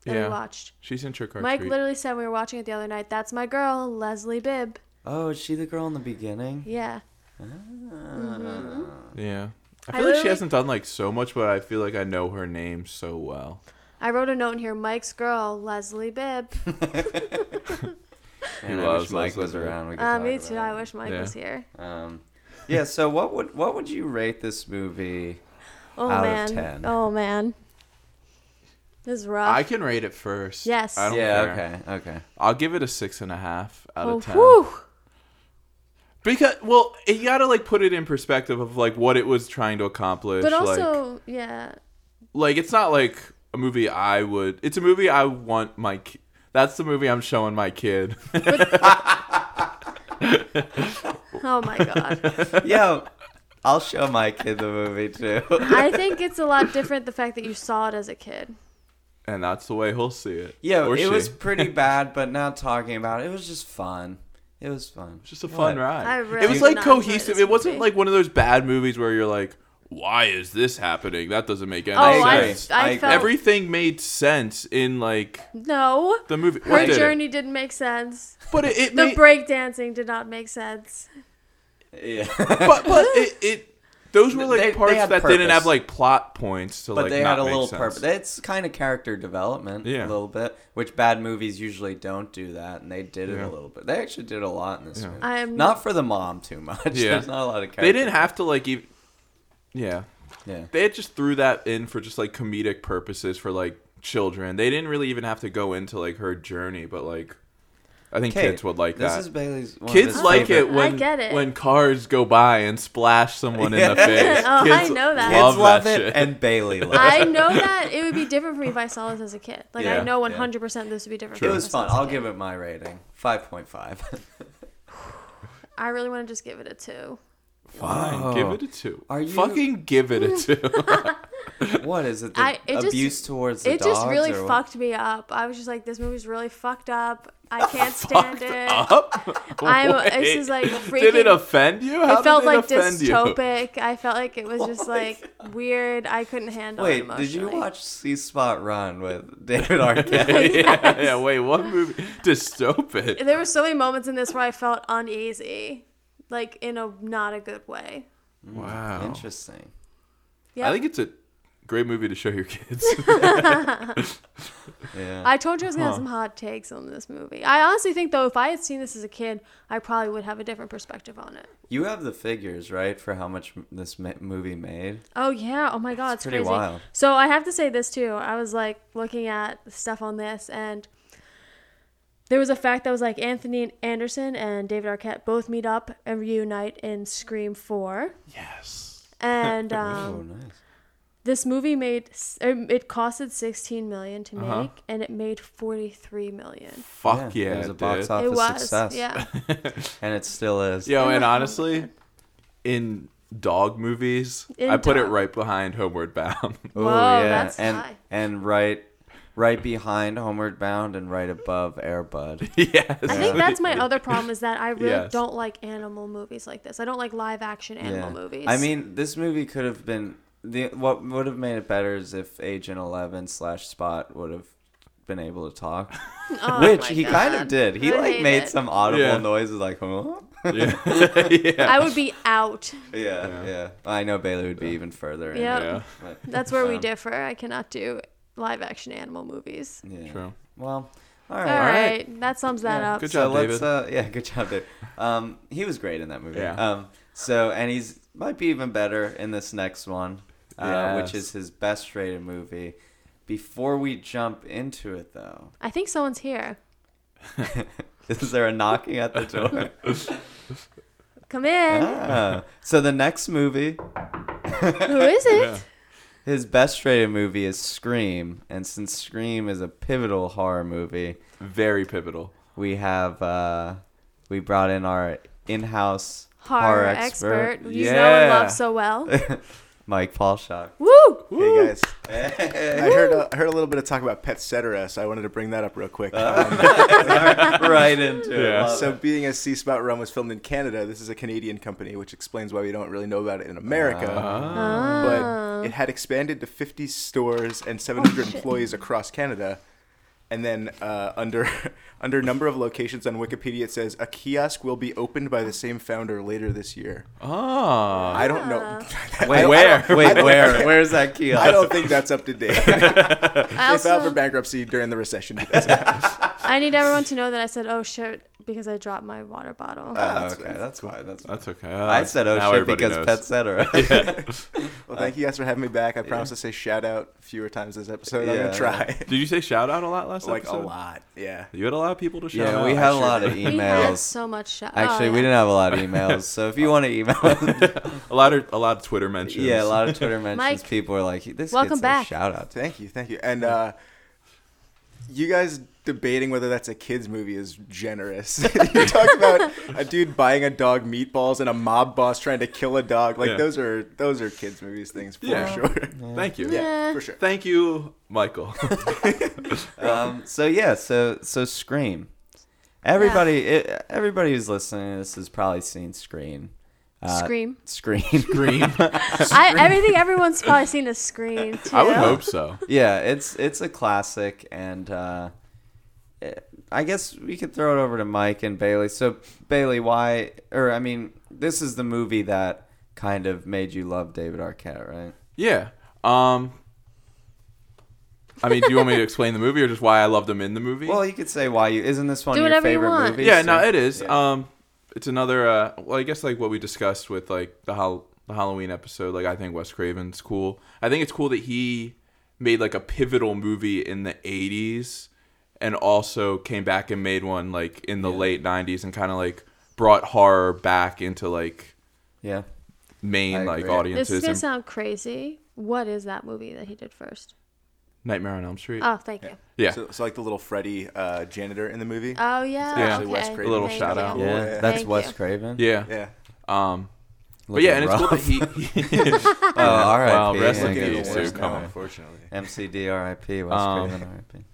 Speaker 2: that
Speaker 3: yeah,
Speaker 2: we watched.
Speaker 3: she's in trick or
Speaker 2: Mike
Speaker 3: treat.
Speaker 2: literally said we were watching it the other night. That's my girl, Leslie Bibb.
Speaker 1: Oh, is she the girl in the beginning? Ah.
Speaker 2: Yeah. Mm-hmm.
Speaker 1: [laughs]
Speaker 3: Yeah. I
Speaker 2: I
Speaker 3: feel like she
Speaker 2: literally-
Speaker 3: hasn't done like so much, but I feel like I know her name so well.
Speaker 2: I wrote a note in here. Mike's girl, Leslie Bibb.
Speaker 1: Man, I
Speaker 3: loves
Speaker 1: wish Mike
Speaker 3: Leslie
Speaker 1: was
Speaker 3: Bibb.
Speaker 1: around. We could
Speaker 2: Uh,
Speaker 1: talk
Speaker 2: me
Speaker 1: about
Speaker 2: too.
Speaker 1: it.
Speaker 2: I wish Mike
Speaker 3: Yeah.
Speaker 2: was here.
Speaker 1: Um, yeah. So what would what would you rate this movie?
Speaker 2: Oh
Speaker 1: Out of
Speaker 2: man.
Speaker 1: 10.
Speaker 2: Oh man. This is rough.
Speaker 3: I can rate it first.
Speaker 2: Yes.
Speaker 3: I don't
Speaker 1: Yeah.
Speaker 3: care.
Speaker 1: Okay. Okay.
Speaker 3: I'll give it a six and a half out
Speaker 2: oh,
Speaker 3: of ten.
Speaker 2: whew.
Speaker 3: Because well, you gotta like put it in perspective of like what it was trying to accomplish.
Speaker 2: But
Speaker 3: like,
Speaker 2: also, yeah.
Speaker 3: like it's not like a movie I would. It's a movie I want my. Ki- that's the movie I'm showing my kid. [laughs]
Speaker 2: Oh my god.
Speaker 1: Yo, I'll show my kid the movie too.
Speaker 2: [laughs]
Speaker 1: [laughs]
Speaker 2: I think it's a lot different the fact that you saw it as a kid.
Speaker 3: and that's the way he'll see it.
Speaker 1: Yeah,
Speaker 3: Or
Speaker 1: it
Speaker 3: she.
Speaker 1: was
Speaker 3: [laughs]
Speaker 1: pretty bad, but not talking about it, it was just fun. It was fun.
Speaker 3: just a fun
Speaker 1: What?
Speaker 3: ride.
Speaker 2: I really
Speaker 3: it was
Speaker 2: did
Speaker 3: like
Speaker 2: not enjoy
Speaker 3: cohesive.
Speaker 2: this
Speaker 3: It wasn't
Speaker 2: movie.
Speaker 3: like one of those bad movies where you're like, "Why is this happening? That doesn't make any
Speaker 2: Oh, I,
Speaker 1: agree.
Speaker 3: sense."
Speaker 1: I
Speaker 2: I,
Speaker 1: agree.
Speaker 2: felt
Speaker 3: Everything made sense in like
Speaker 2: no.
Speaker 3: the movie.
Speaker 2: Her
Speaker 3: What did it?
Speaker 2: journey didn't make sense.
Speaker 3: but it, it
Speaker 2: The
Speaker 3: made,
Speaker 2: breakdancing did not make sense.
Speaker 1: Yeah.
Speaker 3: [laughs]
Speaker 1: [laughs]
Speaker 3: but but it, it those were like
Speaker 1: They- they
Speaker 3: parts
Speaker 1: had
Speaker 3: that didn't
Speaker 1: purpose.
Speaker 3: have like plot points to
Speaker 1: but
Speaker 3: like
Speaker 1: they had
Speaker 3: not
Speaker 1: a
Speaker 3: make
Speaker 1: little
Speaker 3: sense.
Speaker 1: purpose. It's kind of character development
Speaker 3: Yeah.
Speaker 1: a little bit, which bad movies usually don't do that, and they did it
Speaker 3: Yeah.
Speaker 1: a little bit. They actually did a lot in this movie.
Speaker 2: I am
Speaker 1: not for the mom too much. [laughs]
Speaker 3: Yeah.
Speaker 1: There's not a lot of character.
Speaker 3: They didn't have to like even yeah.
Speaker 1: Yeah.
Speaker 3: They had just threw that in for just like comedic purposes for like children. They didn't really even have to go into like her journey, but like I think
Speaker 1: Kate,
Speaker 3: [laughs] kids would like
Speaker 1: this
Speaker 3: that.
Speaker 1: is Bailey's. One
Speaker 3: Kids like it
Speaker 2: I
Speaker 3: when
Speaker 2: get it.
Speaker 3: when cars go by and splash someone in the
Speaker 1: Yeah.
Speaker 3: face.
Speaker 2: [laughs] Oh, I
Speaker 3: Kids
Speaker 2: know that.
Speaker 1: [laughs] Kids
Speaker 3: Love
Speaker 1: love,
Speaker 3: that
Speaker 1: it,
Speaker 3: shit.
Speaker 1: and
Speaker 3: [laughs]
Speaker 1: Bailey loves it.
Speaker 2: I know that it would be different for me if I saw this as a kid. Like
Speaker 3: Yeah,
Speaker 2: I know
Speaker 1: yeah.
Speaker 2: 100% this would be different.
Speaker 1: It
Speaker 2: me
Speaker 1: was
Speaker 2: if I saw
Speaker 1: fun.
Speaker 2: this as a
Speaker 1: I'll
Speaker 2: kid.
Speaker 1: give it my rating, five point five. [laughs]
Speaker 2: I really want to just give it a two.
Speaker 3: Fine,
Speaker 1: Oh.
Speaker 3: give it a two.
Speaker 1: Are you-
Speaker 3: fucking give
Speaker 1: [laughs]
Speaker 3: it a two?
Speaker 1: what is it? The
Speaker 2: I- it just-
Speaker 1: abuse towards the
Speaker 2: it just
Speaker 1: dogs
Speaker 2: really
Speaker 1: or what?
Speaker 2: fucked me up. I was just like, this movie's really fucked up. I can't stand it.
Speaker 3: Up? [laughs]
Speaker 2: I'm- this is, like,
Speaker 3: Did it
Speaker 2: freaking-
Speaker 3: offend you? How
Speaker 2: It felt
Speaker 3: did
Speaker 2: like
Speaker 3: offend
Speaker 2: [laughs]
Speaker 3: you?
Speaker 2: dystopic. I felt like it was just like weird. I couldn't handle it.
Speaker 1: Wait, did you
Speaker 2: emotionally.
Speaker 1: watch C Spot Run with [laughs] David Arquette?
Speaker 3: [laughs] yeah, yeah, wait, what movie? Dystopic.
Speaker 2: There were so many moments in this where I felt uneasy, like in a not a good way.
Speaker 3: Wow.
Speaker 1: Interesting.
Speaker 2: Yeah.
Speaker 3: I think it's a great movie to show your kids. [laughs]
Speaker 1: Yeah.
Speaker 2: I told you I was gonna have some hot takes on this movie. I honestly think though, if I had seen this as a kid, I probably would have a different perspective on it.
Speaker 1: You have the figures, right, for how much m- this ma- movie made?
Speaker 2: Oh yeah! Oh my God, it's,
Speaker 1: pretty
Speaker 2: crazy.
Speaker 1: wild.
Speaker 2: So I have to say this too. I was like looking at the stuff on this, and there was a fact that was like Anthony Anderson and David Arquette both meet up and reunite in Scream Four,
Speaker 3: yes.
Speaker 1: [laughs]
Speaker 2: and
Speaker 1: Oh,
Speaker 2: um,
Speaker 1: nice.
Speaker 2: this movie made s- um, it costed sixteen million to make,
Speaker 3: Uh-huh.
Speaker 2: and it made forty three million.
Speaker 3: Fuck yeah,
Speaker 1: it was a
Speaker 3: dude.
Speaker 1: box
Speaker 2: it
Speaker 1: office [laughs]
Speaker 2: was
Speaker 1: success,
Speaker 2: yeah.
Speaker 1: and it still is.
Speaker 3: Yo, and honestly, in dog movies.
Speaker 2: In
Speaker 3: I put it
Speaker 2: dog.
Speaker 3: right behind Homeward Bound.
Speaker 1: Oh
Speaker 2: Whoa, that's
Speaker 1: and
Speaker 2: high.
Speaker 1: and right, right behind Homeward Bound and right above Air Bud.
Speaker 3: [laughs] yes.
Speaker 2: I think
Speaker 1: [laughs]
Speaker 2: that's my other problem is that I really
Speaker 3: Yes.
Speaker 2: don't like animal movies like this. I don't like live action [laughs] animal movies.
Speaker 1: I mean, this movie could have been the what would have made it better is if Agent Eleven slash Spot would have been able to talk,
Speaker 2: [laughs] [laughs] Oh
Speaker 1: which
Speaker 2: my
Speaker 1: he kind of
Speaker 2: God.
Speaker 1: did. He
Speaker 2: I
Speaker 1: like
Speaker 2: hate
Speaker 1: made
Speaker 2: it.
Speaker 1: some audible
Speaker 3: Yeah.
Speaker 1: noises like, huh?
Speaker 3: [laughs]
Speaker 1: [laughs]
Speaker 3: Yeah. [laughs] yeah.
Speaker 2: I would be out.
Speaker 1: Yeah, yeah,
Speaker 3: Yeah.
Speaker 1: I know Bailey would be even further. in,
Speaker 2: Yep.
Speaker 3: Yeah.
Speaker 1: but-
Speaker 2: That's where we
Speaker 1: Um,
Speaker 2: differ. I cannot do live action animal movies.
Speaker 1: Yeah.
Speaker 3: True.
Speaker 1: Well, all
Speaker 2: All
Speaker 1: right.
Speaker 2: right.
Speaker 1: All right.
Speaker 2: That sums that
Speaker 1: Yeah,
Speaker 2: up.
Speaker 3: Good
Speaker 1: so
Speaker 3: job,
Speaker 1: let's
Speaker 3: David.
Speaker 1: uh yeah, good job David. Um he was great in that movie.
Speaker 3: Yeah.
Speaker 1: Um so and he's might be even better in this next one. Uh, which
Speaker 3: Yes.
Speaker 1: is his best rated movie. Before we jump into it though. [laughs]
Speaker 2: I think someone's here.
Speaker 1: is there a knocking at the
Speaker 3: [laughs]
Speaker 1: door?
Speaker 2: Come in.
Speaker 1: ah, so the next movie
Speaker 2: Who is it?
Speaker 3: Yeah.
Speaker 1: his best rated movie is Scream, and since Scream is a pivotal horror movie,
Speaker 3: Very pivotal.
Speaker 1: we have uh we brought in our in-house
Speaker 2: Horror,
Speaker 1: horror
Speaker 2: expert.
Speaker 1: expert.
Speaker 2: You know and
Speaker 3: Yeah.
Speaker 2: love so
Speaker 3: [laughs]
Speaker 2: well.
Speaker 1: [laughs] Mike Paulshock.
Speaker 2: Woo!
Speaker 1: Hey guys.
Speaker 4: I heard a, I heard a little bit of talk about Pet Cetera, so I wanted to bring that up real quick. Um,
Speaker 1: right into it.
Speaker 3: Yeah.
Speaker 1: Uh, Love
Speaker 4: [laughs] so,
Speaker 1: it.
Speaker 4: being as Sea Spout Rum was filmed in Canada, this is a Canadian company, which explains why we don't really know about it in America.
Speaker 2: Ah.
Speaker 4: but it had expanded to 50 stores and 700
Speaker 2: Oh, shit.
Speaker 4: employees across Canada. And then uh, under [laughs] under number of locations on Wikipedia, it says a kiosk will be opened by the same founder later this year.
Speaker 3: Ah.
Speaker 4: [laughs] I don't know.
Speaker 1: wait,
Speaker 3: where?
Speaker 1: Wait, [laughs]
Speaker 4: [laughs]
Speaker 1: where? Where's that kiosk?
Speaker 4: I don't think that's up to date. they
Speaker 2: I
Speaker 4: filed for
Speaker 2: also
Speaker 4: bankruptcy during
Speaker 3: [laughs]
Speaker 4: the recession.
Speaker 2: I need everyone to know that I said oh shit because I dropped my water bottle.
Speaker 1: [laughs] Oh,
Speaker 4: That's-
Speaker 1: okay, that's fine. That's fine.
Speaker 3: That's okay.
Speaker 1: I said oh shit because Pet
Speaker 3: [laughs]
Speaker 1: Cetera. [laughs]
Speaker 4: Well, thank you guys for having me back. I promise to say shout out fewer times this episode. I'm
Speaker 1: Yeah.
Speaker 4: gonna try.
Speaker 3: Did you say shout out a lot last
Speaker 4: like
Speaker 3: episode?
Speaker 4: a lot. Yeah.
Speaker 3: You had a lot of people to shout
Speaker 1: yeah,
Speaker 3: out.
Speaker 1: we had a lot of
Speaker 2: We had
Speaker 1: emails.
Speaker 2: so much shit. Oh,
Speaker 1: Actually, we
Speaker 2: yeah.
Speaker 1: didn't have a lot of emails. So if you want to email, us-
Speaker 3: a lot of a lot of Twitter mentions.
Speaker 1: yeah, a lot of Twitter mentions.
Speaker 2: Mike,
Speaker 1: people were like, "This
Speaker 2: welcome
Speaker 1: gets
Speaker 2: back.
Speaker 1: a shout out."
Speaker 4: Thank you. Thank you. And uh, you guys debating whether that's a kids movie is generous. [laughs] you talked about a dude buying a dog meatballs and a mob boss trying to kill a dog. Like
Speaker 3: Yeah.
Speaker 4: those are those are kids movies things for
Speaker 3: Yeah.
Speaker 4: sure.
Speaker 3: Thank you.
Speaker 4: [laughs] Yeah,
Speaker 2: Yeah.
Speaker 4: for sure.
Speaker 3: Thank you,
Speaker 1: [laughs]
Speaker 3: Michael.
Speaker 1: Um, so yeah, so so Scream. Everybody, it, everybody who's listening, to this has probably seen Scream. Uh, [laughs]
Speaker 2: Scream.
Speaker 1: Scream. [laughs]
Speaker 3: Green.
Speaker 2: I, everything everyone's probably seen is Scream too.
Speaker 3: [laughs] I would hope so.
Speaker 1: yeah, it's it's a classic, and uh, it- I guess we could throw it over to Mike and Bailey. So Bailey, why? Or I mean, this is the movie that kind of made you love David Arquette, right?
Speaker 3: Yeah. Um. I mean, do you want me to explain the movie or just why I loved him in the movie?
Speaker 1: Well, you could say why you isn't this one
Speaker 2: Do
Speaker 1: of your
Speaker 2: whatever you
Speaker 1: favorite
Speaker 2: want.
Speaker 1: movies?
Speaker 3: yeah
Speaker 1: So-
Speaker 3: no it is
Speaker 1: yeah.
Speaker 3: um it's another uh well i guess like what we discussed with like the, hol- the halloween episode like i think wes craven's cool i think it's cool that he made like a pivotal movie in the 80s and also came back and made one like in the late 90s and kind of like brought horror back into like
Speaker 1: yeah. I
Speaker 3: main like
Speaker 1: agree.
Speaker 2: This
Speaker 3: audiences
Speaker 2: is gonna
Speaker 3: and
Speaker 2: sound crazy. What is that movie that he did first?
Speaker 3: nightmare on elm street
Speaker 2: Oh, thank you.
Speaker 3: yeah
Speaker 4: So, so like the little Freddy uh, janitor in the movie.
Speaker 2: Oh yeah.
Speaker 3: Yeah.
Speaker 4: Actually, Wes
Speaker 2: okay.
Speaker 4: Craven.
Speaker 3: A little
Speaker 2: Thank
Speaker 3: shout
Speaker 2: you.
Speaker 3: out.
Speaker 1: Yeah,
Speaker 4: Yeah.
Speaker 1: that's
Speaker 2: Oh, Thank
Speaker 1: Wes
Speaker 2: you.
Speaker 1: Craven.
Speaker 3: yeah
Speaker 4: yeah.
Speaker 3: um but
Speaker 1: Looking
Speaker 3: yeah and it's cool
Speaker 1: rough.
Speaker 3: that he
Speaker 1: [laughs] Oh, R.I.P.
Speaker 3: Wow, rest in
Speaker 1: yeah,
Speaker 4: Looking
Speaker 3: peace,
Speaker 1: yeah.
Speaker 4: at the
Speaker 3: dude,
Speaker 4: worst
Speaker 3: come
Speaker 4: now,
Speaker 3: on.
Speaker 4: unfortunately.
Speaker 1: MCD R.I.P. Wes
Speaker 3: Um,
Speaker 1: Craven R.I.P.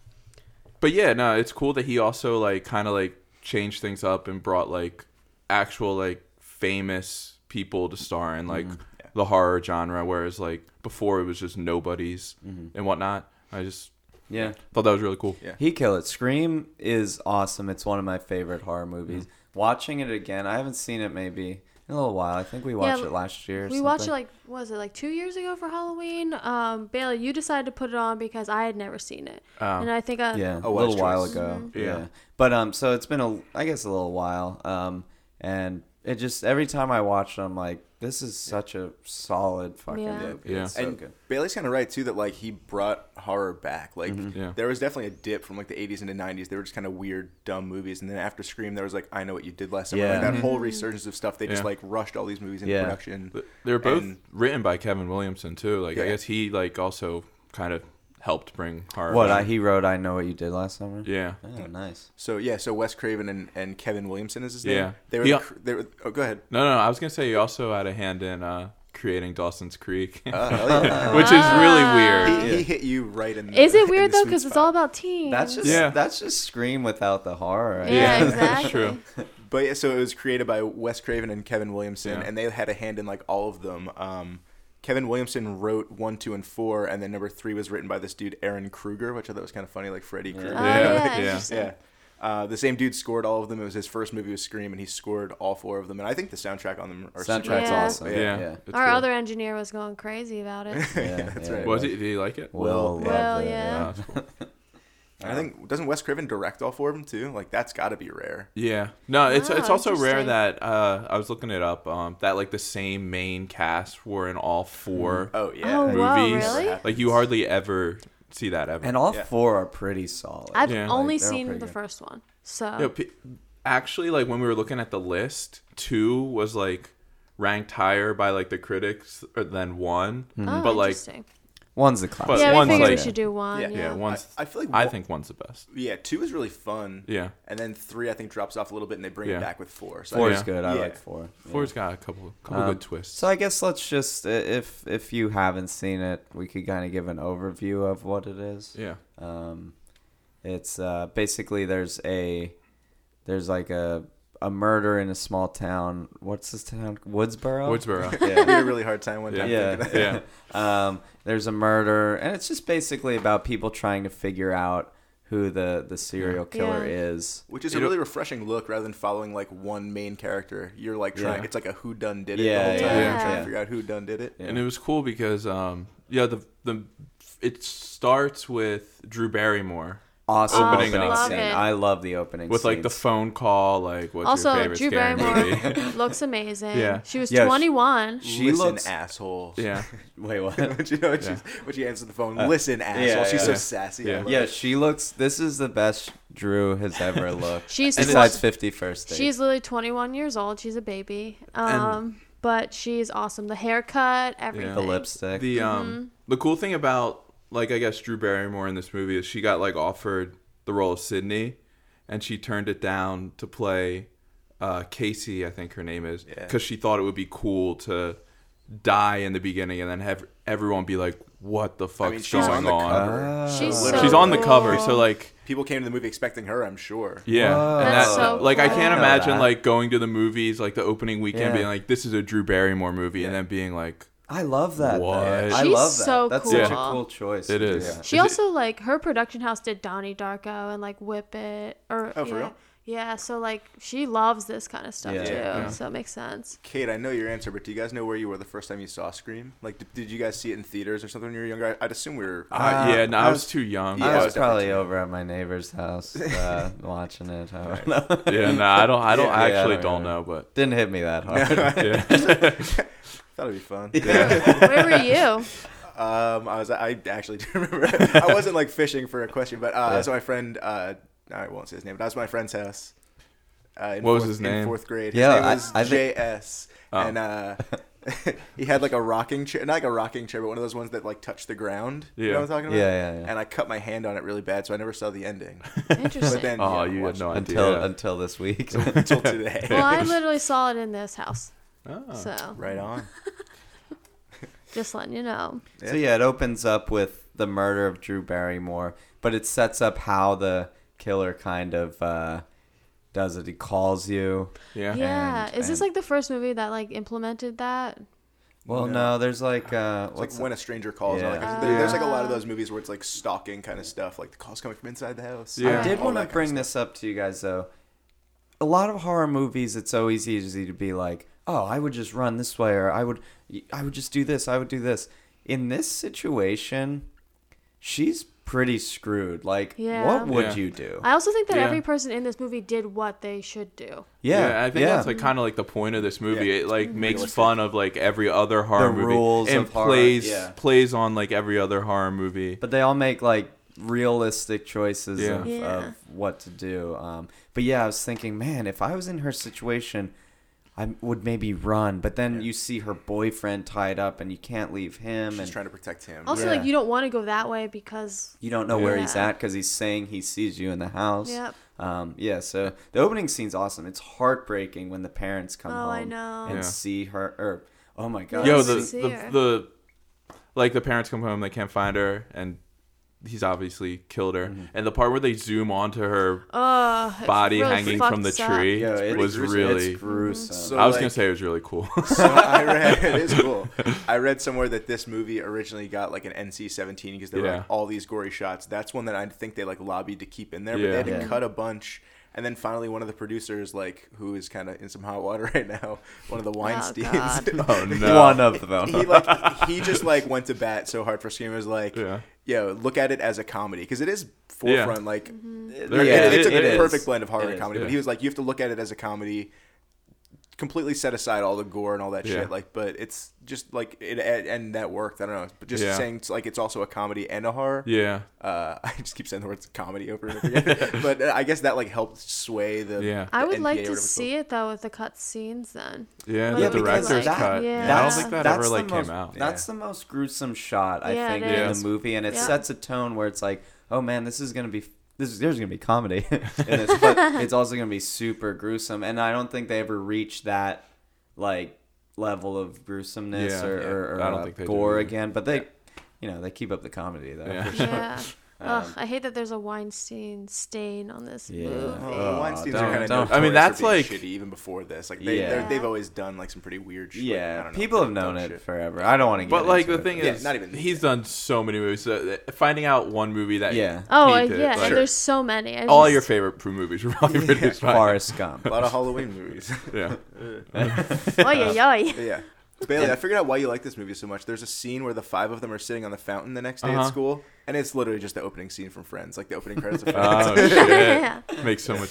Speaker 3: But yeah, no, it's cool that he also like kind of like changed things up and brought like actual like famous people to star in
Speaker 4: Mm-hmm.
Speaker 3: like the horror genre, whereas like before it was just nobodies and whatnot. I just
Speaker 1: Yeah.
Speaker 3: thought that was really cool.
Speaker 4: Mm-hmm. Yeah.
Speaker 1: He killed it. Scream is awesome. It's one of my favorite horror
Speaker 3: Mm.
Speaker 1: movies. Watching it again, I haven't seen it maybe in a little while. I think we watched
Speaker 2: l-
Speaker 1: it last year. Or
Speaker 2: We watched it
Speaker 1: something.
Speaker 2: like what was it like two years ago for Halloween? Um, Bailey, you decided to put it on because I had never seen it,
Speaker 3: Oh.
Speaker 2: Mm-hmm. and I think uh, I,
Speaker 1: yeah, a
Speaker 4: A wise
Speaker 1: little while
Speaker 4: choice.
Speaker 1: ago.
Speaker 3: Yeah.
Speaker 1: Yeah. but um, so it's been a I guess a little while. Um, and it just every time I watch it, I'm like, this is such a solid fucking
Speaker 2: Yeah.
Speaker 1: movie.
Speaker 3: Yeah.
Speaker 1: It's so
Speaker 4: and
Speaker 1: good.
Speaker 4: Bailey's kind of right too that like he brought horror back. Like
Speaker 3: Yeah.
Speaker 4: there was definitely a dip from like the 80s into 90s. They were just kind of weird, dumb movies, and then after Scream, there was like I Know What You Did Last Summer.
Speaker 1: Yeah.
Speaker 4: Like, that whole
Speaker 2: Mm-hmm.
Speaker 4: resurgence of stuff. They just
Speaker 3: Yeah.
Speaker 4: like rushed all these movies into
Speaker 1: Yeah.
Speaker 4: production.
Speaker 3: They're both
Speaker 4: And-
Speaker 3: written by Kevin Williamson too. Like I
Speaker 4: Yeah.
Speaker 3: guess he like also kind of helped bring Harvey.
Speaker 1: What I, he wrote, I know what you did last summer.
Speaker 3: Yeah.
Speaker 1: Oh, nice.
Speaker 4: So yeah, so Wes Craven and, and Kevin Williamson is his
Speaker 3: Yeah.
Speaker 4: name. They were,
Speaker 3: He-
Speaker 4: the cr they were. Oh, go ahead.
Speaker 3: No, no, I was gonna say you also had a hand in uh, creating Dawson's Creek,
Speaker 4: Uh, hell
Speaker 3: [laughs]
Speaker 4: yeah.
Speaker 3: which is really
Speaker 2: Wow.
Speaker 4: [laughs]
Speaker 3: weird.
Speaker 4: he, he hit you right in. The,
Speaker 2: Is
Speaker 4: in
Speaker 2: it
Speaker 4: the
Speaker 2: weird though?
Speaker 4: sweet
Speaker 2: Because it's all
Speaker 4: spot.
Speaker 2: about teens.
Speaker 1: That's just
Speaker 3: Yeah.
Speaker 1: that's just scream without the horror. I
Speaker 2: yeah,
Speaker 1: guess.
Speaker 3: Yeah, [laughs]
Speaker 2: exactly.
Speaker 3: that's true.
Speaker 4: But yeah, so it was created by Wes Craven and Kevin Williamson,
Speaker 3: Yeah.
Speaker 4: and they had a hand in like all of them. Um, Kevin Williamson wrote one, two, and four, and then number three was written by this dude Aaron Kruger, which I thought was kind of funny, like Freddy
Speaker 1: Yeah.
Speaker 4: Krueger.
Speaker 2: Oh,
Speaker 3: Yeah,
Speaker 2: yeah,
Speaker 3: yeah.
Speaker 2: interesting.
Speaker 4: Yeah. Uh, the same dude scored all of them. It was his first movie was Scream, and he scored all four of them. And I think the soundtrack on them are super
Speaker 1: Soundtrack's
Speaker 2: Yeah.
Speaker 1: awesome.
Speaker 3: Yeah,
Speaker 4: [laughs]
Speaker 1: Yeah. yeah.
Speaker 3: it's
Speaker 2: Our
Speaker 3: good.
Speaker 2: other engineer was going crazy about it.
Speaker 3: [laughs]
Speaker 1: Yeah,
Speaker 4: That's
Speaker 1: yeah,
Speaker 4: right.
Speaker 3: was it? Did you like it?
Speaker 1: Will,
Speaker 2: Will,
Speaker 1: loved it,
Speaker 2: yeah.
Speaker 3: Uh,
Speaker 4: And I think doesn't Wes Craven direct all four of them too? Like that's got to be rare.
Speaker 3: [laughs] Yeah. No, it's
Speaker 2: Wow,
Speaker 3: it's also rare
Speaker 2: interesting.
Speaker 3: that uh, I was looking it up um, that like the same main cast were in all four
Speaker 1: Mm.
Speaker 4: Oh yeah.
Speaker 2: Oh,
Speaker 3: movies.
Speaker 2: wow, really?
Speaker 3: Like you hardly ever see that ever.
Speaker 1: And all
Speaker 4: Yeah.
Speaker 1: four are pretty solid.
Speaker 2: I've
Speaker 3: Yeah.
Speaker 2: only
Speaker 1: Like, they're all
Speaker 2: seen the
Speaker 1: pretty good.
Speaker 2: first one, so
Speaker 3: You know, pe- actually, like when we were looking at the list, two was like ranked higher by like the critics uh, than one,
Speaker 1: Mm-hmm.
Speaker 2: oh,
Speaker 3: Mm, but like
Speaker 2: interesting.
Speaker 1: One's the classic.
Speaker 3: But
Speaker 2: yeah, we
Speaker 3: one's
Speaker 2: figured we
Speaker 3: like-
Speaker 2: should do one. Yeah,
Speaker 4: Yeah.
Speaker 3: yeah, one's.
Speaker 4: I, I feel like
Speaker 3: I
Speaker 4: wa-
Speaker 3: think one's the best.
Speaker 4: yeah, two is really fun.
Speaker 3: Yeah.
Speaker 4: And then three, I think drops off a little bit, and they bring
Speaker 3: Yeah.
Speaker 4: it back with four. So I
Speaker 1: Four's
Speaker 4: think-
Speaker 3: Yeah.
Speaker 1: good. I
Speaker 4: Yeah.
Speaker 1: like four. Yeah.
Speaker 3: Four's got a couple couple
Speaker 1: Um,
Speaker 3: good twists.
Speaker 1: So I guess let's just i- if if you haven't seen it, we could kind of give an overview of what it is.
Speaker 3: yeah.
Speaker 1: Um, it's uh, basically there's a there's like a a murder in a small town. What's this town? Woodsboro. [laughs]
Speaker 3: Woodsboro.
Speaker 4: we had a really hard time one
Speaker 3: Yeah.
Speaker 4: time.
Speaker 1: yeah,
Speaker 4: thinking that.
Speaker 3: Yeah.
Speaker 1: um, there's a murder, and it's just basically about people trying to figure out who the the serial killer
Speaker 2: Yeah.
Speaker 1: is.
Speaker 4: Which is a
Speaker 3: It'll-
Speaker 4: really refreshing look rather than following like one main character. You're like trying.
Speaker 1: Yeah.
Speaker 4: It's like a who done did it
Speaker 1: Yeah,
Speaker 4: the whole time.
Speaker 2: yeah,
Speaker 4: You're trying
Speaker 1: yeah.
Speaker 4: to figure out who done did it.
Speaker 1: Yeah.
Speaker 3: And it was cool because um yeah, the the it starts with Drew Barrymore
Speaker 1: Awesome
Speaker 3: Opening
Speaker 1: opening,
Speaker 3: love
Speaker 1: scene.
Speaker 2: it.
Speaker 1: I love the opening
Speaker 3: with like the
Speaker 1: scenes.
Speaker 3: phone call like what's your
Speaker 2: also
Speaker 3: favorite
Speaker 2: Drew
Speaker 3: scary
Speaker 2: Barrymore
Speaker 3: movie? [laughs]
Speaker 2: looks amazing.
Speaker 3: Yeah.
Speaker 2: she was
Speaker 1: Yeah, she-
Speaker 2: 21.
Speaker 1: She
Speaker 4: Listen,
Speaker 1: looks-
Speaker 4: asshole.
Speaker 3: yeah.
Speaker 1: Wait,
Speaker 3: [laughs]
Speaker 1: what?
Speaker 4: [laughs] But you know, when,
Speaker 3: Yeah.
Speaker 4: she's, when she answered the phone, listen, asshole.
Speaker 1: Uh, yeah,
Speaker 4: she's
Speaker 1: yeah.
Speaker 4: so
Speaker 1: Yeah.
Speaker 4: sassy.
Speaker 3: Yeah.
Speaker 4: I love
Speaker 1: Yeah,
Speaker 4: it.
Speaker 1: she looks. This is the best Drew has [laughs] ever looked.
Speaker 2: She's
Speaker 1: besides Fifty First Date.
Speaker 2: She's literally 21 years old. She's a baby. Um, but she's awesome. The haircut, everything.
Speaker 1: the lipstick.
Speaker 3: The
Speaker 4: mm-hmm.
Speaker 3: um the cool thing about like I guess Drew Barrymore in this movie is she got like offered the role of Sydney and she turned it down to play uh, Casey, I think her name is,
Speaker 4: Yeah.
Speaker 3: because she thought it would be cool to die in the beginning and then have everyone be like, "What the fuck's
Speaker 4: I mean, she's
Speaker 3: going
Speaker 4: on the
Speaker 3: on?"
Speaker 4: cover.
Speaker 1: Uh.
Speaker 2: She's
Speaker 4: Literally.
Speaker 2: so
Speaker 3: She's on the
Speaker 2: cool.
Speaker 3: cover, so like
Speaker 4: People came to the movie expecting her. I'm sure.
Speaker 3: Yeah,
Speaker 1: Whoa.
Speaker 3: and
Speaker 2: That's
Speaker 3: that,
Speaker 2: so
Speaker 3: like I
Speaker 2: cool.
Speaker 3: can't
Speaker 1: I didn't know
Speaker 3: imagine
Speaker 1: that.
Speaker 3: like going to the movies like the opening weekend
Speaker 1: Yeah.
Speaker 3: being like this is a Drew Barrymore movie and then being like
Speaker 1: I love that. though.
Speaker 3: What?
Speaker 1: I
Speaker 2: She's
Speaker 1: love that.
Speaker 2: so
Speaker 1: That's
Speaker 2: cool.
Speaker 1: such a
Speaker 2: Yeah.
Speaker 1: cool choice.
Speaker 3: it
Speaker 1: to do
Speaker 3: is.
Speaker 1: that.
Speaker 2: She
Speaker 3: Is it-
Speaker 2: also like her production house did Donnie Darko and like Whip It or
Speaker 4: Oh, for
Speaker 2: yeah.
Speaker 4: real?
Speaker 2: Yeah, so like she loves this kind of stuff
Speaker 1: Yeah.
Speaker 2: too.
Speaker 3: Yeah.
Speaker 2: So it makes sense.
Speaker 4: Kate, I know your answer, but do you guys know where you were the first time you saw Scream? Like, did, did you guys see it in theaters or something when you were younger? I, I'd assume we were.
Speaker 3: I- Uh, yeah, no, I,
Speaker 1: Uh, I
Speaker 3: was,
Speaker 1: was-
Speaker 3: too young.
Speaker 4: Yeah,
Speaker 1: I
Speaker 4: Uh, I
Speaker 1: was
Speaker 4: was
Speaker 1: probably over at my neighbor's house uh, watching it. I don't know. [laughs]
Speaker 3: yeah, no, I don't. I don't
Speaker 1: Yeah, I
Speaker 3: actually
Speaker 1: don't
Speaker 3: don't
Speaker 1: remember. [laughs]
Speaker 3: know, but
Speaker 1: Didn't hit me that hard.
Speaker 4: Thought it'd be fun.
Speaker 2: Where were you?
Speaker 4: Um, I was. I actually [laughs] do
Speaker 3: [laughs]
Speaker 4: remember. I wasn't like fishing for a question, but uh, I was at my friend. Uh, I won't say his name, but I was at my friend's house. Uh, in
Speaker 3: What was
Speaker 4: fourth-
Speaker 3: his
Speaker 4: In
Speaker 3: name?
Speaker 4: fourth grade. His
Speaker 1: Yeah,
Speaker 4: name
Speaker 1: I-
Speaker 4: was
Speaker 1: I think-
Speaker 4: JS,
Speaker 3: Oh.
Speaker 4: and uh, [laughs] he had like a rocking chair, not like a rocking chair, but one of those ones that like touch the ground. You
Speaker 3: Yeah.
Speaker 4: know what I'm talking about?
Speaker 1: Yeah, yeah, yeah.
Speaker 4: And I cut my hand on it really bad, so I never saw
Speaker 1: [laughs]
Speaker 4: the ending.
Speaker 2: Interesting.
Speaker 4: But then,
Speaker 3: oh,
Speaker 4: yeah, I
Speaker 3: you had
Speaker 4: watched
Speaker 3: no
Speaker 4: it
Speaker 3: idea.
Speaker 1: until until this week.
Speaker 3: [laughs]
Speaker 4: [laughs] until today.
Speaker 2: well,
Speaker 4: [laughs]
Speaker 2: I literally saw it in this house.
Speaker 3: Oh.
Speaker 2: So
Speaker 4: Right on.
Speaker 2: just letting you know.
Speaker 1: [laughs] So yeah, it opens up with the murder of Drew Barrymore, but it sets up how the killer kind of uh, does it. He calls you.
Speaker 3: yeah.
Speaker 2: Yeah.
Speaker 1: And-
Speaker 2: Is this
Speaker 1: and-
Speaker 2: like the first movie that like implemented that?
Speaker 1: Well, no,
Speaker 4: No.
Speaker 1: there's like uh,
Speaker 4: It's like
Speaker 1: what's
Speaker 4: when a stranger calls. and all that
Speaker 1: Yeah.
Speaker 4: kind of- there- There's like a
Speaker 2: Ah.
Speaker 4: lot of those movies where it's like stalking kind of stuff. Like the calls coming from inside the house.
Speaker 3: Yeah.
Speaker 1: I did
Speaker 4: all
Speaker 1: want
Speaker 4: that
Speaker 1: to
Speaker 4: kind of
Speaker 1: bring this up to you guys though. A lot of horror movies, it's so easy, easy to be like, "Oh, I would just run this way," or "I would, I would just do this, I would do this." In this situation, she's pretty screwed. Like,
Speaker 2: Yeah.
Speaker 1: what would
Speaker 3: Yeah.
Speaker 1: you do?
Speaker 2: I also think that
Speaker 3: Yeah.
Speaker 2: every person in this movie did what they should do.
Speaker 1: yeah,
Speaker 3: I think
Speaker 1: yeah.
Speaker 3: that's like kind of like the point of this movie.
Speaker 4: Yeah.
Speaker 3: It like makes
Speaker 4: Realistic.
Speaker 3: fun of like every other horror
Speaker 1: The
Speaker 3: movie
Speaker 1: rules
Speaker 3: and
Speaker 1: of horror,
Speaker 3: plays
Speaker 1: yeah.
Speaker 3: plays on like every other horror movie.
Speaker 1: but they all make like realistic choices
Speaker 3: Yeah.
Speaker 1: Of,
Speaker 2: Yeah.
Speaker 1: of what to do. Um, but yeah, I was thinking, man, if I was in her situation, I would maybe run, but then you see her boyfriend tied up, and you can't leave him,
Speaker 4: She's
Speaker 1: and
Speaker 4: trying to protect him.
Speaker 2: Also,
Speaker 1: Yeah.
Speaker 2: like you don't want to go that way because
Speaker 1: you don't know where he's
Speaker 2: Yeah.
Speaker 1: at because he's saying he sees you in the house.
Speaker 2: Yep.
Speaker 1: Um, yeah. So the opening scene's awesome. It's heartbreaking when the parents come
Speaker 2: Oh,
Speaker 1: home
Speaker 2: I know.
Speaker 1: and
Speaker 3: Yeah.
Speaker 1: see her. Or oh my god.
Speaker 3: Yo,
Speaker 2: Yes,
Speaker 3: the,
Speaker 2: I see
Speaker 3: the
Speaker 2: her.
Speaker 3: the like the parents come home, they can't find her, and he's obviously killed her.
Speaker 1: Mm-hmm.
Speaker 3: And the part where they zoom onto her
Speaker 2: uh it
Speaker 3: body
Speaker 2: really
Speaker 3: hanging
Speaker 2: fucks
Speaker 3: from the
Speaker 2: up.
Speaker 3: tree
Speaker 1: Yo, it
Speaker 3: was
Speaker 1: it's
Speaker 3: really.
Speaker 1: gruesome.
Speaker 4: So,
Speaker 3: I was
Speaker 4: like-
Speaker 3: gonna say it was really
Speaker 1: [laughs]
Speaker 3: cool.
Speaker 4: [laughs]
Speaker 3: [laughs]
Speaker 4: So I read [laughs] it is cool. I read somewhere that this movie originally got like an NC-17 because there were
Speaker 3: Yeah.
Speaker 4: like all these gory shots. That's one that I think they like lobbied to keep in there, but
Speaker 3: Yeah.
Speaker 4: they had to
Speaker 1: Yeah.
Speaker 4: cut a bunch. And then finally, one of the producers, like who is kind of in some hot water [laughs] right now, one of the Weinstein's. [laughs]
Speaker 3: oh no!
Speaker 1: One of them.
Speaker 4: He like he just like went to bat so hard for Screamers like
Speaker 3: Yeah.
Speaker 4: yo look at it as a comedy because it is forefront like
Speaker 1: There-
Speaker 4: yeah,
Speaker 1: it-
Speaker 4: it's a
Speaker 1: it is.
Speaker 4: perfect blend of horror
Speaker 1: It
Speaker 4: and
Speaker 1: is,
Speaker 4: comedy.
Speaker 3: yeah.
Speaker 4: But he was like, you have to look at it as a comedy, completely set aside all the gore and all that
Speaker 3: Yeah.
Speaker 4: shit. Like, but it's just like it and- and that worked. I don't know, but just
Speaker 3: Yeah.
Speaker 4: saying it's like it's also a comedy and a horror.
Speaker 3: Yeah,
Speaker 4: Uh, [laughs] I just keep saying the words comedy
Speaker 1: [laughs]
Speaker 4: over and over again, but uh, I guess that like helped sway the.
Speaker 3: Yeah.
Speaker 2: I
Speaker 4: the
Speaker 2: would
Speaker 4: NPA or
Speaker 2: like
Speaker 4: whatever
Speaker 2: to
Speaker 4: it's called.
Speaker 2: see it though with the cut scenes
Speaker 3: [laughs]
Speaker 2: then.
Speaker 3: yeah.
Speaker 2: Yeah,
Speaker 3: The
Speaker 1: because
Speaker 3: director's
Speaker 1: like-
Speaker 3: cut.
Speaker 2: yeah.
Speaker 3: I don't
Speaker 1: That's-
Speaker 3: think that
Speaker 1: that's
Speaker 3: ever like
Speaker 1: the
Speaker 3: came
Speaker 1: most-
Speaker 3: out.
Speaker 1: That's the most gruesome shot I
Speaker 2: Yeah,
Speaker 1: think
Speaker 2: it
Speaker 1: in the
Speaker 2: is.
Speaker 1: movie, and it
Speaker 2: Yeah.
Speaker 1: sets a tone where it's like, oh man, this is gonna be this is, there's gonna be comedy [laughs] in this, but
Speaker 2: [laughs]
Speaker 1: it's also gonna be super gruesome, and I don't think they ever reach that like level of gruesomeness
Speaker 3: Yeah,
Speaker 1: or,
Speaker 3: yeah.
Speaker 1: or, or
Speaker 3: I don't
Speaker 1: uh,
Speaker 3: think they do
Speaker 1: gore
Speaker 3: either.
Speaker 1: again, but they. You know they keep up the comedy though.
Speaker 3: Yeah. [laughs]
Speaker 2: Yeah. Ugh,
Speaker 1: Um,
Speaker 2: I hate that there's a Weinstein stain on this
Speaker 1: Yeah.
Speaker 2: movie.
Speaker 4: Oh, the
Speaker 1: Oh,
Speaker 4: Weinstein's
Speaker 1: don't-
Speaker 4: are kind
Speaker 1: don't-
Speaker 4: of.
Speaker 3: I mean, that's like-
Speaker 4: shitty even before this. Like they
Speaker 1: Yeah.
Speaker 4: they're- they've always done like some pretty weird. shit. like, I
Speaker 1: yeah,
Speaker 4: don't know,
Speaker 1: people have
Speaker 4: dumb
Speaker 1: known it
Speaker 4: shit.
Speaker 1: forever. I don't want to get.
Speaker 3: But like
Speaker 1: into
Speaker 3: the
Speaker 1: it,
Speaker 3: thing
Speaker 1: but-
Speaker 4: Yeah,
Speaker 3: is,
Speaker 4: not even-
Speaker 3: he's done so many movies. So uh, finding out one movie that
Speaker 1: Yeah.
Speaker 2: Oh I-
Speaker 3: peaked it,
Speaker 2: yeah,
Speaker 3: like,
Speaker 2: and there's so many. I
Speaker 3: all
Speaker 2: just- [laughs]
Speaker 3: your favorite pr- movies were [laughs] probably produced by
Speaker 1: Forrest Gump.
Speaker 4: A
Speaker 1: [laughs]
Speaker 4: lot of Halloween movies.
Speaker 3: Yeah, [laughs]
Speaker 2: Oh yeah, yeah.
Speaker 4: Yeah. Bailey, I figured out why you like this movie so much. There's a scene where the five of them are sitting on the fountain the next day at
Speaker 3: Uh-huh.
Speaker 4: school, and it's literally just the opening scene from Friends, like the opening credits
Speaker 3: [laughs]
Speaker 4: of Friends.
Speaker 3: oh shit,
Speaker 2: Yeah.
Speaker 3: makes so much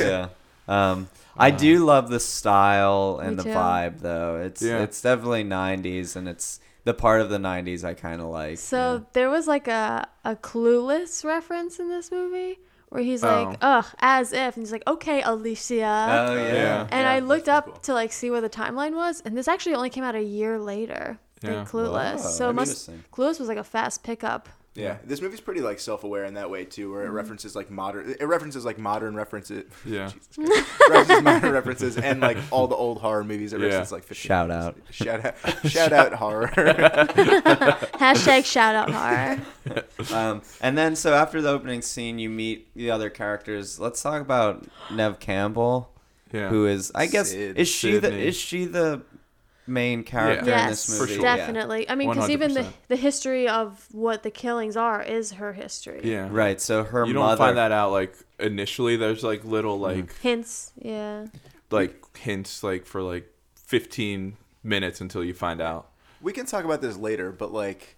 Speaker 1: [laughs] yeah. Um, I do love the style and the
Speaker 2: Me too.
Speaker 1: vibe, though. It's
Speaker 3: Yeah.
Speaker 1: it's definitely '90s, and it's the part of the '90s I kind of like.
Speaker 2: [laughs] So there was like a, a clueless reference in this movie where he's
Speaker 3: Oh.
Speaker 2: like, ugh, as if. And he's like, okay, Alicia.
Speaker 1: oh yeah.
Speaker 3: yeah.
Speaker 2: and
Speaker 4: [laughs] yeah,
Speaker 2: I
Speaker 4: that's
Speaker 2: looked
Speaker 4: pretty
Speaker 2: up
Speaker 4: cool.
Speaker 2: to like see where the timeline was. And this actually only came out a year later than
Speaker 3: Yeah.
Speaker 2: Clueless.
Speaker 1: Wow,
Speaker 2: so it must,
Speaker 1: interesting.
Speaker 2: Clueless was like a fast pickup. [laughs]
Speaker 4: yeah, this movie's pretty like self-aware in that way too, where it
Speaker 2: Mm-hmm.
Speaker 4: references like modern, it references like modern references, [laughs]
Speaker 3: Yeah.
Speaker 4: Jesus Christ. references modern references, and like all the old horror movies. It
Speaker 3: Yeah.
Speaker 4: references like 50
Speaker 1: Shout out.
Speaker 4: shout out, shout out
Speaker 3: [laughs]
Speaker 4: horror.
Speaker 2: Hashtag shout out horror.
Speaker 1: [laughs] Um, and then so after the opening scene, you meet the other characters. Let's talk about Nev Campbell,
Speaker 3: Yeah,
Speaker 1: who is I guess
Speaker 4: Sid-
Speaker 1: is she the
Speaker 3: Sydney.
Speaker 1: is she the main character in
Speaker 2: yes,
Speaker 1: this movie?
Speaker 3: sure.
Speaker 1: Yeah.
Speaker 2: definitely. I mean, because even the,
Speaker 3: 100%.
Speaker 2: the history of what the killings are is her history.
Speaker 3: yeah.
Speaker 1: Right. So her
Speaker 3: You don't
Speaker 1: mother. Mm-hmm.
Speaker 3: find that out like initially. There's like little like
Speaker 2: Hints, yeah.
Speaker 3: like hints like for like 15 minutes until you find out.
Speaker 4: we can talk about this later, but like.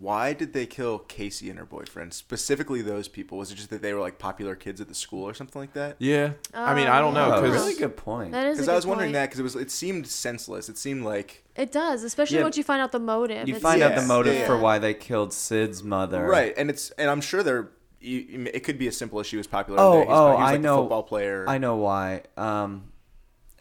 Speaker 4: Why did they kill Casey and her boyfriend? Specifically, those people. Was it just that they were like popular kids at the school or something like that?
Speaker 3: Yeah, I mean I don't know
Speaker 1: Oh,
Speaker 3: because
Speaker 1: really good point.
Speaker 2: That is a
Speaker 4: Because I
Speaker 2: good
Speaker 4: was wondering
Speaker 2: point.
Speaker 4: that because it was it seemed senseless. It seemed like
Speaker 2: It does, especially
Speaker 1: Yeah.
Speaker 2: once you find out the motive.
Speaker 1: You
Speaker 2: It's-
Speaker 1: find out
Speaker 4: Yeah,
Speaker 1: the motive
Speaker 4: yeah.
Speaker 1: for why they killed Sid's mother.
Speaker 4: right, and it's and I'm sure there you, you- it could be as simple as she was popular.
Speaker 1: Oh,
Speaker 4: today. He's-
Speaker 1: oh,
Speaker 4: he was, like,
Speaker 1: I
Speaker 4: the
Speaker 1: know.
Speaker 4: football player.
Speaker 1: I know why. Um,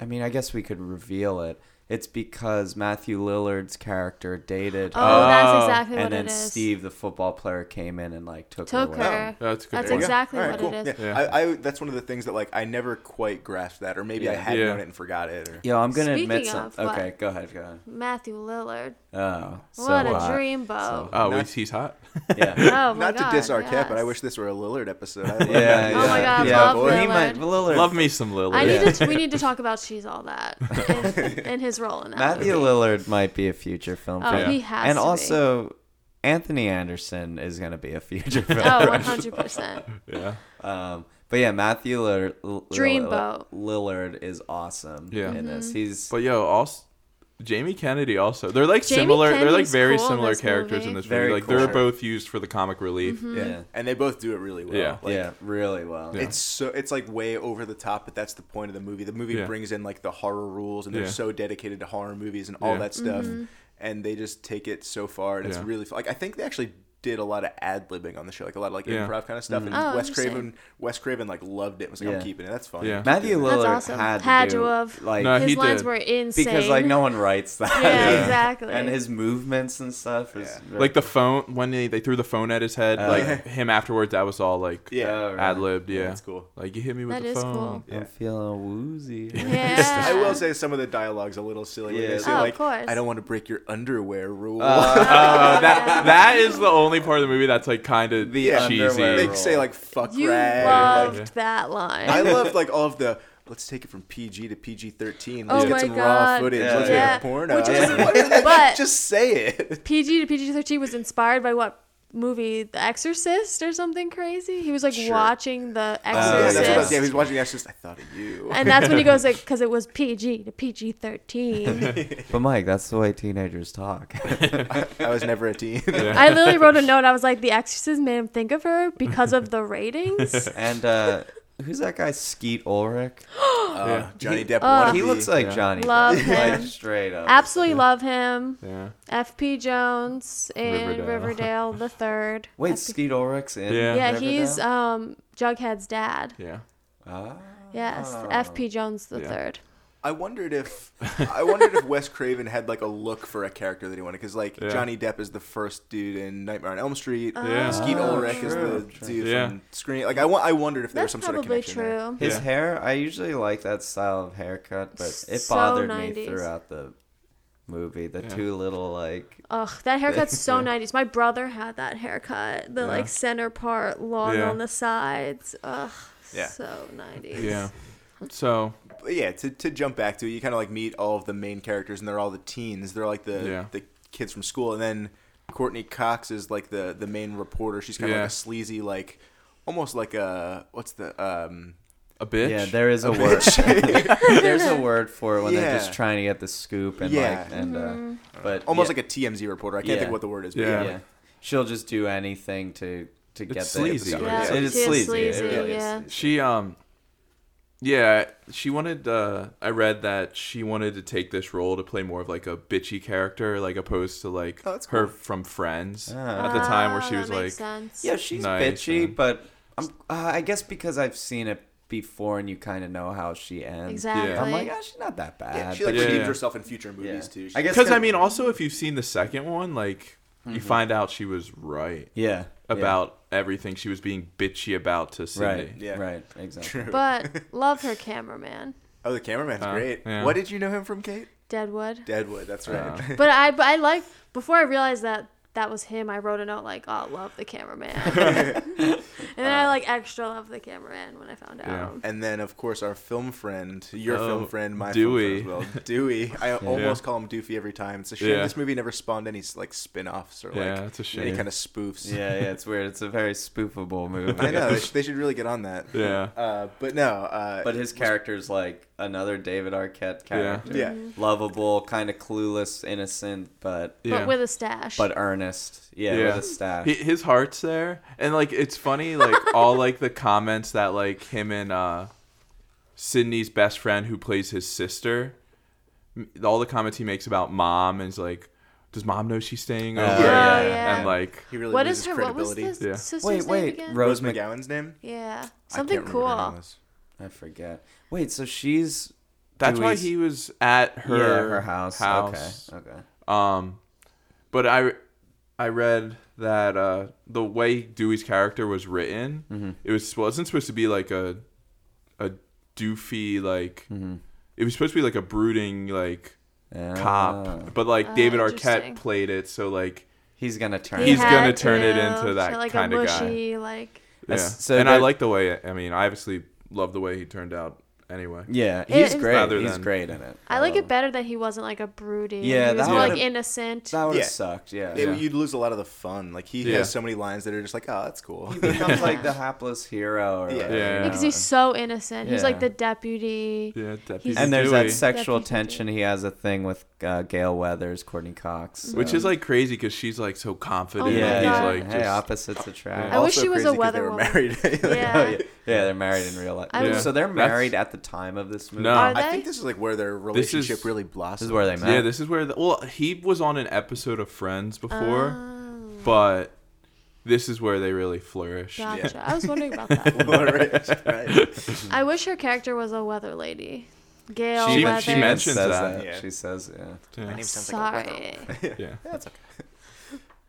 Speaker 1: I mean, I guess we could reveal it. It's because Matthew Lillard's character dated
Speaker 2: Oh,
Speaker 1: her,
Speaker 3: Oh.
Speaker 2: that's exactly what
Speaker 1: and then
Speaker 2: it is.
Speaker 1: Steve, the football player, came in and like took,
Speaker 2: took
Speaker 1: her. Away.
Speaker 2: her.
Speaker 3: that's a good.
Speaker 2: That's
Speaker 3: point.
Speaker 2: exact- exactly
Speaker 4: All
Speaker 2: what it is.
Speaker 4: Yeah.
Speaker 3: Yeah.
Speaker 4: I, I that's one of the things that like I never quite grasped that, or maybe I
Speaker 1: Yeah.
Speaker 4: had
Speaker 3: Yeah.
Speaker 4: known it and forgot it. Or,
Speaker 1: Yo, I'm gonna admit
Speaker 2: Speaking of,
Speaker 1: something.
Speaker 2: what?
Speaker 1: Okay, go ahead, go ahead.
Speaker 2: Matthew Lillard.
Speaker 1: Oh, so
Speaker 2: what a
Speaker 1: hot.
Speaker 2: dreamboat.
Speaker 3: Oh,
Speaker 4: Not-
Speaker 3: he's, he's hot.
Speaker 1: [laughs] Yeah.
Speaker 2: oh my
Speaker 4: Not
Speaker 2: god.
Speaker 4: to diss our cat, but I
Speaker 2: yes.
Speaker 4: wish this were a
Speaker 1: [laughs]
Speaker 4: Lillard episode. I love
Speaker 1: Yeah, yeah.
Speaker 4: that.
Speaker 2: [laughs] Oh my God,
Speaker 1: yeah.
Speaker 2: love
Speaker 1: He
Speaker 2: Lillard.
Speaker 1: might, Lillard.
Speaker 3: Love me some Lily.
Speaker 2: I need
Speaker 1: Yeah.
Speaker 2: to, we need to talk about she's all that
Speaker 4: [laughs]
Speaker 2: and, and his role in that.
Speaker 1: Matthew
Speaker 2: movie.
Speaker 1: Lillard might be a future film.
Speaker 2: Oh,
Speaker 1: favorite.
Speaker 2: he has
Speaker 1: And
Speaker 2: to be.
Speaker 1: also, Anthony Anderson is gonna be a
Speaker 2: [laughs]
Speaker 1: future film.
Speaker 2: Oh, 100
Speaker 3: [laughs]
Speaker 2: percent.
Speaker 3: Yeah,
Speaker 1: Um, but yeah, Matthew Lillard, Lillard,
Speaker 2: Dreamboat. Mm-hmm.
Speaker 1: Lillard is awesome
Speaker 3: Yeah.
Speaker 1: in this. He's
Speaker 3: but yo, also Jamie Kennedy also. They're like
Speaker 2: Jamie
Speaker 3: similar. they're like
Speaker 2: Kennedy's
Speaker 3: very
Speaker 2: cool in
Speaker 3: similar
Speaker 2: this
Speaker 3: characters
Speaker 2: movie. Mm-hmm.
Speaker 3: in this
Speaker 1: Very
Speaker 3: movie. Like
Speaker 1: cool.
Speaker 3: they're both used for the comic relief.
Speaker 1: yeah,
Speaker 4: And they both do it really well.
Speaker 3: Yeah.
Speaker 4: Like,
Speaker 1: yeah, really well.
Speaker 3: Yeah.
Speaker 4: It's so it's like way over the top, but that's the point of the movie. The movie
Speaker 3: Yeah.
Speaker 4: brings in like the horror rules, and they're
Speaker 3: Yeah.
Speaker 4: so dedicated to horror movies and all
Speaker 3: Yeah.
Speaker 2: Mm-hmm.
Speaker 4: that stuff, and they just take it so far, and it's
Speaker 3: Yeah.
Speaker 4: really fu- like I think they actually did a lot of ad libbing on the show, like a lot of like
Speaker 3: Yeah.
Speaker 4: improv kind of stuff. And
Speaker 2: Oh,
Speaker 4: Wes
Speaker 2: interesting.
Speaker 4: Craven, Wes Craven like loved it. Was like,
Speaker 1: Yeah.
Speaker 4: I'm keeping it. That's fun.
Speaker 3: Yeah.
Speaker 1: Matthew
Speaker 2: That's
Speaker 1: Lillard
Speaker 2: awesome.
Speaker 1: had to
Speaker 2: Had
Speaker 1: do,
Speaker 2: to have.
Speaker 1: like
Speaker 3: No, Uh, he
Speaker 2: His lines
Speaker 3: did.
Speaker 2: were insane.
Speaker 1: because like no one writes that. [laughs]
Speaker 2: [laughs] Yeah,
Speaker 4: uh,
Speaker 3: Yeah.
Speaker 2: exactly.
Speaker 1: And his movements and stuff is
Speaker 4: Yeah.
Speaker 1: very-
Speaker 3: Like the phone when they, they threw the phone at his head,
Speaker 1: Oh,
Speaker 3: like
Speaker 1: yeah.
Speaker 3: him afterwards, that was all like
Speaker 4: Yeah.
Speaker 1: Oh, really?
Speaker 3: ad libbed. Yeah,
Speaker 4: That's cool.
Speaker 3: Like you hit me with
Speaker 2: That
Speaker 3: the
Speaker 2: is
Speaker 3: phone. [laughs]
Speaker 2: cool.
Speaker 4: Yeah.
Speaker 1: I'm feeling woozy.
Speaker 2: [laughs] Yeah.
Speaker 4: I will say some of the dialogue's a little silly. When
Speaker 1: Yeah.
Speaker 4: they say,
Speaker 1: Oh,
Speaker 2: of
Speaker 4: like,
Speaker 2: course.
Speaker 4: I don't want to break your underwear
Speaker 2: [laughs]
Speaker 4: rule.
Speaker 3: Uh, that that is the only part of the movie that's like kind of
Speaker 1: The
Speaker 3: cheesy.
Speaker 1: underwear
Speaker 4: [laughs] they
Speaker 1: rule.
Speaker 4: say like fuck
Speaker 2: [laughs] you
Speaker 4: rag.
Speaker 2: loved
Speaker 4: like-
Speaker 3: Yeah.
Speaker 2: that line. [laughs]
Speaker 4: I loved like all of the let's take it from PG to PG thirteen. Let's
Speaker 2: Oh
Speaker 4: get
Speaker 2: my
Speaker 4: some raw
Speaker 2: God.
Speaker 4: footage.
Speaker 1: Yeah.
Speaker 4: let's
Speaker 1: Yeah.
Speaker 4: get a porno. [laughs]
Speaker 2: Which
Speaker 1: is-
Speaker 2: but-
Speaker 4: just say
Speaker 2: [laughs]
Speaker 4: it.
Speaker 2: PG to PG thirteen was inspired by what movie? The Exorcist or something crazy? He was like
Speaker 4: Sure.
Speaker 2: watching The
Speaker 1: Oh,
Speaker 4: yeah, that's
Speaker 2: Exorcist.
Speaker 4: what I was, yeah, he's watching The Exorcist. I thought of you.
Speaker 2: [laughs] and that's when he goes like, because it was PG to PG thirteen.
Speaker 1: [laughs]
Speaker 4: [laughs]
Speaker 1: But Mike, that's the way teenagers
Speaker 3: [laughs]
Speaker 1: talk.
Speaker 4: [laughs] I was never a teen.
Speaker 2: I literally wrote a note. I was like, The Exorcist made him think of her because of the
Speaker 4: [laughs]
Speaker 2: ratings.
Speaker 1: and uh who's that guy? Skeet Ulrich.
Speaker 4: Uh, Johnny
Speaker 1: He-
Speaker 4: Depp.
Speaker 2: Uh,
Speaker 4: wannabe.
Speaker 1: he looks like
Speaker 3: Yeah.
Speaker 1: Johnny.
Speaker 2: Love
Speaker 1: Depp, like,
Speaker 2: him.
Speaker 1: straight up.
Speaker 2: Absolutely love him.
Speaker 3: Yeah.
Speaker 2: F.P. Jones in
Speaker 3: Riverdale.
Speaker 2: Riverdale, the third.
Speaker 1: Wait,
Speaker 2: FP
Speaker 1: Skeet Ulrich's in.
Speaker 3: Yeah.
Speaker 2: yeah,
Speaker 1: Riverdale?
Speaker 2: he's um Jughead's dad.
Speaker 3: Yeah.
Speaker 1: Ah.
Speaker 2: Yes,
Speaker 1: Oh.
Speaker 2: F.P. Jones the
Speaker 3: Yeah.
Speaker 2: third.
Speaker 4: I wondered if I wondered if Wes Craven had like a look for a character that he wanted because like
Speaker 3: Yeah.
Speaker 4: Johnny Depp is the first dude in Nightmare on Elm Street.
Speaker 3: Yeah.
Speaker 4: Skeet
Speaker 1: Oh,
Speaker 4: Ulrich is
Speaker 1: true,
Speaker 4: the
Speaker 1: true.
Speaker 4: dude
Speaker 3: Yeah.
Speaker 4: from Scream. Like I, wa- I wondered if there was
Speaker 2: That's
Speaker 4: some sort of
Speaker 2: probably
Speaker 4: connection.
Speaker 2: true.
Speaker 4: there.
Speaker 1: His
Speaker 3: Yeah.
Speaker 1: hair, I usually like that style of haircut, but it
Speaker 2: So
Speaker 1: bothered me
Speaker 2: 90s.
Speaker 1: throughout the movie. The
Speaker 3: Yeah.
Speaker 1: two little like
Speaker 2: Ugh, that haircut's so 90s. My brother had that haircut. The
Speaker 3: Yeah.
Speaker 2: like center part long
Speaker 3: Yeah.
Speaker 2: on the sides. Ugh,
Speaker 4: Yeah.
Speaker 2: so 90s.
Speaker 3: Yeah. So
Speaker 4: But yeah, to, to jump back to it, you kind of like meet all of the main characters, and they're all the teens. They're like the
Speaker 3: Yeah.
Speaker 4: the kids from school, and then Courtney Cox is like the the main reporter. She's kind of
Speaker 3: Yeah.
Speaker 4: like a sleazy, like almost like a what's the um
Speaker 3: a bitch.
Speaker 1: Yeah, there is a, [laughs]
Speaker 4: [laughs]
Speaker 1: word. There's a word for it when they're just
Speaker 4: Yeah.
Speaker 1: trying to get the scoop and
Speaker 4: Yeah.
Speaker 1: like and
Speaker 2: Mm-hmm.
Speaker 1: uh, but
Speaker 4: almost
Speaker 1: yeah,
Speaker 4: like a TMZ reporter. I can't
Speaker 1: Yeah.
Speaker 4: think of what the word is. But
Speaker 3: Yeah.
Speaker 4: yeah.
Speaker 3: a-
Speaker 1: yeah. She'll just do anything to to get
Speaker 3: It's
Speaker 1: the, get the
Speaker 3: sleazy.
Speaker 1: scoop.
Speaker 2: Yeah,
Speaker 1: It is
Speaker 2: she is
Speaker 1: sleazy. It
Speaker 2: sleazy,
Speaker 1: really
Speaker 2: yeah.
Speaker 1: is sleazy.
Speaker 3: She um yeah, she wanted uh I read that she wanted to take this role to play more of like a bitchy character like opposed to like
Speaker 4: Oh, that's
Speaker 3: her
Speaker 4: cool.
Speaker 3: from Friends
Speaker 1: Ah.
Speaker 3: at the time where
Speaker 2: Oh,
Speaker 3: she
Speaker 2: that
Speaker 3: was like
Speaker 2: makes sense.
Speaker 1: Yeah, she's
Speaker 3: Nice,
Speaker 1: bitchy,
Speaker 3: yeah.
Speaker 1: but I'm, uh, I guess because I've seen it before and you kind of know how she ends.
Speaker 2: Exactly.
Speaker 1: I'm like, oh, she's not that bad.
Speaker 4: Yeah, she like
Speaker 1: but
Speaker 3: Yeah.
Speaker 4: redeemed herself in future movies
Speaker 1: Yeah.
Speaker 4: too.
Speaker 1: I guess-
Speaker 3: cuz I mean also if you've seen the second one like
Speaker 4: Mm-hmm.
Speaker 3: you find out she was right
Speaker 1: yeah,
Speaker 3: about everything she was being bitchy about to
Speaker 1: yeah.
Speaker 3: Sydney.
Speaker 1: right,
Speaker 4: Yeah.
Speaker 1: right, exactly.
Speaker 2: But love her cameraman,
Speaker 4: oh, the cameraman's
Speaker 3: Uh,
Speaker 4: great.
Speaker 3: yeah.
Speaker 4: What did you know him from, Kate?
Speaker 2: Deadwood.
Speaker 4: Deadwood. That's right.
Speaker 2: But I, but I like before I realized that that was him. I wrote a note like, "Oh, love the
Speaker 3: [laughs]
Speaker 2: cameraman," and
Speaker 3: Uh.
Speaker 4: [laughs]
Speaker 2: then I like extra love the cameraman when I found out.
Speaker 3: Yeah.
Speaker 4: and then, of course, our film friend, your
Speaker 3: Oh,
Speaker 4: film friend, my
Speaker 3: Dewey.
Speaker 4: film friend as well,
Speaker 3: [laughs]
Speaker 4: Dewey. I almost call him Doofy every time. It's a shame
Speaker 3: Yeah.
Speaker 4: this movie never spawned any like spin-offs or like
Speaker 3: Yeah, it's a
Speaker 4: any
Speaker 3: shame.
Speaker 4: kind of spoofs.
Speaker 1: yeah, yeah, it's weird. It's a very spoofable movie.
Speaker 4: I know. They, sh- they should really get on that. [laughs]
Speaker 3: Yeah.
Speaker 4: Uh, but no. Uh,
Speaker 1: But his character's like another David Arquette character.
Speaker 4: yeah.
Speaker 2: Mm.
Speaker 1: Lovable, kind of clueless, innocent, but
Speaker 2: But with a stash.
Speaker 1: but earnest. Yeah,
Speaker 3: Yeah.
Speaker 1: with a staff.
Speaker 3: He, his heart's there, and like it's funny, like all like the comments that like him and uh Sydney's best friend who plays his sister, m- all the comments he makes about mom is like, does mom know she's staying
Speaker 1: Oh,
Speaker 3: over?
Speaker 1: yeah.
Speaker 2: Oh, yeah.
Speaker 3: And like,
Speaker 4: He really
Speaker 2: what is
Speaker 4: loses
Speaker 2: her? What was
Speaker 4: credibility.
Speaker 2: this
Speaker 3: Yeah.
Speaker 2: sister's
Speaker 1: wait,
Speaker 2: name
Speaker 1: wait,
Speaker 2: again?
Speaker 1: Rose
Speaker 4: Rose
Speaker 1: Mc-
Speaker 4: McGowan's name?
Speaker 2: yeah,
Speaker 4: I can't
Speaker 2: something
Speaker 4: remember what her name
Speaker 2: cool.
Speaker 4: was.
Speaker 1: I forget. Wait, so she's
Speaker 3: that's why
Speaker 1: Dewey's-
Speaker 3: he was at her
Speaker 1: yeah, her house.
Speaker 3: house.
Speaker 1: Okay, okay.
Speaker 3: Um, but I I read that uh, the way Dewey's character was written,
Speaker 1: Mm-hmm.
Speaker 3: it was wasn't supposed to be like a a doofy like
Speaker 1: Mm-hmm.
Speaker 3: it was supposed to be like a brooding like
Speaker 1: Ah.
Speaker 3: cop, but like
Speaker 2: Ah,
Speaker 3: David
Speaker 2: interesting.
Speaker 3: Arquette played it, so like
Speaker 1: He's gonna turn.
Speaker 2: He
Speaker 3: He's
Speaker 1: it.
Speaker 2: had
Speaker 3: gonna turn it
Speaker 2: to.
Speaker 3: into
Speaker 2: She
Speaker 3: that
Speaker 2: had, like,
Speaker 3: kinda
Speaker 2: a
Speaker 3: guy.
Speaker 2: mushy, Like
Speaker 3: yeah.
Speaker 1: That's- so
Speaker 3: and I
Speaker 1: that-
Speaker 3: like the way I mean I obviously love the way he turned out anyway.
Speaker 1: Yeah,
Speaker 2: It-
Speaker 1: he's
Speaker 2: it's-
Speaker 1: great.
Speaker 3: Rather
Speaker 1: he's
Speaker 3: than-
Speaker 1: great in it.
Speaker 2: I like
Speaker 3: Oh.
Speaker 1: Um,
Speaker 2: it better that he wasn't like a broody.
Speaker 1: Yeah,
Speaker 2: he was
Speaker 1: that
Speaker 2: more like
Speaker 1: would've-
Speaker 2: innocent.
Speaker 1: That would have
Speaker 4: Yeah.
Speaker 1: sucked. Yeah.
Speaker 4: It-
Speaker 3: Yeah.
Speaker 4: You'd lose a lot of the fun. Like he
Speaker 3: Yeah.
Speaker 4: has so many lines that are just like, oh,
Speaker 1: [laughs]
Speaker 4: that's cool.
Speaker 1: He becomes like the hapless hero. Or,
Speaker 4: Yeah.
Speaker 1: whatever,
Speaker 3: Yeah.
Speaker 1: you
Speaker 2: because
Speaker 1: know?
Speaker 2: he's so innocent. He's
Speaker 1: Yeah.
Speaker 2: like the deputy.
Speaker 3: Yeah,
Speaker 2: He's-
Speaker 3: Deputy
Speaker 1: and there's that
Speaker 3: Dewey.
Speaker 1: sexual
Speaker 2: Deputy Duke.
Speaker 1: tension. He has a thing with uh, Gail Weathers, Courtney Cox,
Speaker 3: Mm. which
Speaker 1: so-
Speaker 3: is like crazy because she's like so confident.
Speaker 2: Oh my
Speaker 1: yeah,
Speaker 3: he's
Speaker 2: God.
Speaker 3: like
Speaker 1: hey,
Speaker 3: just-
Speaker 1: opposites attract.
Speaker 2: I wish
Speaker 4: Also
Speaker 2: she was a
Speaker 4: crazy 'cause
Speaker 2: weather
Speaker 4: they were
Speaker 2: woman.
Speaker 4: married. [laughs] Like,
Speaker 2: Yeah.
Speaker 1: [laughs] Oh, yeah. yeah, they're married in real life.
Speaker 2: I
Speaker 3: Yeah.
Speaker 1: So they're
Speaker 3: That's-
Speaker 1: married at the time of this movie.
Speaker 3: No.
Speaker 2: Are
Speaker 4: I
Speaker 2: they?
Speaker 4: think this is like where their
Speaker 3: This is-
Speaker 4: relationship really blossomed.
Speaker 1: This is where they met.
Speaker 3: Yeah, this is where the well, he was on an episode of Friends before,
Speaker 2: Oh.
Speaker 3: but this is where they really flourish.
Speaker 2: Gotcha. I was wondering about
Speaker 3: [laughs]
Speaker 2: that.
Speaker 4: [laughs] Right, right. [laughs]
Speaker 2: I wish her character was a weather lady. Gail
Speaker 3: She- she
Speaker 2: Weathers.
Speaker 3: mentioned- mentions
Speaker 1: says
Speaker 3: that.
Speaker 4: Yeah.
Speaker 1: She says, yeah.
Speaker 3: Yeah.
Speaker 5: My name sounds like a weather.
Speaker 2: Sorry.
Speaker 5: [laughs]
Speaker 3: [laughs] yeah.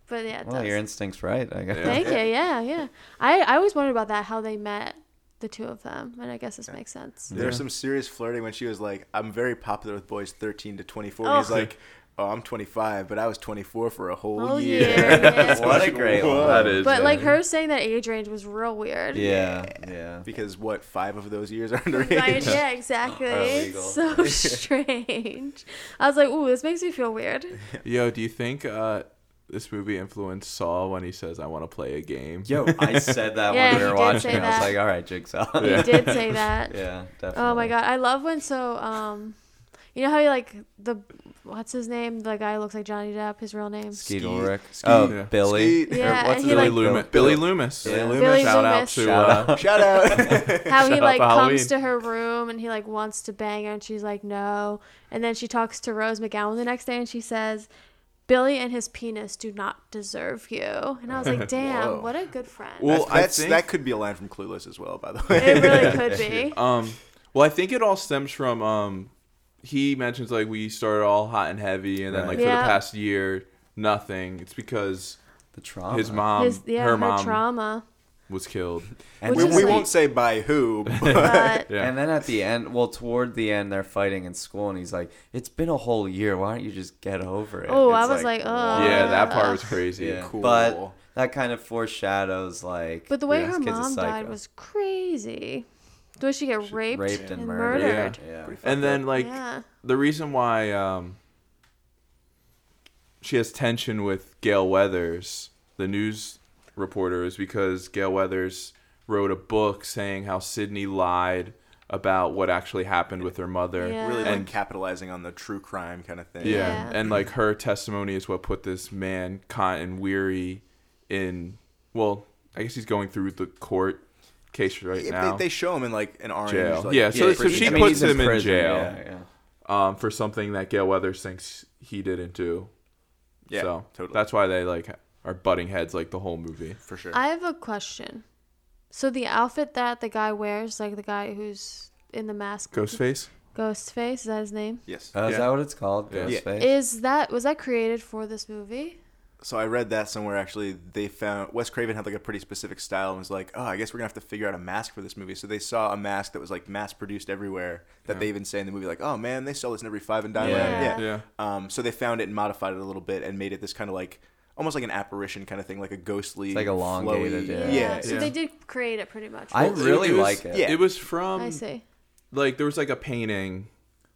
Speaker 2: But yeah, it
Speaker 1: Well,
Speaker 2: does.
Speaker 1: your instinct's right. I guess.
Speaker 2: Thank you. Yeah, yeah. I, I always wondered about that, how they met, the two of them. And I guess this makes sense.
Speaker 4: [laughs] There was
Speaker 3: Yeah.
Speaker 4: some serious flirting when she was like, "I'm very popular with boys 13 to 24."
Speaker 2: Oh.
Speaker 4: He's like, "Oh, I'm 25, but I was 24 for a whole
Speaker 2: Oh,
Speaker 4: year." [laughs]
Speaker 2: yeah,
Speaker 1: [laughs]
Speaker 2: yeah.
Speaker 1: What a great
Speaker 4: Whoa.
Speaker 1: one.
Speaker 3: That is.
Speaker 2: But like
Speaker 3: yeah.
Speaker 2: her saying that age range was real weird. [laughs]
Speaker 1: Yeah. Yeah.
Speaker 4: Because what five of those years are [laughs]
Speaker 2: Right?
Speaker 4: underage?
Speaker 2: Yeah, exactly.
Speaker 1: Or
Speaker 2: It's so strange. I was like, ooh, this makes me feel weird.
Speaker 3: Yo, do you think uh, this movie influenced Saul when he says, "I want to play a game"?
Speaker 1: Yo, I said that
Speaker 2: Yeah,
Speaker 1: when we
Speaker 2: he
Speaker 1: were
Speaker 2: did
Speaker 1: watching.
Speaker 2: say
Speaker 1: I was
Speaker 2: that.
Speaker 1: like, all right, Jigsaw.
Speaker 2: He
Speaker 1: Yeah. [laughs]
Speaker 2: did say that.
Speaker 1: definitely.
Speaker 2: Oh my god, I love when so um, you know how you like the what's his name? The guy who looks like Johnny Depp. His real name.
Speaker 1: Skeet
Speaker 4: Skeet.
Speaker 1: Ulrich.
Speaker 4: Skeet.
Speaker 1: Oh,
Speaker 3: Yeah.
Speaker 1: Billy.
Speaker 4: Skeet.
Speaker 1: Or
Speaker 2: Yeah,
Speaker 1: what's his
Speaker 2: and [laughs] he,
Speaker 3: [laughs] Billy
Speaker 2: like-
Speaker 1: name?
Speaker 3: Loomis. Billy Loomis.
Speaker 1: Billy Loomis.
Speaker 4: Billy
Speaker 3: Shout out
Speaker 2: Loomis.
Speaker 3: to
Speaker 1: Shout
Speaker 3: uh,
Speaker 1: out.
Speaker 4: Shout out.
Speaker 2: How he
Speaker 3: Shut up,
Speaker 2: like
Speaker 3: Halloween.
Speaker 2: comes to her room and he like wants to bang her and she's like no, and then she talks to Rose McGowan the next day and she says. Billy and his penis do not deserve you. And I was like, damn,
Speaker 4: Whoa.
Speaker 2: what a good friend.
Speaker 3: [laughs] Well, I
Speaker 4: That's,
Speaker 3: think-
Speaker 4: that could be a line from Clueless as well, by the
Speaker 2: [laughs]
Speaker 4: way.
Speaker 2: it really could be.
Speaker 3: Um, well, I think it all stems from um, he mentions like we started all hot and heavy, and then
Speaker 1: Right.
Speaker 3: like for
Speaker 2: Yeah.
Speaker 3: the past year, nothing. It's because
Speaker 1: The trauma.
Speaker 3: his mom,
Speaker 2: His, yeah,
Speaker 3: um, her,
Speaker 2: her,
Speaker 3: mom,
Speaker 2: trauma.
Speaker 3: was killed.
Speaker 1: And
Speaker 4: we
Speaker 1: then,
Speaker 2: Which is
Speaker 4: we
Speaker 2: like-
Speaker 4: won't say
Speaker 3: [laughs]
Speaker 4: by who, but
Speaker 2: But
Speaker 3: Yeah.
Speaker 1: and then at the end, well, toward the end, they're fighting in school, and he's like, "It's been a whole year. Why don't you just get over it?"
Speaker 2: Oh, I
Speaker 1: It's
Speaker 2: was like,
Speaker 1: "Whoa."
Speaker 2: ugh.
Speaker 3: yeah, that part was crazy.
Speaker 1: Yeah.
Speaker 4: Cool.
Speaker 1: But that kind of foreshadows like.
Speaker 2: But the way
Speaker 3: Yeah.
Speaker 2: her
Speaker 1: This kid's a
Speaker 2: mom died
Speaker 1: psycho.
Speaker 2: was crazy. Did she get raped?
Speaker 1: raped and
Speaker 2: and
Speaker 1: murdered.
Speaker 2: murdered.
Speaker 1: Yeah.
Speaker 3: And then like
Speaker 2: yeah.
Speaker 3: the reason why um, she has tension with Gail Weathers, the news reporter, is because Gail Weathers wrote a book saying how Sydney lied about what actually happened with her mother.
Speaker 2: Yeah.
Speaker 4: really like
Speaker 3: And-
Speaker 4: capitalizing on the true crime kind of thing.
Speaker 3: Yeah.
Speaker 2: Yeah.
Speaker 3: And like her testimony is what put this man Cotton Weary in well, I guess he's going through the court case right
Speaker 4: If
Speaker 3: now.
Speaker 4: They, they show him in like an orange.
Speaker 3: Jail.
Speaker 4: Like,
Speaker 3: Yeah, so-
Speaker 1: Yeah,
Speaker 3: so
Speaker 1: prison.
Speaker 3: she
Speaker 1: I mean,
Speaker 3: puts
Speaker 1: he's in
Speaker 3: him in
Speaker 1: prison,
Speaker 3: jail.
Speaker 1: Yeah, yeah.
Speaker 3: um for something that Gail Weathers thinks he didn't do.
Speaker 4: Yeah,
Speaker 3: so
Speaker 4: totally.
Speaker 3: that's why they like are butting heads like the whole movie.
Speaker 4: for sure.
Speaker 2: I have a question. So the outfit that the guy wears, like the guy who's in the mask,
Speaker 3: Ghostface?
Speaker 2: ghost face, is that his name?
Speaker 4: yes.
Speaker 1: Oh, is
Speaker 3: Yeah.
Speaker 1: that what it's called?
Speaker 3: Yeah.
Speaker 1: Ghostface?
Speaker 2: Is that was that created for this movie?
Speaker 4: So I read that somewhere actually. They found Wes Craven had like a pretty specific style and was like, oh, I guess we're gonna have to figure out a mask for this movie. So they saw a mask that was like mass produced everywhere that they even say in the movie, like, oh man, they sell this in every five and dime.
Speaker 1: Yeah.
Speaker 4: Yeah. yeah.
Speaker 3: Yeah.
Speaker 4: Um, so they found it and modified it a little bit and made it this kind of like almost like an apparition kind of thing, like a ghostly,
Speaker 1: It's like elongated,
Speaker 4: flowy-
Speaker 1: yeah.
Speaker 4: yeah.
Speaker 2: So
Speaker 3: yeah.
Speaker 2: they did create it pretty much.
Speaker 1: I
Speaker 2: right?
Speaker 1: really
Speaker 3: was-
Speaker 1: like it.
Speaker 4: yeah.
Speaker 3: It was from
Speaker 2: I see.
Speaker 3: like there was like a painting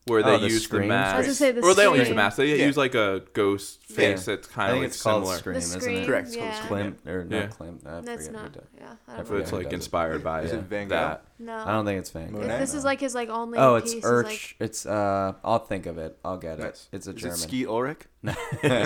Speaker 3: where
Speaker 1: Oh,
Speaker 3: they
Speaker 1: the
Speaker 3: used the
Speaker 1: screams?
Speaker 3: mask.
Speaker 2: I was gonna say the
Speaker 3: or they don't use the
Speaker 2: scream.
Speaker 3: mask. They
Speaker 4: Yeah.
Speaker 3: use like a ghost face
Speaker 1: Yeah.
Speaker 3: that's
Speaker 1: I
Speaker 3: kind of
Speaker 1: think
Speaker 3: like
Speaker 1: it's called
Speaker 3: similar.
Speaker 1: Scream,
Speaker 2: the
Speaker 1: isn't
Speaker 2: scream.
Speaker 1: it?
Speaker 4: Correct, it's called
Speaker 2: Yeah.
Speaker 1: Klimt or not
Speaker 3: Yeah.
Speaker 1: Klimt? I
Speaker 2: That's
Speaker 1: forget who
Speaker 2: not.
Speaker 1: did- I
Speaker 2: Yeah. I don't
Speaker 3: But
Speaker 1: forget
Speaker 2: know.
Speaker 3: it's
Speaker 1: who
Speaker 3: like
Speaker 1: does it.
Speaker 3: inspired by
Speaker 4: Is it
Speaker 3: it,
Speaker 4: Van Gogh?
Speaker 3: that.
Speaker 2: No.
Speaker 1: I don't think it's Van Gogh.
Speaker 4: Monet?
Speaker 2: If this is like his like only.
Speaker 1: Oh, it's
Speaker 2: piece,
Speaker 1: Urch.
Speaker 2: Is,
Speaker 1: It's uh, I'll think of it. I'll get it.
Speaker 4: Nice.
Speaker 1: It's a
Speaker 4: Is
Speaker 1: German.
Speaker 4: it Ski Ulrich?
Speaker 1: No.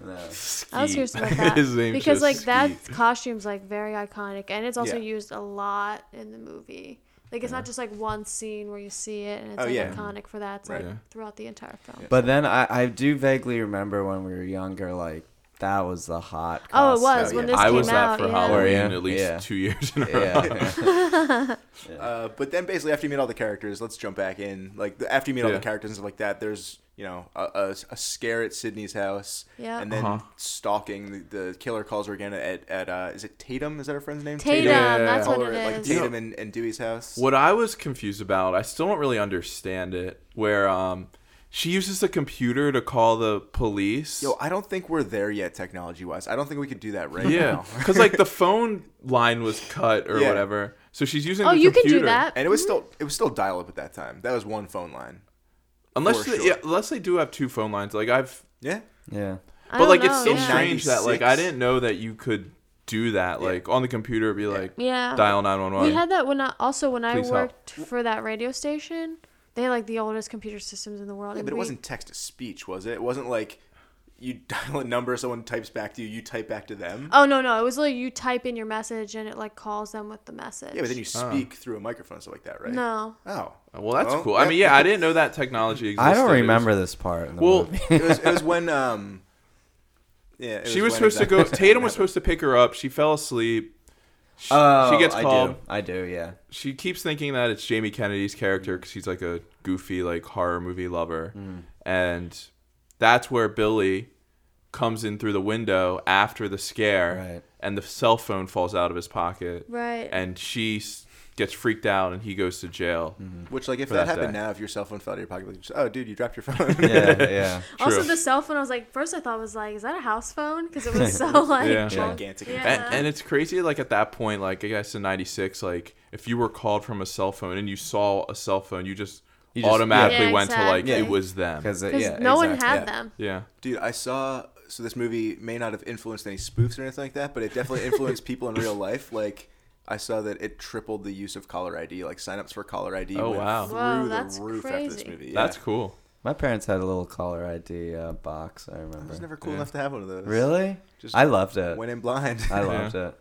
Speaker 2: like, I was curious
Speaker 3: [laughs]
Speaker 2: about that
Speaker 3: His name's
Speaker 2: because
Speaker 3: just
Speaker 2: like
Speaker 3: Skeet.
Speaker 2: that costume's like very iconic and it's also
Speaker 4: Yeah.
Speaker 2: used a lot in the movie. Like it's not just like one scene where you see it and it's
Speaker 4: Oh,
Speaker 2: like
Speaker 4: yeah.
Speaker 2: iconic for that. It's like
Speaker 3: Right. Yeah.
Speaker 2: throughout the entire film. Oh,
Speaker 1: But then I, I do vaguely remember when we were younger, like that was the hot.
Speaker 2: Oh, it
Speaker 1: costume.
Speaker 2: was when
Speaker 4: yeah.
Speaker 2: this
Speaker 3: I
Speaker 2: came
Speaker 3: was
Speaker 2: out.
Speaker 3: that for
Speaker 2: yeah.
Speaker 1: Were
Speaker 3: Halloween
Speaker 1: you?
Speaker 3: at least
Speaker 1: Yeah.
Speaker 3: two years in a row.
Speaker 1: Yeah. [laughs] yeah.
Speaker 4: Uh, but then basically after you meet all the characters, let's jump back in. Like the, after you meet all
Speaker 3: Yeah.
Speaker 4: the characters and stuff like that, there's you know a, a, a scare at Sydney's house,
Speaker 2: Yeah.
Speaker 4: and then
Speaker 3: Uh-huh.
Speaker 4: stalking. The, the killer calls her again at at uh, is it Tatum? Is that her friend's name?
Speaker 2: Tatum,
Speaker 3: Yeah.
Speaker 2: that's
Speaker 4: Call
Speaker 2: what
Speaker 4: her
Speaker 2: it
Speaker 4: at, like
Speaker 2: is.
Speaker 3: You know-
Speaker 4: Tatum and, and Dewey's house.
Speaker 3: What I was confused about, I still don't really understand it. Where um, she uses the computer to call the police.
Speaker 4: Yo, I don't think we're there yet technology wise. I don't think we could do that right
Speaker 3: yeah,
Speaker 4: now. [laughs]
Speaker 3: because like the phone line was cut or
Speaker 4: Yeah.
Speaker 3: whatever, so she's using.
Speaker 2: Oh,
Speaker 3: the
Speaker 2: you can
Speaker 3: computer.
Speaker 2: do that.
Speaker 4: And it was still it was still dial up at that time. That was one phone line.
Speaker 3: Unless
Speaker 4: For
Speaker 3: they,
Speaker 4: sure.
Speaker 3: yeah, unless they do have two phone lines. Like I've,
Speaker 4: Yeah.
Speaker 1: yeah.
Speaker 2: I
Speaker 3: but
Speaker 2: don't
Speaker 3: like
Speaker 2: know,
Speaker 3: it's so
Speaker 2: yeah.
Speaker 3: strange that like I
Speaker 4: 96.
Speaker 3: didn't know that you could do that. Like on the computer, it'd be like
Speaker 2: Yeah.
Speaker 3: dial nine one
Speaker 2: We
Speaker 3: one.
Speaker 2: had that when I, also when I
Speaker 3: Please help.
Speaker 2: worked for that radio station. They had like the oldest computer systems in the world.
Speaker 4: Yeah,
Speaker 2: and
Speaker 4: but it
Speaker 2: we-
Speaker 4: wasn't text to speech, was it? It wasn't like you [laughs] dial a number, someone types back to you, you type back to them.
Speaker 2: Oh no no! It was like you type in your message and it like calls them with the message.
Speaker 4: Yeah, but then you speak through a microphone and stuff like that, right?
Speaker 2: No.
Speaker 4: Oh.
Speaker 3: Well, that's
Speaker 4: Well,
Speaker 3: cool. I
Speaker 4: yeah.
Speaker 3: mean, yeah, I didn't know that technology
Speaker 1: [laughs]
Speaker 3: existed.
Speaker 1: I don't
Speaker 3: It was-
Speaker 1: [laughs] remember this part. In the
Speaker 3: Well,
Speaker 1: movie.
Speaker 4: It was, it was when um, Yeah, it
Speaker 3: she was
Speaker 4: when
Speaker 3: supposed
Speaker 4: exactly
Speaker 3: to
Speaker 4: this
Speaker 3: go. Tatum
Speaker 4: [laughs] happened.
Speaker 3: was supposed to pick her up. She fell asleep. She, she gets called.
Speaker 1: Oh, I do. I do. [laughs] Yeah.
Speaker 3: She keeps thinking that it's Jamie Kennedy's character because he's like a goofy, like horror movie lover, and that's where Billy comes in through the window after the scare,
Speaker 1: Right.
Speaker 3: and the cell phone falls out of his pocket,
Speaker 2: Right.
Speaker 3: and she s- gets freaked out, and he goes to jail.
Speaker 4: Which, like, if
Speaker 3: for
Speaker 4: that,
Speaker 3: that
Speaker 4: happened
Speaker 3: day.
Speaker 4: now, if your cell phone fell out of your pocket, like, just, oh, dude, you dropped
Speaker 3: [laughs]
Speaker 4: your phone.
Speaker 1: Yeah. Yeah.
Speaker 2: Also,
Speaker 3: True.
Speaker 2: the cell phone. I was like, first I thought was like, is that a house phone? Because it
Speaker 3: [laughs]
Speaker 2: was so like
Speaker 3: Yeah.
Speaker 4: Gigantic.
Speaker 2: Yeah.
Speaker 3: And, and it's crazy, like at that point, like I guess in '96, like if you were called from a cell phone and you saw a cell phone, you just,
Speaker 1: You just-
Speaker 3: automatically
Speaker 2: Yeah,
Speaker 3: went to like
Speaker 2: exactly.
Speaker 3: it was them.
Speaker 1: Because
Speaker 2: [laughs] 'Cause
Speaker 1: uh, yeah.
Speaker 2: no one
Speaker 1: exactly.
Speaker 2: had
Speaker 4: Yeah.
Speaker 2: them.
Speaker 3: Yeah,
Speaker 4: Dude, I saw. So this movie may not have influenced any spoofs or anything like that, but it definitely influenced people in real life. Like, I saw that it tripled the use of caller ID. Like, signups for caller ID
Speaker 3: Oh,
Speaker 4: went
Speaker 3: wow.
Speaker 4: through
Speaker 2: Whoa,
Speaker 4: the
Speaker 2: that's
Speaker 4: roof after this
Speaker 2: crazy.
Speaker 4: movie.
Speaker 3: that's
Speaker 4: yeah.
Speaker 3: cool.
Speaker 1: My parents had a little caller ID uh, box. I remember.
Speaker 4: I was never cool
Speaker 3: Yeah.
Speaker 4: enough to have one of those.
Speaker 1: Really?
Speaker 4: Just
Speaker 1: I loved it.
Speaker 4: went in blind.
Speaker 3: [laughs]
Speaker 1: I loved it.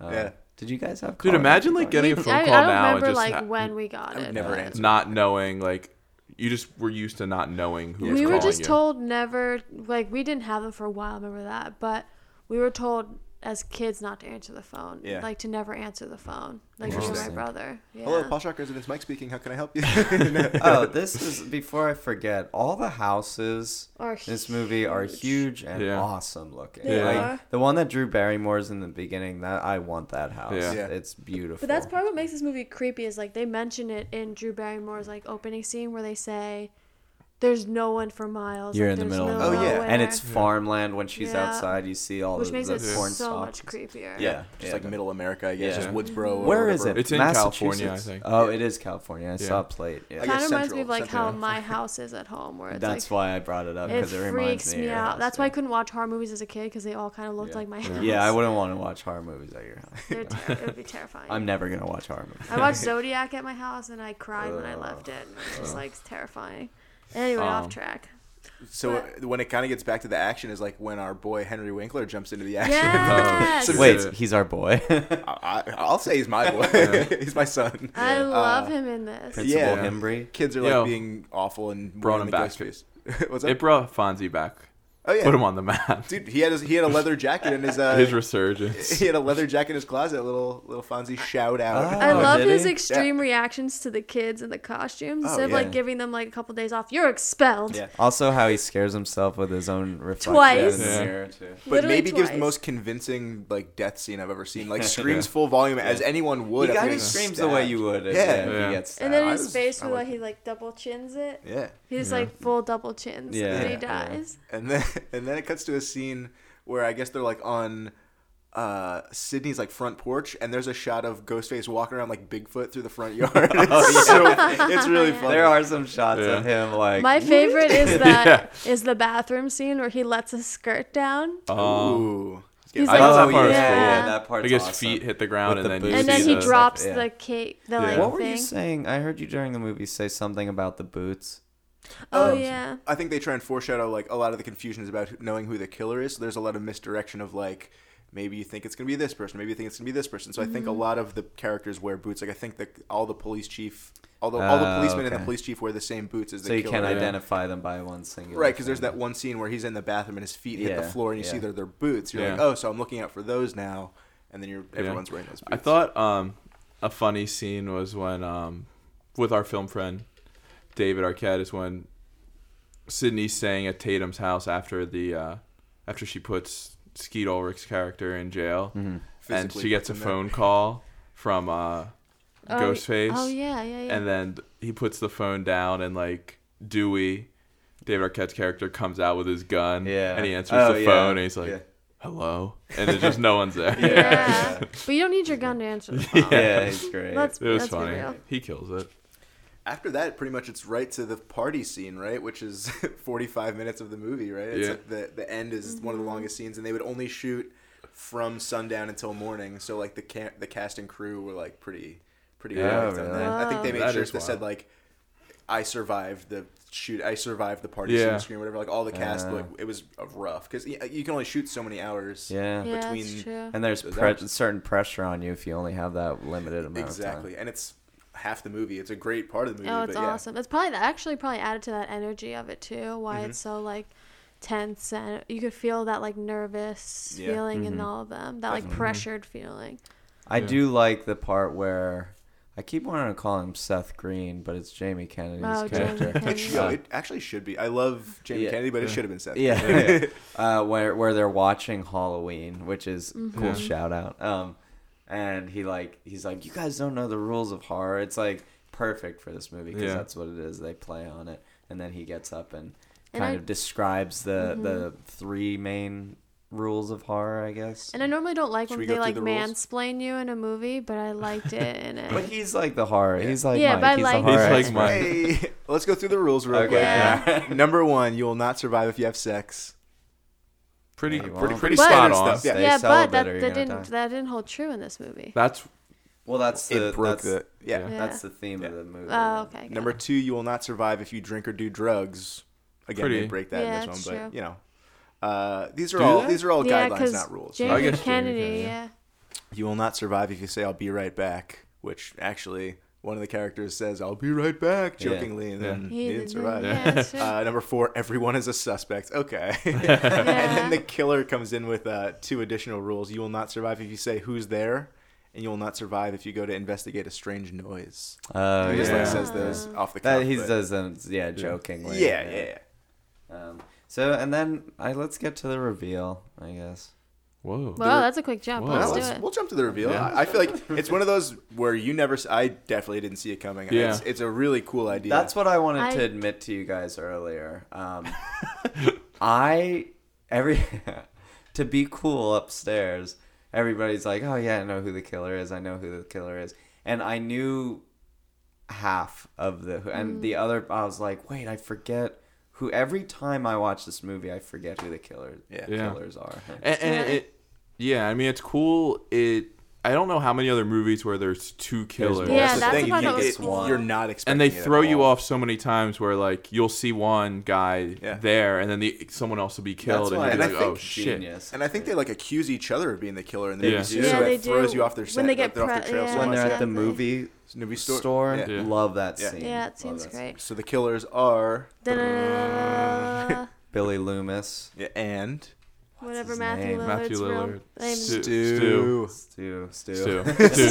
Speaker 1: Uh,
Speaker 4: Yeah.
Speaker 1: Did you guys have?
Speaker 3: Dude,
Speaker 1: caller
Speaker 3: imagine
Speaker 1: ID
Speaker 3: like
Speaker 1: box?
Speaker 3: getting a
Speaker 2: We-
Speaker 3: phone
Speaker 2: I,
Speaker 3: call
Speaker 2: I don't
Speaker 3: now
Speaker 2: remember
Speaker 3: and just
Speaker 2: like
Speaker 3: ha-
Speaker 2: when we got
Speaker 4: I
Speaker 2: it.
Speaker 4: would never
Speaker 1: Yeah.
Speaker 4: answer.
Speaker 3: not knowing, like you just were used to not knowing who was
Speaker 2: we were
Speaker 3: calling
Speaker 2: just
Speaker 3: you.
Speaker 2: told never like we didn't have them for a while remember that but we were told as kids not to answer the phone
Speaker 4: Yeah.
Speaker 2: like to never answer the phone like me and my
Speaker 1: Interesting.
Speaker 2: brother yeah.
Speaker 4: [laughs] Hello, Paul Shock residence. Mike speaking. How can I
Speaker 3: [laughs]
Speaker 4: help you? [laughs]
Speaker 1: oh, this is before I forget. All the houses
Speaker 2: Are
Speaker 1: in this movie are huge and
Speaker 3: Yeah.
Speaker 1: awesome looking.
Speaker 2: They
Speaker 1: Like,
Speaker 2: are.
Speaker 1: the one that Drew Barrymore's in the beginning. That I want that house.
Speaker 3: Yeah.
Speaker 4: Yeah.
Speaker 1: It's beautiful.
Speaker 2: but that's part of what makes this movie creepy is like they mention it in drew barrymore's like opening scene where they say there's no one for miles
Speaker 1: You're
Speaker 2: like,
Speaker 1: in the
Speaker 2: there's
Speaker 1: middle.
Speaker 2: no
Speaker 1: of
Speaker 4: Oh, yeah.
Speaker 2: nowhere,"
Speaker 1: and it's farmland. When she's
Speaker 2: Yeah.
Speaker 1: outside, you see all
Speaker 2: which
Speaker 1: the,
Speaker 2: makes
Speaker 1: the
Speaker 2: it
Speaker 1: corn
Speaker 2: so
Speaker 1: stalks.
Speaker 2: much creepier
Speaker 4: yeah, just
Speaker 1: Yeah.
Speaker 4: like middle America, I guess.
Speaker 3: Yeah.
Speaker 4: Just Woodsboro. or
Speaker 1: Where is it?
Speaker 4: whatever.
Speaker 3: It's in California, I
Speaker 1: Massachusetts?
Speaker 3: think.
Speaker 1: Oh, it is California. I saw
Speaker 3: Yeah.
Speaker 1: a plate. Yeah.
Speaker 4: I
Speaker 2: kind
Speaker 4: guess
Speaker 2: of reminds me
Speaker 4: central-
Speaker 2: of like how
Speaker 1: [laughs]
Speaker 4: central.
Speaker 2: my house is at home where it's like
Speaker 1: That's why I brought it up because it, reminds me. of your house,
Speaker 2: That's
Speaker 1: yeah.
Speaker 2: why I couldn't watch horror movies as a kid because they all kind of looked
Speaker 1: Yeah.
Speaker 2: like my
Speaker 3: Yeah.
Speaker 2: house.
Speaker 1: Yeah, I wouldn't want to watch horror movies at your house.
Speaker 2: They're ter- it would be terrifying.
Speaker 1: I'm never gonna watch horror movies.
Speaker 2: I watched Zodiac at my house and I cried when I
Speaker 1: Ugh.
Speaker 2: left it. It was just like terrifying. Anyway,
Speaker 3: Um,
Speaker 2: off track.
Speaker 4: So uh, when it kind of gets back to the action is like when our boy Henry Winkler jumps into the action.
Speaker 3: Oh,
Speaker 2: Yes.
Speaker 3: So
Speaker 1: Wait,
Speaker 3: Yeah.
Speaker 1: he's our boy.
Speaker 4: [laughs]
Speaker 1: [laughs]
Speaker 4: I, I- I'll say he's my boy. [laughs] he's my son.
Speaker 2: I love
Speaker 4: Uh,
Speaker 2: him in this.
Speaker 1: Principal
Speaker 4: Yeah.
Speaker 1: Hembry.
Speaker 4: Kids are like
Speaker 3: Yo.
Speaker 4: being awful and
Speaker 3: Brought
Speaker 4: wearing
Speaker 3: him
Speaker 4: the
Speaker 3: back.
Speaker 4: ghost face. [laughs] What's up?
Speaker 3: It brought Fonzie back.
Speaker 4: oh yeah,
Speaker 3: Put him on the map.
Speaker 4: dude. He had his, he had a leather jacket in his.
Speaker 3: [laughs]
Speaker 4: Uh,
Speaker 3: His resurgence.
Speaker 1: [laughs]
Speaker 4: he had a leather jacket in his closet. Little little Fonzie shout out.
Speaker 1: Oh.
Speaker 2: I love
Speaker 1: did
Speaker 2: his
Speaker 1: he?
Speaker 2: extreme reactions to the kids and the costumes. Instead of
Speaker 4: yeah.
Speaker 2: like giving them like a couple days off, you're expelled.
Speaker 4: Yeah.
Speaker 1: Also, how he scares himself with his own reflection
Speaker 2: Twice.
Speaker 1: in the
Speaker 3: Yeah.
Speaker 1: mirror too.
Speaker 4: but
Speaker 2: Literally
Speaker 4: maybe gives the
Speaker 2: twice.
Speaker 4: most convincing like death scene I've ever seen. Like screams full volume as anyone would.
Speaker 1: He
Speaker 4: after
Speaker 1: kind of
Speaker 4: getting
Speaker 1: screams the
Speaker 4: stabbed.
Speaker 1: way you would. If,
Speaker 4: Yeah.
Speaker 1: if
Speaker 3: Yeah.
Speaker 1: He gets
Speaker 2: And then
Speaker 1: stabbed.
Speaker 2: his
Speaker 4: was-
Speaker 2: face
Speaker 4: I
Speaker 2: with like
Speaker 4: was-
Speaker 2: he like double chins it.
Speaker 4: Yeah.
Speaker 2: He just like full double chins.
Speaker 1: Yeah.
Speaker 2: And he
Speaker 1: Yeah.
Speaker 2: dies.
Speaker 4: and then [laughs] and then it cuts to a scene where I guess they're like on uh Sydney's like front porch and there's a shot of Ghostface walking around like Bigfoot through
Speaker 1: [laughs]
Speaker 4: the front yard. [laughs]
Speaker 1: Oh,
Speaker 4: it's, so, it's really funny.
Speaker 1: There are some shots
Speaker 3: Yeah.
Speaker 1: of him like.
Speaker 2: My favorite is that is the bathroom scene where he lets his skirt down.
Speaker 3: Um,
Speaker 4: Ooh.
Speaker 2: He's
Speaker 3: I
Speaker 2: like,
Speaker 3: thought
Speaker 1: oh
Speaker 3: that part was
Speaker 1: yeah,
Speaker 3: cool.
Speaker 1: yeah, that part's
Speaker 3: like his
Speaker 1: awesome.
Speaker 3: feet hit the ground
Speaker 1: With
Speaker 3: and
Speaker 1: the
Speaker 3: then
Speaker 1: boots
Speaker 3: you
Speaker 2: and
Speaker 3: see
Speaker 2: then he
Speaker 3: the-
Speaker 2: drops
Speaker 1: yeah.
Speaker 2: the cake, the
Speaker 3: Yeah.
Speaker 2: like
Speaker 1: What were
Speaker 2: thing.
Speaker 1: you saying? I heard you during the movie say something about the boots.
Speaker 2: Oh
Speaker 4: Um,
Speaker 2: yeah,
Speaker 4: I think they try and foreshadow like a lot of the confusions about who- knowing who the killer is. So there's a lot of misdirection of like maybe you think it's gonna be this person, maybe you think it's gonna be this person. So I think a lot of the characters wear boots. Like I think that all the police chief, all the all the
Speaker 1: Oh,
Speaker 4: policemen and
Speaker 1: okay.
Speaker 4: the police chief wear the same boots as the
Speaker 1: So you
Speaker 4: killer.
Speaker 1: can't
Speaker 3: Yeah.
Speaker 1: identify them by one single.
Speaker 4: Right, because there's
Speaker 1: thing.
Speaker 4: that one scene where he's in the bathroom and his feet hit the
Speaker 1: Yeah,
Speaker 4: floor, and you see
Speaker 1: yeah.
Speaker 4: their their boots. You're like,
Speaker 3: Yeah.
Speaker 4: oh, so I'm looking out for those now, and then you're everyone's wearing those boots.
Speaker 3: I thought um, a funny scene was when um, with our film friend David Arquette is when Sydney's staying at Tatum's house after the uh, after she puts Skeet Ulrich's character in jail,
Speaker 1: Mm-hmm.
Speaker 3: and
Speaker 4: Physically
Speaker 3: she gets a
Speaker 4: puts him there.
Speaker 3: phone call from uh,
Speaker 2: Oh,
Speaker 3: Ghostface,
Speaker 2: Oh yeah, yeah, yeah.
Speaker 3: and then he puts the phone down, and like Dewey, David Arquette's character comes out with his gun,
Speaker 1: Yeah.
Speaker 3: and he answers
Speaker 1: Oh,
Speaker 3: the
Speaker 1: yeah.
Speaker 3: phone, and he's like,
Speaker 1: Yeah.
Speaker 3: "Hello," and there's just no one's there.
Speaker 2: [laughs] yeah.
Speaker 4: [laughs]
Speaker 2: but you don't need your gun to answer the phone.
Speaker 1: Yeah,
Speaker 3: [laughs]
Speaker 1: he's great.
Speaker 2: Let's,
Speaker 3: It was
Speaker 2: let's be
Speaker 3: funny.
Speaker 2: real.
Speaker 3: He kills it.
Speaker 4: After that, pretty much it's right to the party scene, right, which is [laughs] 45 minutes of the movie, right? It's
Speaker 3: Yeah.
Speaker 4: like the the end is one
Speaker 2: Mm-hmm.
Speaker 4: of the longest scenes, and they would only shoot from sundown until morning. So like the ca- the cast and crew were like pretty pretty
Speaker 1: Yeah,
Speaker 4: relaxed on
Speaker 1: really?
Speaker 4: that. I think they
Speaker 2: Wow.
Speaker 4: made
Speaker 3: That
Speaker 4: sure
Speaker 3: is
Speaker 4: they said
Speaker 3: wild.
Speaker 4: like, I survived the shoot, I survived the party
Speaker 3: Yeah.
Speaker 4: scene, screen, whatever. Like all the cast,
Speaker 1: Yeah.
Speaker 4: like it was rough because you, you can only shoot so many hours.
Speaker 1: yeah.
Speaker 2: Yeah, that's
Speaker 4: between-
Speaker 2: true.
Speaker 1: And there's
Speaker 4: Those
Speaker 1: pre-
Speaker 4: actors.
Speaker 1: certain pressure on you if you only have that limited amount
Speaker 4: Exactly,
Speaker 1: of
Speaker 4: and it's half the movie. It's a great part of the movie.
Speaker 2: Oh, it's
Speaker 4: but yeah. Mm-hmm.
Speaker 2: awesome. It's probably that actually probably added to that energy of it too. Why it's so like tense and you could feel that like nervous
Speaker 4: Yeah.
Speaker 2: feeling in all of them. That like
Speaker 4: Definitely.
Speaker 2: pressured feeling.
Speaker 1: I
Speaker 3: Yeah.
Speaker 1: do like the part where I keep wanting to call him Seth Green, but it's Jamie Kennedy's
Speaker 2: Oh, Jamie
Speaker 1: character.
Speaker 2: Kennedy.
Speaker 4: It, should,
Speaker 1: Yeah.
Speaker 4: it actually should be. I love Jamie
Speaker 1: Yeah.
Speaker 4: Kennedy, but it
Speaker 3: Yeah.
Speaker 4: should have been Seth.
Speaker 1: [laughs] [laughs]
Speaker 3: [laughs]
Speaker 4: [laughs]
Speaker 1: Yeah, uh, where where they're watching Halloween, which is
Speaker 2: Mm-hmm.
Speaker 1: cool
Speaker 3: Yeah.
Speaker 1: shout out. Um, and he like he's like, you guys don't know the rules of horror. It's like perfect for this movie because
Speaker 3: Yeah.
Speaker 1: that's what it is. They play on it, and then he gets up and
Speaker 2: And
Speaker 1: kind
Speaker 2: I- Mm-hmm.
Speaker 1: of describes the the three main rules of horror, I guess.
Speaker 2: And I normally don't like
Speaker 4: Should we
Speaker 2: when
Speaker 4: go
Speaker 2: they
Speaker 4: through
Speaker 2: like
Speaker 4: the rules?
Speaker 2: mansplain you in a movie, but I liked it in
Speaker 4: [laughs]
Speaker 2: it.
Speaker 1: But he's like the horror. He's like
Speaker 2: Yeah,
Speaker 1: Mike.
Speaker 2: but I
Speaker 1: he's
Speaker 2: like-
Speaker 1: the
Speaker 3: He's
Speaker 1: horror.
Speaker 3: like
Speaker 1: expert.
Speaker 3: Mike.
Speaker 4: Hey, let's go through the rules real
Speaker 1: Okay.
Speaker 4: quick.
Speaker 2: Yeah.
Speaker 4: [laughs] Number one, you will not survive if you have sex.
Speaker 3: Pretty,
Speaker 1: Yeah, well.
Speaker 3: pretty, pretty
Speaker 2: But-
Speaker 3: spot
Speaker 4: Standard
Speaker 3: on.
Speaker 4: stuff, yeah.
Speaker 1: They
Speaker 2: yeah,
Speaker 1: sell
Speaker 2: but
Speaker 1: it
Speaker 2: that,
Speaker 1: better, you're
Speaker 2: that
Speaker 1: gonna
Speaker 2: didn't
Speaker 1: die.
Speaker 2: that didn't hold true in this movie.
Speaker 3: That's
Speaker 1: Well, that's the
Speaker 4: It
Speaker 1: that's,
Speaker 4: broke the yeah.
Speaker 3: yeah.
Speaker 2: Yeah.
Speaker 1: that's the theme of
Speaker 4: Yeah.
Speaker 1: the movie.
Speaker 2: oh, okay. got
Speaker 4: Number
Speaker 2: it.
Speaker 4: two, you will not survive if you drink or do drugs. Again,
Speaker 3: Pretty-
Speaker 4: they break that
Speaker 2: Yeah,
Speaker 4: in this
Speaker 2: that's
Speaker 4: one,
Speaker 2: true.
Speaker 4: but you know, uh, these are
Speaker 3: Do
Speaker 4: all
Speaker 3: they?
Speaker 4: these are all
Speaker 2: yeah,
Speaker 4: guidelines,
Speaker 2: 'cause
Speaker 4: not rules.
Speaker 2: Jamie
Speaker 3: I guess Jamie
Speaker 2: Kennedy,
Speaker 3: Kennedy,
Speaker 2: yeah.
Speaker 4: You will not survive if you say "I'll be right back," which actually one of the characters says "I'll be right back"
Speaker 1: Yeah.
Speaker 4: jokingly, and [laughs] then
Speaker 2: He
Speaker 4: he didn't
Speaker 2: did-
Speaker 4: survive.
Speaker 2: yeah, that's true.
Speaker 4: [laughs] Uh, number four, everyone is a suspect. Okay. And
Speaker 2: Yeah.
Speaker 4: then the killer comes in with uh, two additional rules. You will not survive if you say who's there, and you will not survive if you go to investigate a strange noise.
Speaker 1: Oh,
Speaker 4: He just
Speaker 1: yeah.
Speaker 4: like says those off the cuff.
Speaker 1: That he
Speaker 4: but-
Speaker 1: does them, yeah, jokingly.
Speaker 4: Yeah, yeah, yeah.
Speaker 1: Um, so and then I let's get to the reveal, I guess.
Speaker 3: whoa.
Speaker 2: Well, that's a quick jump.
Speaker 3: Whoa.
Speaker 4: Well,
Speaker 2: Let's
Speaker 4: let's-
Speaker 2: do it.
Speaker 4: we'll jump to the reveal.
Speaker 3: Yeah.
Speaker 4: I I feel like it's one of those where you never. s- I definitely didn't see it coming.
Speaker 3: Yeah.
Speaker 4: It's, it's a really cool idea.
Speaker 1: That's what I wanted
Speaker 2: I-
Speaker 1: to admit to you guys earlier.
Speaker 3: [laughs]
Speaker 1: Um, I every [laughs] to be cool upstairs. Everybody's like, "Oh yeah, I know who the killer is. I know who the killer is," and I knew half of the and
Speaker 2: Mm.
Speaker 1: the other. I was like, "Wait, I forget." Who every time I watch this movie, I forget who the killer
Speaker 4: Yeah.
Speaker 3: Yeah.
Speaker 1: killers are.
Speaker 3: and, and
Speaker 2: Yeah.
Speaker 3: it, yeah, I mean it's cool. It, I don't know how many other movies where there's two killers,
Speaker 1: more. Yeah,
Speaker 4: the
Speaker 2: that's
Speaker 4: thing.
Speaker 2: the part
Speaker 4: you,
Speaker 2: that was
Speaker 4: it-
Speaker 2: cool.
Speaker 4: You're not expecting.
Speaker 3: and they
Speaker 4: it at
Speaker 3: throw you
Speaker 4: all.
Speaker 3: off so many times where like you'll see one guy
Speaker 4: Yeah.
Speaker 3: there, and then the someone else will be killed,
Speaker 1: why
Speaker 3: and
Speaker 4: I
Speaker 3: you're like,
Speaker 4: think
Speaker 3: oh shit.
Speaker 1: genius.
Speaker 4: And I think they like accuse each other of being the killer in the
Speaker 3: Yeah.
Speaker 4: movie too.
Speaker 3: Yeah,
Speaker 4: so
Speaker 2: they
Speaker 4: it throws
Speaker 2: do.
Speaker 4: you off their
Speaker 2: When
Speaker 4: scent,
Speaker 2: they get
Speaker 4: they're off
Speaker 2: pre-
Speaker 4: their trail
Speaker 2: yeah.
Speaker 4: so
Speaker 1: when
Speaker 4: much.
Speaker 1: they're at the
Speaker 2: Exactly.
Speaker 1: movie
Speaker 4: Movie store-
Speaker 1: store,
Speaker 4: yeah. Yeah.
Speaker 1: love that scene.
Speaker 2: Yeah, it
Speaker 1: Love
Speaker 2: seems
Speaker 1: that
Speaker 2: great.
Speaker 4: So the killers are
Speaker 2: Da-da-da-da-da-da.
Speaker 1: Billy Loomis.
Speaker 4: yeah, and
Speaker 2: Whatever
Speaker 1: his
Speaker 2: Matthew
Speaker 1: name?
Speaker 2: Lillard's
Speaker 3: Matthew Lillard,
Speaker 2: real name.
Speaker 3: Stu, Stu,
Speaker 4: Stu.
Speaker 1: Stu. Stu. [laughs]
Speaker 3: Stu,
Speaker 2: Stu,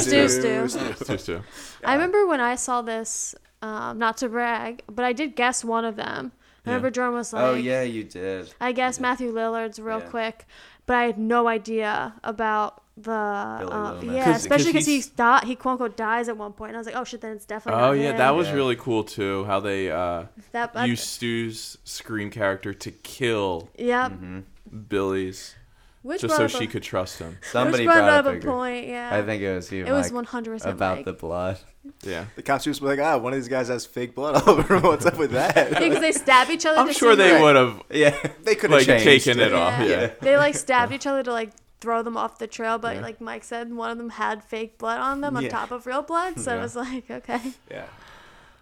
Speaker 2: Stu,
Speaker 3: Stu,
Speaker 2: Stu.
Speaker 3: Stu, Stu.
Speaker 2: I remember when I saw this, um, not to brag, but I did guess one of them. I
Speaker 3: Yeah.
Speaker 2: remember Jordan was like,
Speaker 1: Oh yeah, you did.
Speaker 2: I guess Matthew Lillard's real
Speaker 1: Yeah.
Speaker 2: quick, but I had no idea about the um,
Speaker 1: Loomis.
Speaker 2: yeah,
Speaker 3: 'Cause-
Speaker 2: especially
Speaker 3: 'cause
Speaker 2: because he
Speaker 3: he's-
Speaker 2: di- he quote unquote dies at one point. And I was like, oh shit, then it's definitely.
Speaker 3: Oh
Speaker 2: not
Speaker 3: yeah,
Speaker 2: him.
Speaker 3: that was
Speaker 1: Yeah.
Speaker 3: really cool too. How they uh,
Speaker 2: that. I-
Speaker 3: used Stu's scream character to kill
Speaker 2: Yep.
Speaker 3: Billy's
Speaker 2: Which
Speaker 3: just so
Speaker 2: brought up
Speaker 3: she
Speaker 2: a-
Speaker 3: could trust him.
Speaker 1: Somebody
Speaker 2: which brought, up a
Speaker 1: gr-
Speaker 2: point. Yeah,
Speaker 1: I think it was you.
Speaker 2: it was
Speaker 1: Mike,
Speaker 2: one hundred percent
Speaker 1: about
Speaker 2: Mike.
Speaker 1: the blood.
Speaker 3: [laughs] Yeah.
Speaker 4: the cops were just like, ah, one of these guys has fake blood all over him. [laughs] What's up with that?
Speaker 2: Yeah, [laughs] because they stab each other.
Speaker 3: I'm
Speaker 2: to
Speaker 3: sure
Speaker 2: see
Speaker 3: they
Speaker 2: where-
Speaker 3: would have
Speaker 1: [laughs] Yeah,
Speaker 4: they could have
Speaker 3: like
Speaker 4: changed.
Speaker 3: taken it
Speaker 4: it.
Speaker 3: off. Yeah.
Speaker 2: [laughs] They like stabbed each other to like throw them off the trail, but like Mike said, one of them had fake blood on them on
Speaker 4: Yeah.
Speaker 2: top of real blood. So
Speaker 3: Yeah.
Speaker 2: it was like, okay.
Speaker 4: Yeah.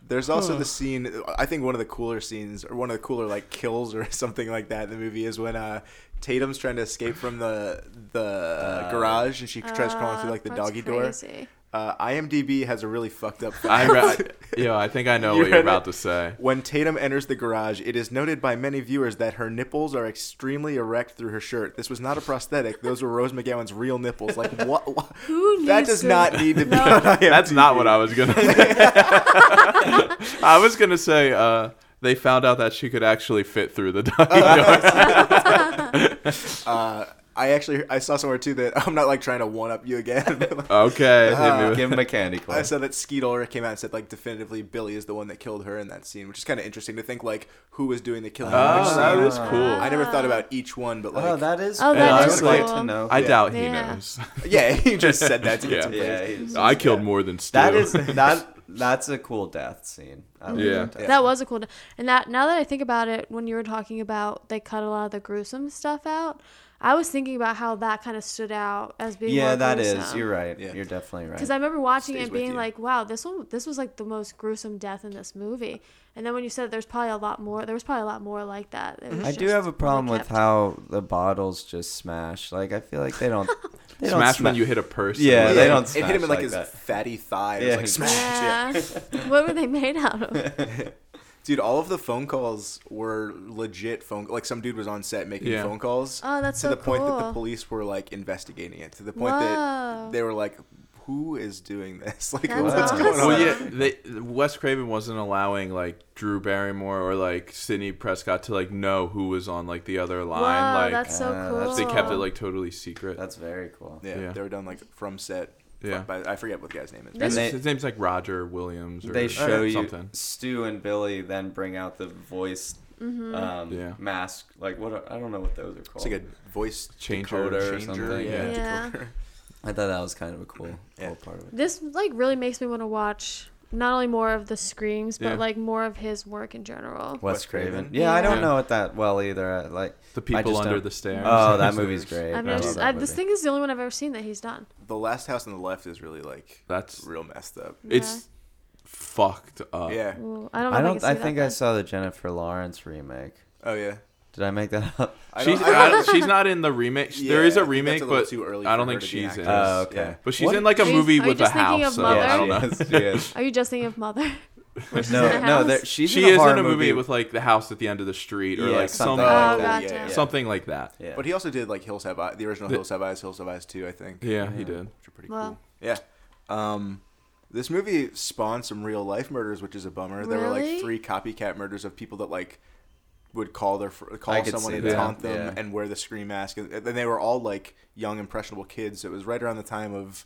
Speaker 4: There's also the scene. I think one of the cooler scenes, or one of the cooler like kills, or [laughs] something like that in the movie, is when uh, Tatum's trying to escape from the the uh,
Speaker 3: Uh,
Speaker 4: garage, and she tries crawling through like the
Speaker 2: Uh, Oh, That's
Speaker 4: doggy door.
Speaker 2: crazy.
Speaker 4: Uh, IMDb has a really fucked up.
Speaker 3: I
Speaker 1: [laughs]
Speaker 3: re-
Speaker 4: [laughs]
Speaker 3: yo, I think I know
Speaker 4: You
Speaker 3: what you're
Speaker 4: read
Speaker 3: about to
Speaker 4: it?
Speaker 3: say.
Speaker 4: When Tatum enters the garage, it is noted by many viewers that her nipples are extremely erect through her shirt. This was not a prosthetic; those were Rose McGowan's real nipples. Like what? what?
Speaker 2: Who
Speaker 4: That
Speaker 2: needs
Speaker 4: does
Speaker 2: to-
Speaker 4: not need to be.
Speaker 2: No.
Speaker 4: on IMDb.
Speaker 3: That's not what I
Speaker 1: [laughs]
Speaker 3: was gonna. [laughs] I was gonna say uh, they found out that she could actually fit through the [laughs]
Speaker 1: [laughs]
Speaker 3: doggy door.
Speaker 4: Uh, I actually I saw somewhere too that [laughs] I'm not like trying to one up you again. [laughs] but,
Speaker 3: Oh,
Speaker 4: like,
Speaker 3: Okay, hit me with-
Speaker 1: Ah, [laughs] give him a candy
Speaker 4: I
Speaker 1: club.
Speaker 4: saw that Skeet Ulrich came out and said like definitively Billy is the one that killed her in that scene, which is kind of interesting to think like who was doing the killing. in
Speaker 1: Ah,
Speaker 3: Oh,
Speaker 4: which
Speaker 3: that
Speaker 4: scene.
Speaker 3: is cool.
Speaker 4: I never thought about each one, but like
Speaker 1: oh, that is.
Speaker 2: Oh,
Speaker 3: that is
Speaker 1: like
Speaker 2: cool.
Speaker 1: to know.
Speaker 3: I
Speaker 1: yeah.
Speaker 3: doubt he
Speaker 2: Yeah.
Speaker 3: knows. [laughs]
Speaker 4: yeah, [laughs] he just said that to get
Speaker 3: Yeah.
Speaker 4: some
Speaker 1: Yeah,
Speaker 4: praise.
Speaker 1: he's-
Speaker 3: I killed more than Stu.
Speaker 1: that is that. That's a cool death scene. I like
Speaker 3: Yeah.
Speaker 1: that.
Speaker 2: That was a cool. And that now that I think about it, when you were talking about they cut a lot of the gruesome stuff out, I was thinking about how that kind of stood out as being.
Speaker 1: Yeah,
Speaker 2: more
Speaker 1: that
Speaker 2: gruesome.
Speaker 1: is. You're right.
Speaker 4: Yeah.
Speaker 1: You're definitely right.
Speaker 2: Because I remember watching
Speaker 4: Stays
Speaker 2: it
Speaker 4: with
Speaker 2: being
Speaker 4: you.
Speaker 2: like, wow, this one, this was like the most gruesome death in this movie. And then when you said there's probably a lot more, there was probably a lot more like that. It was
Speaker 1: Mm-hmm. I do
Speaker 2: just
Speaker 1: have a problem
Speaker 2: really
Speaker 1: with
Speaker 2: [laughs] kept-
Speaker 1: how the bottles just smash. Like I feel like they
Speaker 2: [laughs]
Speaker 1: don't. They don't
Speaker 3: Smash when
Speaker 1: sma-
Speaker 3: you hit a person.
Speaker 1: Yeah,
Speaker 4: Yeah,
Speaker 1: they
Speaker 4: it-
Speaker 1: don't
Speaker 4: It hit him in
Speaker 1: smash
Speaker 4: like,
Speaker 1: like
Speaker 4: his
Speaker 1: that.
Speaker 4: fatty thigh. It
Speaker 1: Yeah.
Speaker 2: [laughs]
Speaker 4: was like smash. Yeah.
Speaker 1: [laughs]
Speaker 2: Yeah. what were they made out of?
Speaker 4: It's Dude, all of the phone calls were legit phone. Like some dude was on set making
Speaker 3: Yeah.
Speaker 4: phone calls.
Speaker 2: Oh, that's
Speaker 4: to
Speaker 2: so
Speaker 4: the point that the
Speaker 2: cool.
Speaker 4: police were like investigating it. To the point
Speaker 2: Whoa.
Speaker 4: that they were like, "Who is doing this? [laughs] Like,
Speaker 2: That's
Speaker 4: what's going on?"
Speaker 3: [laughs] Well,
Speaker 4: [laughs]
Speaker 3: yeah, they, Wes Craven wasn't allowing like Drew Barrymore or like Sidney Prescott to like know who was on like the other line.
Speaker 2: wow,
Speaker 3: like
Speaker 2: that's so
Speaker 1: uh,
Speaker 2: cool.
Speaker 1: that's-
Speaker 3: they kept it like totally secret.
Speaker 1: That's very cool.
Speaker 4: Yeah,
Speaker 3: Yeah.
Speaker 4: they were done like from set.
Speaker 3: Yeah.
Speaker 4: by, I forget what the guy's name is.
Speaker 1: And they-
Speaker 3: his name's like Roger Williams or
Speaker 1: They show you
Speaker 3: something.
Speaker 1: Stu and Billy, then bring out the voice um,
Speaker 3: Yeah.
Speaker 1: mask. Like what? are- I don't know what those are called.
Speaker 4: It's like a voice
Speaker 3: Changer
Speaker 4: decoder
Speaker 1: or
Speaker 4: changer.
Speaker 1: something,
Speaker 3: yeah.
Speaker 2: Yeah.
Speaker 4: decoder.
Speaker 1: I thought that was kind of a cool,
Speaker 4: Yeah.
Speaker 1: cool part of it.
Speaker 2: this like really makes me want to watch not only more of the screams, but
Speaker 3: Yeah.
Speaker 2: like more of his work in general.
Speaker 1: Wes
Speaker 4: Wes Craven.
Speaker 1: Craven. Yeah, I don't
Speaker 3: Yeah.
Speaker 1: know it that well either. I, like
Speaker 3: The
Speaker 1: I
Speaker 3: people
Speaker 1: just
Speaker 3: under
Speaker 1: don't-
Speaker 3: the stairs.
Speaker 1: Oh,
Speaker 3: [laughs]
Speaker 1: that movie's great.
Speaker 2: I mean,
Speaker 1: I
Speaker 2: I
Speaker 1: love
Speaker 2: just,
Speaker 1: that
Speaker 2: I, this
Speaker 1: movie.
Speaker 2: thing is the only one I've ever seen that he's done.
Speaker 4: The last house on the left is really like
Speaker 3: That's
Speaker 4: real messed up.
Speaker 3: it's fucked up.
Speaker 4: Yeah.
Speaker 2: Ooh, I don't. Know
Speaker 1: I don't.
Speaker 2: if I,
Speaker 1: I
Speaker 2: can see
Speaker 1: think
Speaker 2: that
Speaker 1: I saw the Jennifer Lawrence remake.
Speaker 4: Oh yeah.
Speaker 1: Did I make that up?
Speaker 4: I
Speaker 3: she's
Speaker 4: don't- I
Speaker 3: I
Speaker 4: [laughs] don't-
Speaker 3: she's not in the remake.
Speaker 4: [laughs] yeah,
Speaker 3: there is
Speaker 4: I
Speaker 3: a
Speaker 4: think that's
Speaker 3: remake,
Speaker 4: little
Speaker 3: but
Speaker 4: too early
Speaker 3: I don't
Speaker 4: for her
Speaker 3: think
Speaker 4: to be an
Speaker 3: she's in.
Speaker 4: actress.
Speaker 1: Oh, okay.
Speaker 3: but she's
Speaker 1: What?
Speaker 3: in like a
Speaker 2: Are you-
Speaker 3: movie
Speaker 2: are you
Speaker 3: with a
Speaker 2: just thinking
Speaker 3: house.
Speaker 2: of
Speaker 3: So
Speaker 2: Mother?
Speaker 3: I don't
Speaker 1: Yeah,
Speaker 3: know.
Speaker 1: she is, she [laughs] is.
Speaker 2: Are you just thinking of Mother?
Speaker 1: No,
Speaker 2: in a
Speaker 1: no,
Speaker 2: house?
Speaker 1: there, she's
Speaker 3: She
Speaker 1: in a
Speaker 3: is
Speaker 1: horror
Speaker 3: in a movie
Speaker 1: movie
Speaker 3: with like the house at the end of the street or
Speaker 1: Yeah,
Speaker 3: like some
Speaker 1: something
Speaker 4: Oh,
Speaker 1: like
Speaker 2: Oh,
Speaker 4: yeah,
Speaker 2: gotcha.
Speaker 4: yeah, yeah.
Speaker 3: something like that.
Speaker 1: Yeah.
Speaker 4: But he also did like Hills Have Eyes, the original
Speaker 3: The-
Speaker 4: Hills Have Eyes, Hills Have Eyes Two, I think.
Speaker 3: Yeah, he did.
Speaker 4: which are pretty
Speaker 2: Wow.
Speaker 4: cool. Yeah. Um, this movie spawned some real life murders, which is a bummer. There were
Speaker 2: Really?
Speaker 4: like three copycat murders of people that like would call their fr-
Speaker 1: I
Speaker 4: call
Speaker 1: could
Speaker 4: someone
Speaker 1: see
Speaker 4: and
Speaker 1: that,
Speaker 4: taunt them
Speaker 1: yeah.
Speaker 4: and wear the scream mask, and, and they were all like young impressionable kids. So it was right around the time of.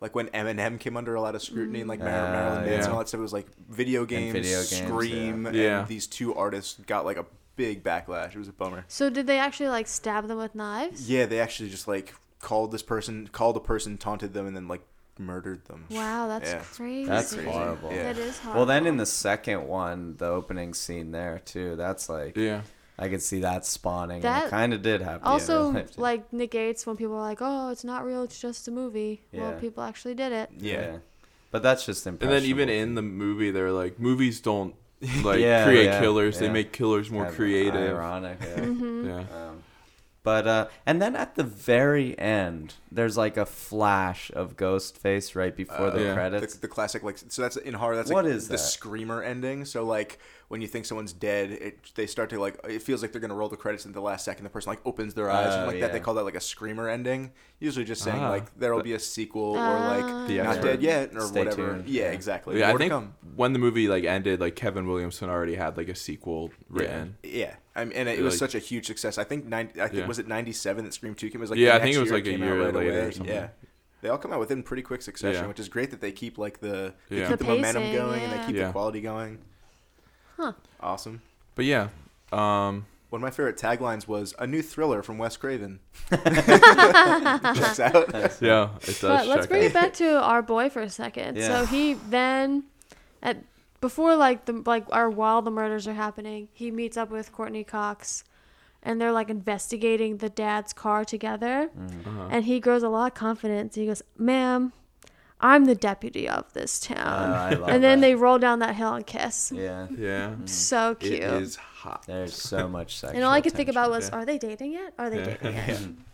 Speaker 4: Like when Eminem came under a lot of scrutiny, and like Mar-
Speaker 1: Ah,
Speaker 4: Marilyn Manson
Speaker 3: yeah.
Speaker 4: and all that stuff, it was like video games,
Speaker 1: video games, yeah.
Speaker 4: Scream, and
Speaker 3: Yeah.
Speaker 4: these two artists got like a big backlash. It was a bummer.
Speaker 2: So did they actually like stab them with knives?
Speaker 4: Yeah, they actually just like called this person, called a person, taunted them, and then like murdered them.
Speaker 2: Wow, that's
Speaker 4: Yeah.
Speaker 2: crazy.
Speaker 1: That's horrible.
Speaker 4: Yeah.
Speaker 2: That is horrible.
Speaker 1: Well, then in the second one, the opening scene there too. That's like
Speaker 3: Yeah.
Speaker 1: I could see that spawning.
Speaker 2: That-
Speaker 1: That kind of did happen. in real
Speaker 2: also
Speaker 1: life, too.
Speaker 2: like negates when people are like, "Oh, it's not real. It's just a movie." Well,
Speaker 1: Yeah.
Speaker 2: people actually did it.
Speaker 4: Yeah.
Speaker 1: But that's just
Speaker 3: And
Speaker 1: impressionable.
Speaker 3: then even in the movie, they're like, movies don't
Speaker 1: [laughs]
Speaker 3: like
Speaker 1: Yeah,
Speaker 3: create
Speaker 1: yeah,
Speaker 3: killers. They
Speaker 1: yeah.
Speaker 3: make killers more
Speaker 1: Kind of
Speaker 3: creative.
Speaker 1: Ironic.
Speaker 2: [laughs]
Speaker 1: yeah.
Speaker 2: Mm-hmm.
Speaker 3: Yeah.
Speaker 1: Um, but uh, and then at the very end, there's like a flash of Ghostface right before the
Speaker 3: yeah.
Speaker 1: credits.
Speaker 4: the, the classic like so that's in horror that's
Speaker 1: What
Speaker 4: like
Speaker 1: is
Speaker 4: the
Speaker 1: that?
Speaker 4: screamer ending so like when you think someone's dead it, they start to like it feels like they're gonna roll the credits in the last second the person like opens their eyes and
Speaker 1: Oh,
Speaker 4: like that they
Speaker 1: yeah.
Speaker 4: call that like a screamer ending usually just saying
Speaker 3: Ah.
Speaker 4: like there'll be a sequel or like
Speaker 2: The
Speaker 4: not
Speaker 1: expert.
Speaker 4: dead yet or
Speaker 1: Stay
Speaker 4: whatever
Speaker 1: tuned.
Speaker 4: yeah
Speaker 1: Yeah.
Speaker 4: exactly
Speaker 3: Yeah, I
Speaker 4: More to
Speaker 3: think
Speaker 4: come.
Speaker 3: when the movie like ended, like Kevin Williamson already had like a sequel written.
Speaker 4: yeah I mean, and it
Speaker 3: Yeah,
Speaker 4: was
Speaker 3: like-
Speaker 4: such a huge success I think 90 I think
Speaker 3: Yeah.
Speaker 4: was it 97 that Scream 2 came it was like
Speaker 3: Yeah,
Speaker 4: the
Speaker 3: I think
Speaker 4: next
Speaker 3: it was, like, a
Speaker 4: came out
Speaker 3: year
Speaker 4: right
Speaker 3: later or
Speaker 4: away.
Speaker 3: something.
Speaker 4: yeah they all come out within pretty quick succession
Speaker 3: Yeah.
Speaker 4: which is great that they keep like the they
Speaker 3: Yeah.
Speaker 4: keep the,
Speaker 2: The
Speaker 4: momentum
Speaker 2: pacing,
Speaker 4: going and
Speaker 2: yeah.
Speaker 4: they keep
Speaker 3: Yeah.
Speaker 4: the quality going
Speaker 2: Huh.
Speaker 4: awesome
Speaker 3: But yeah, um,
Speaker 4: One of my favorite taglines was "A new thriller from
Speaker 1: [laughs]
Speaker 4: Wes Craven." [laughs] Checks out.
Speaker 3: yeah, it does.
Speaker 2: But let's
Speaker 3: check
Speaker 2: bring
Speaker 3: out.
Speaker 2: it back to our boy for a second. So
Speaker 1: Yeah.
Speaker 2: he then at before like the like or while the murders are happening, he meets up with Courtney Cox and they're like investigating the dad's car together.
Speaker 1: Mm.
Speaker 2: And he grows a lot of confidence. He goes, "Ma'am, I'm the deputy of this town."
Speaker 1: Oh, I love
Speaker 2: and then
Speaker 1: that.
Speaker 2: they roll down that hill and kiss.
Speaker 1: Yeah.
Speaker 3: Yeah,
Speaker 1: Mm.
Speaker 2: So
Speaker 3: it
Speaker 2: cute.
Speaker 3: is hot.
Speaker 1: There's
Speaker 3: [laughs]
Speaker 1: so much sexual.
Speaker 2: And all I could think about was,
Speaker 3: yeah.
Speaker 2: "Are they dating yet? Are they
Speaker 3: [laughs] Yeah.
Speaker 2: dating yet?"
Speaker 1: tension.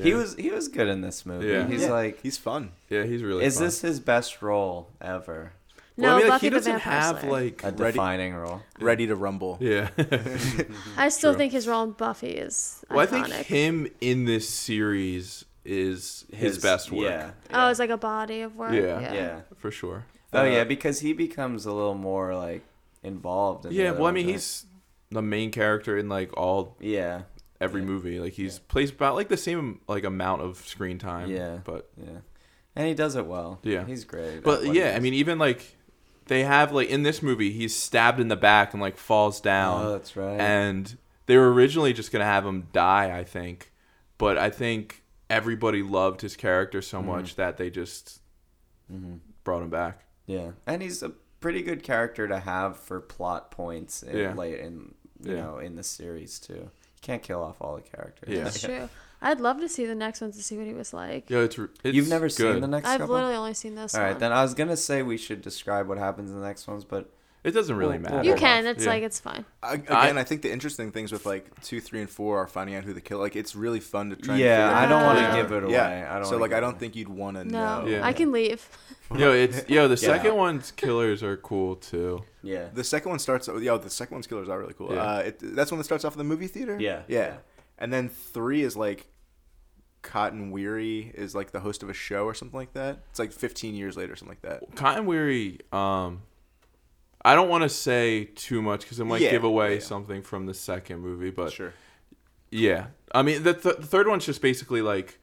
Speaker 1: He was he was good in this movie.
Speaker 3: Yeah.
Speaker 1: He's
Speaker 4: Yeah,
Speaker 1: like
Speaker 4: he's fun.
Speaker 3: Yeah, he's really.
Speaker 1: is
Speaker 3: fun.
Speaker 1: this his best role ever?
Speaker 2: No, Buffy
Speaker 3: he
Speaker 2: the
Speaker 3: doesn't
Speaker 2: Vampire
Speaker 3: have
Speaker 2: Slayer.
Speaker 3: like
Speaker 1: A
Speaker 4: Ready-
Speaker 1: defining role.
Speaker 4: Ready to rumble.
Speaker 3: yeah.
Speaker 1: [laughs]
Speaker 3: [laughs]
Speaker 2: I still
Speaker 3: True.
Speaker 2: think his role in Buffy is
Speaker 3: well, I
Speaker 2: iconic.
Speaker 3: think him in this series is his, best work.
Speaker 1: Yeah.
Speaker 2: Oh, it's like a body of work.
Speaker 3: Yeah.
Speaker 2: Yeah.
Speaker 1: yeah.
Speaker 3: for sure. Uh,
Speaker 1: Oh yeah, because he becomes a little more like involved. In the
Speaker 3: Yeah,
Speaker 1: other
Speaker 3: well, I mean,
Speaker 1: ones, right?
Speaker 3: he's the main character in like all
Speaker 1: yeah,
Speaker 3: every
Speaker 1: Yeah.
Speaker 3: movie. Like he's plays about like the same like amount of screen time.
Speaker 1: Yeah.
Speaker 3: but
Speaker 1: yeah, and he does it well.
Speaker 3: Yeah.
Speaker 1: he's great. at
Speaker 3: but
Speaker 1: what he
Speaker 3: yeah, I
Speaker 1: does.
Speaker 3: mean, even like they have like in this movie, he's stabbed in the back and like falls down.
Speaker 1: Oh, that's right.
Speaker 3: um, and they were originally just gonna have him die, I think, but I think everybody loved his character so
Speaker 1: Mm-hmm.
Speaker 3: much that they just brought him back.
Speaker 1: yeah, and he's a pretty good character to have for plot points in,
Speaker 3: Yeah.
Speaker 1: late in you
Speaker 3: Yeah.
Speaker 1: know in the series too. You can't kill off all the characters.
Speaker 3: Yeah.
Speaker 2: That's true. I'd love to see the next one to see what he was like.
Speaker 3: Yeah, it's, re- it's
Speaker 1: You've never seen
Speaker 3: good.
Speaker 1: the next
Speaker 2: I've
Speaker 1: couple.
Speaker 2: literally only seen this
Speaker 1: All
Speaker 2: one.
Speaker 1: right, then I was gonna say we should describe what happens in the next ones, but
Speaker 3: It doesn't really matter.
Speaker 2: You can. It's
Speaker 3: Yeah.
Speaker 2: like it's fine.
Speaker 4: I, again,
Speaker 3: I-
Speaker 4: I, think the interesting things with like two, three, and four are finding out who the kill. Like it's really fun to try.
Speaker 1: Yeah,
Speaker 4: and
Speaker 1: I don't
Speaker 2: wanna
Speaker 4: want to
Speaker 1: give it away. I don't
Speaker 4: so
Speaker 1: wanna
Speaker 4: like
Speaker 1: give
Speaker 4: I
Speaker 1: it
Speaker 4: don't
Speaker 1: away.
Speaker 4: think you'd want to
Speaker 2: No,
Speaker 4: know.
Speaker 3: Yeah.
Speaker 2: I can leave. [laughs]
Speaker 3: Yo, it's
Speaker 4: [laughs]
Speaker 3: yo. The second one's killers are cool too.
Speaker 1: Yeah.
Speaker 4: The second one starts. oh, Yo, the second one's killers are really cool.
Speaker 3: Yeah.
Speaker 4: Uh, it, that's when it starts off in the movie theater.
Speaker 1: Yeah.
Speaker 4: yeah. And then three is like Cotton Weary is like the host of a show or something like that. It's like 15 years later, or something like that.
Speaker 3: Cotton Weary. Um, I don't want to say too much because it might
Speaker 4: Yeah,
Speaker 3: give away
Speaker 4: yeah.
Speaker 3: something from the second movie, but
Speaker 4: Sure.
Speaker 3: Yeah. I mean, the, th- the third one's just basically like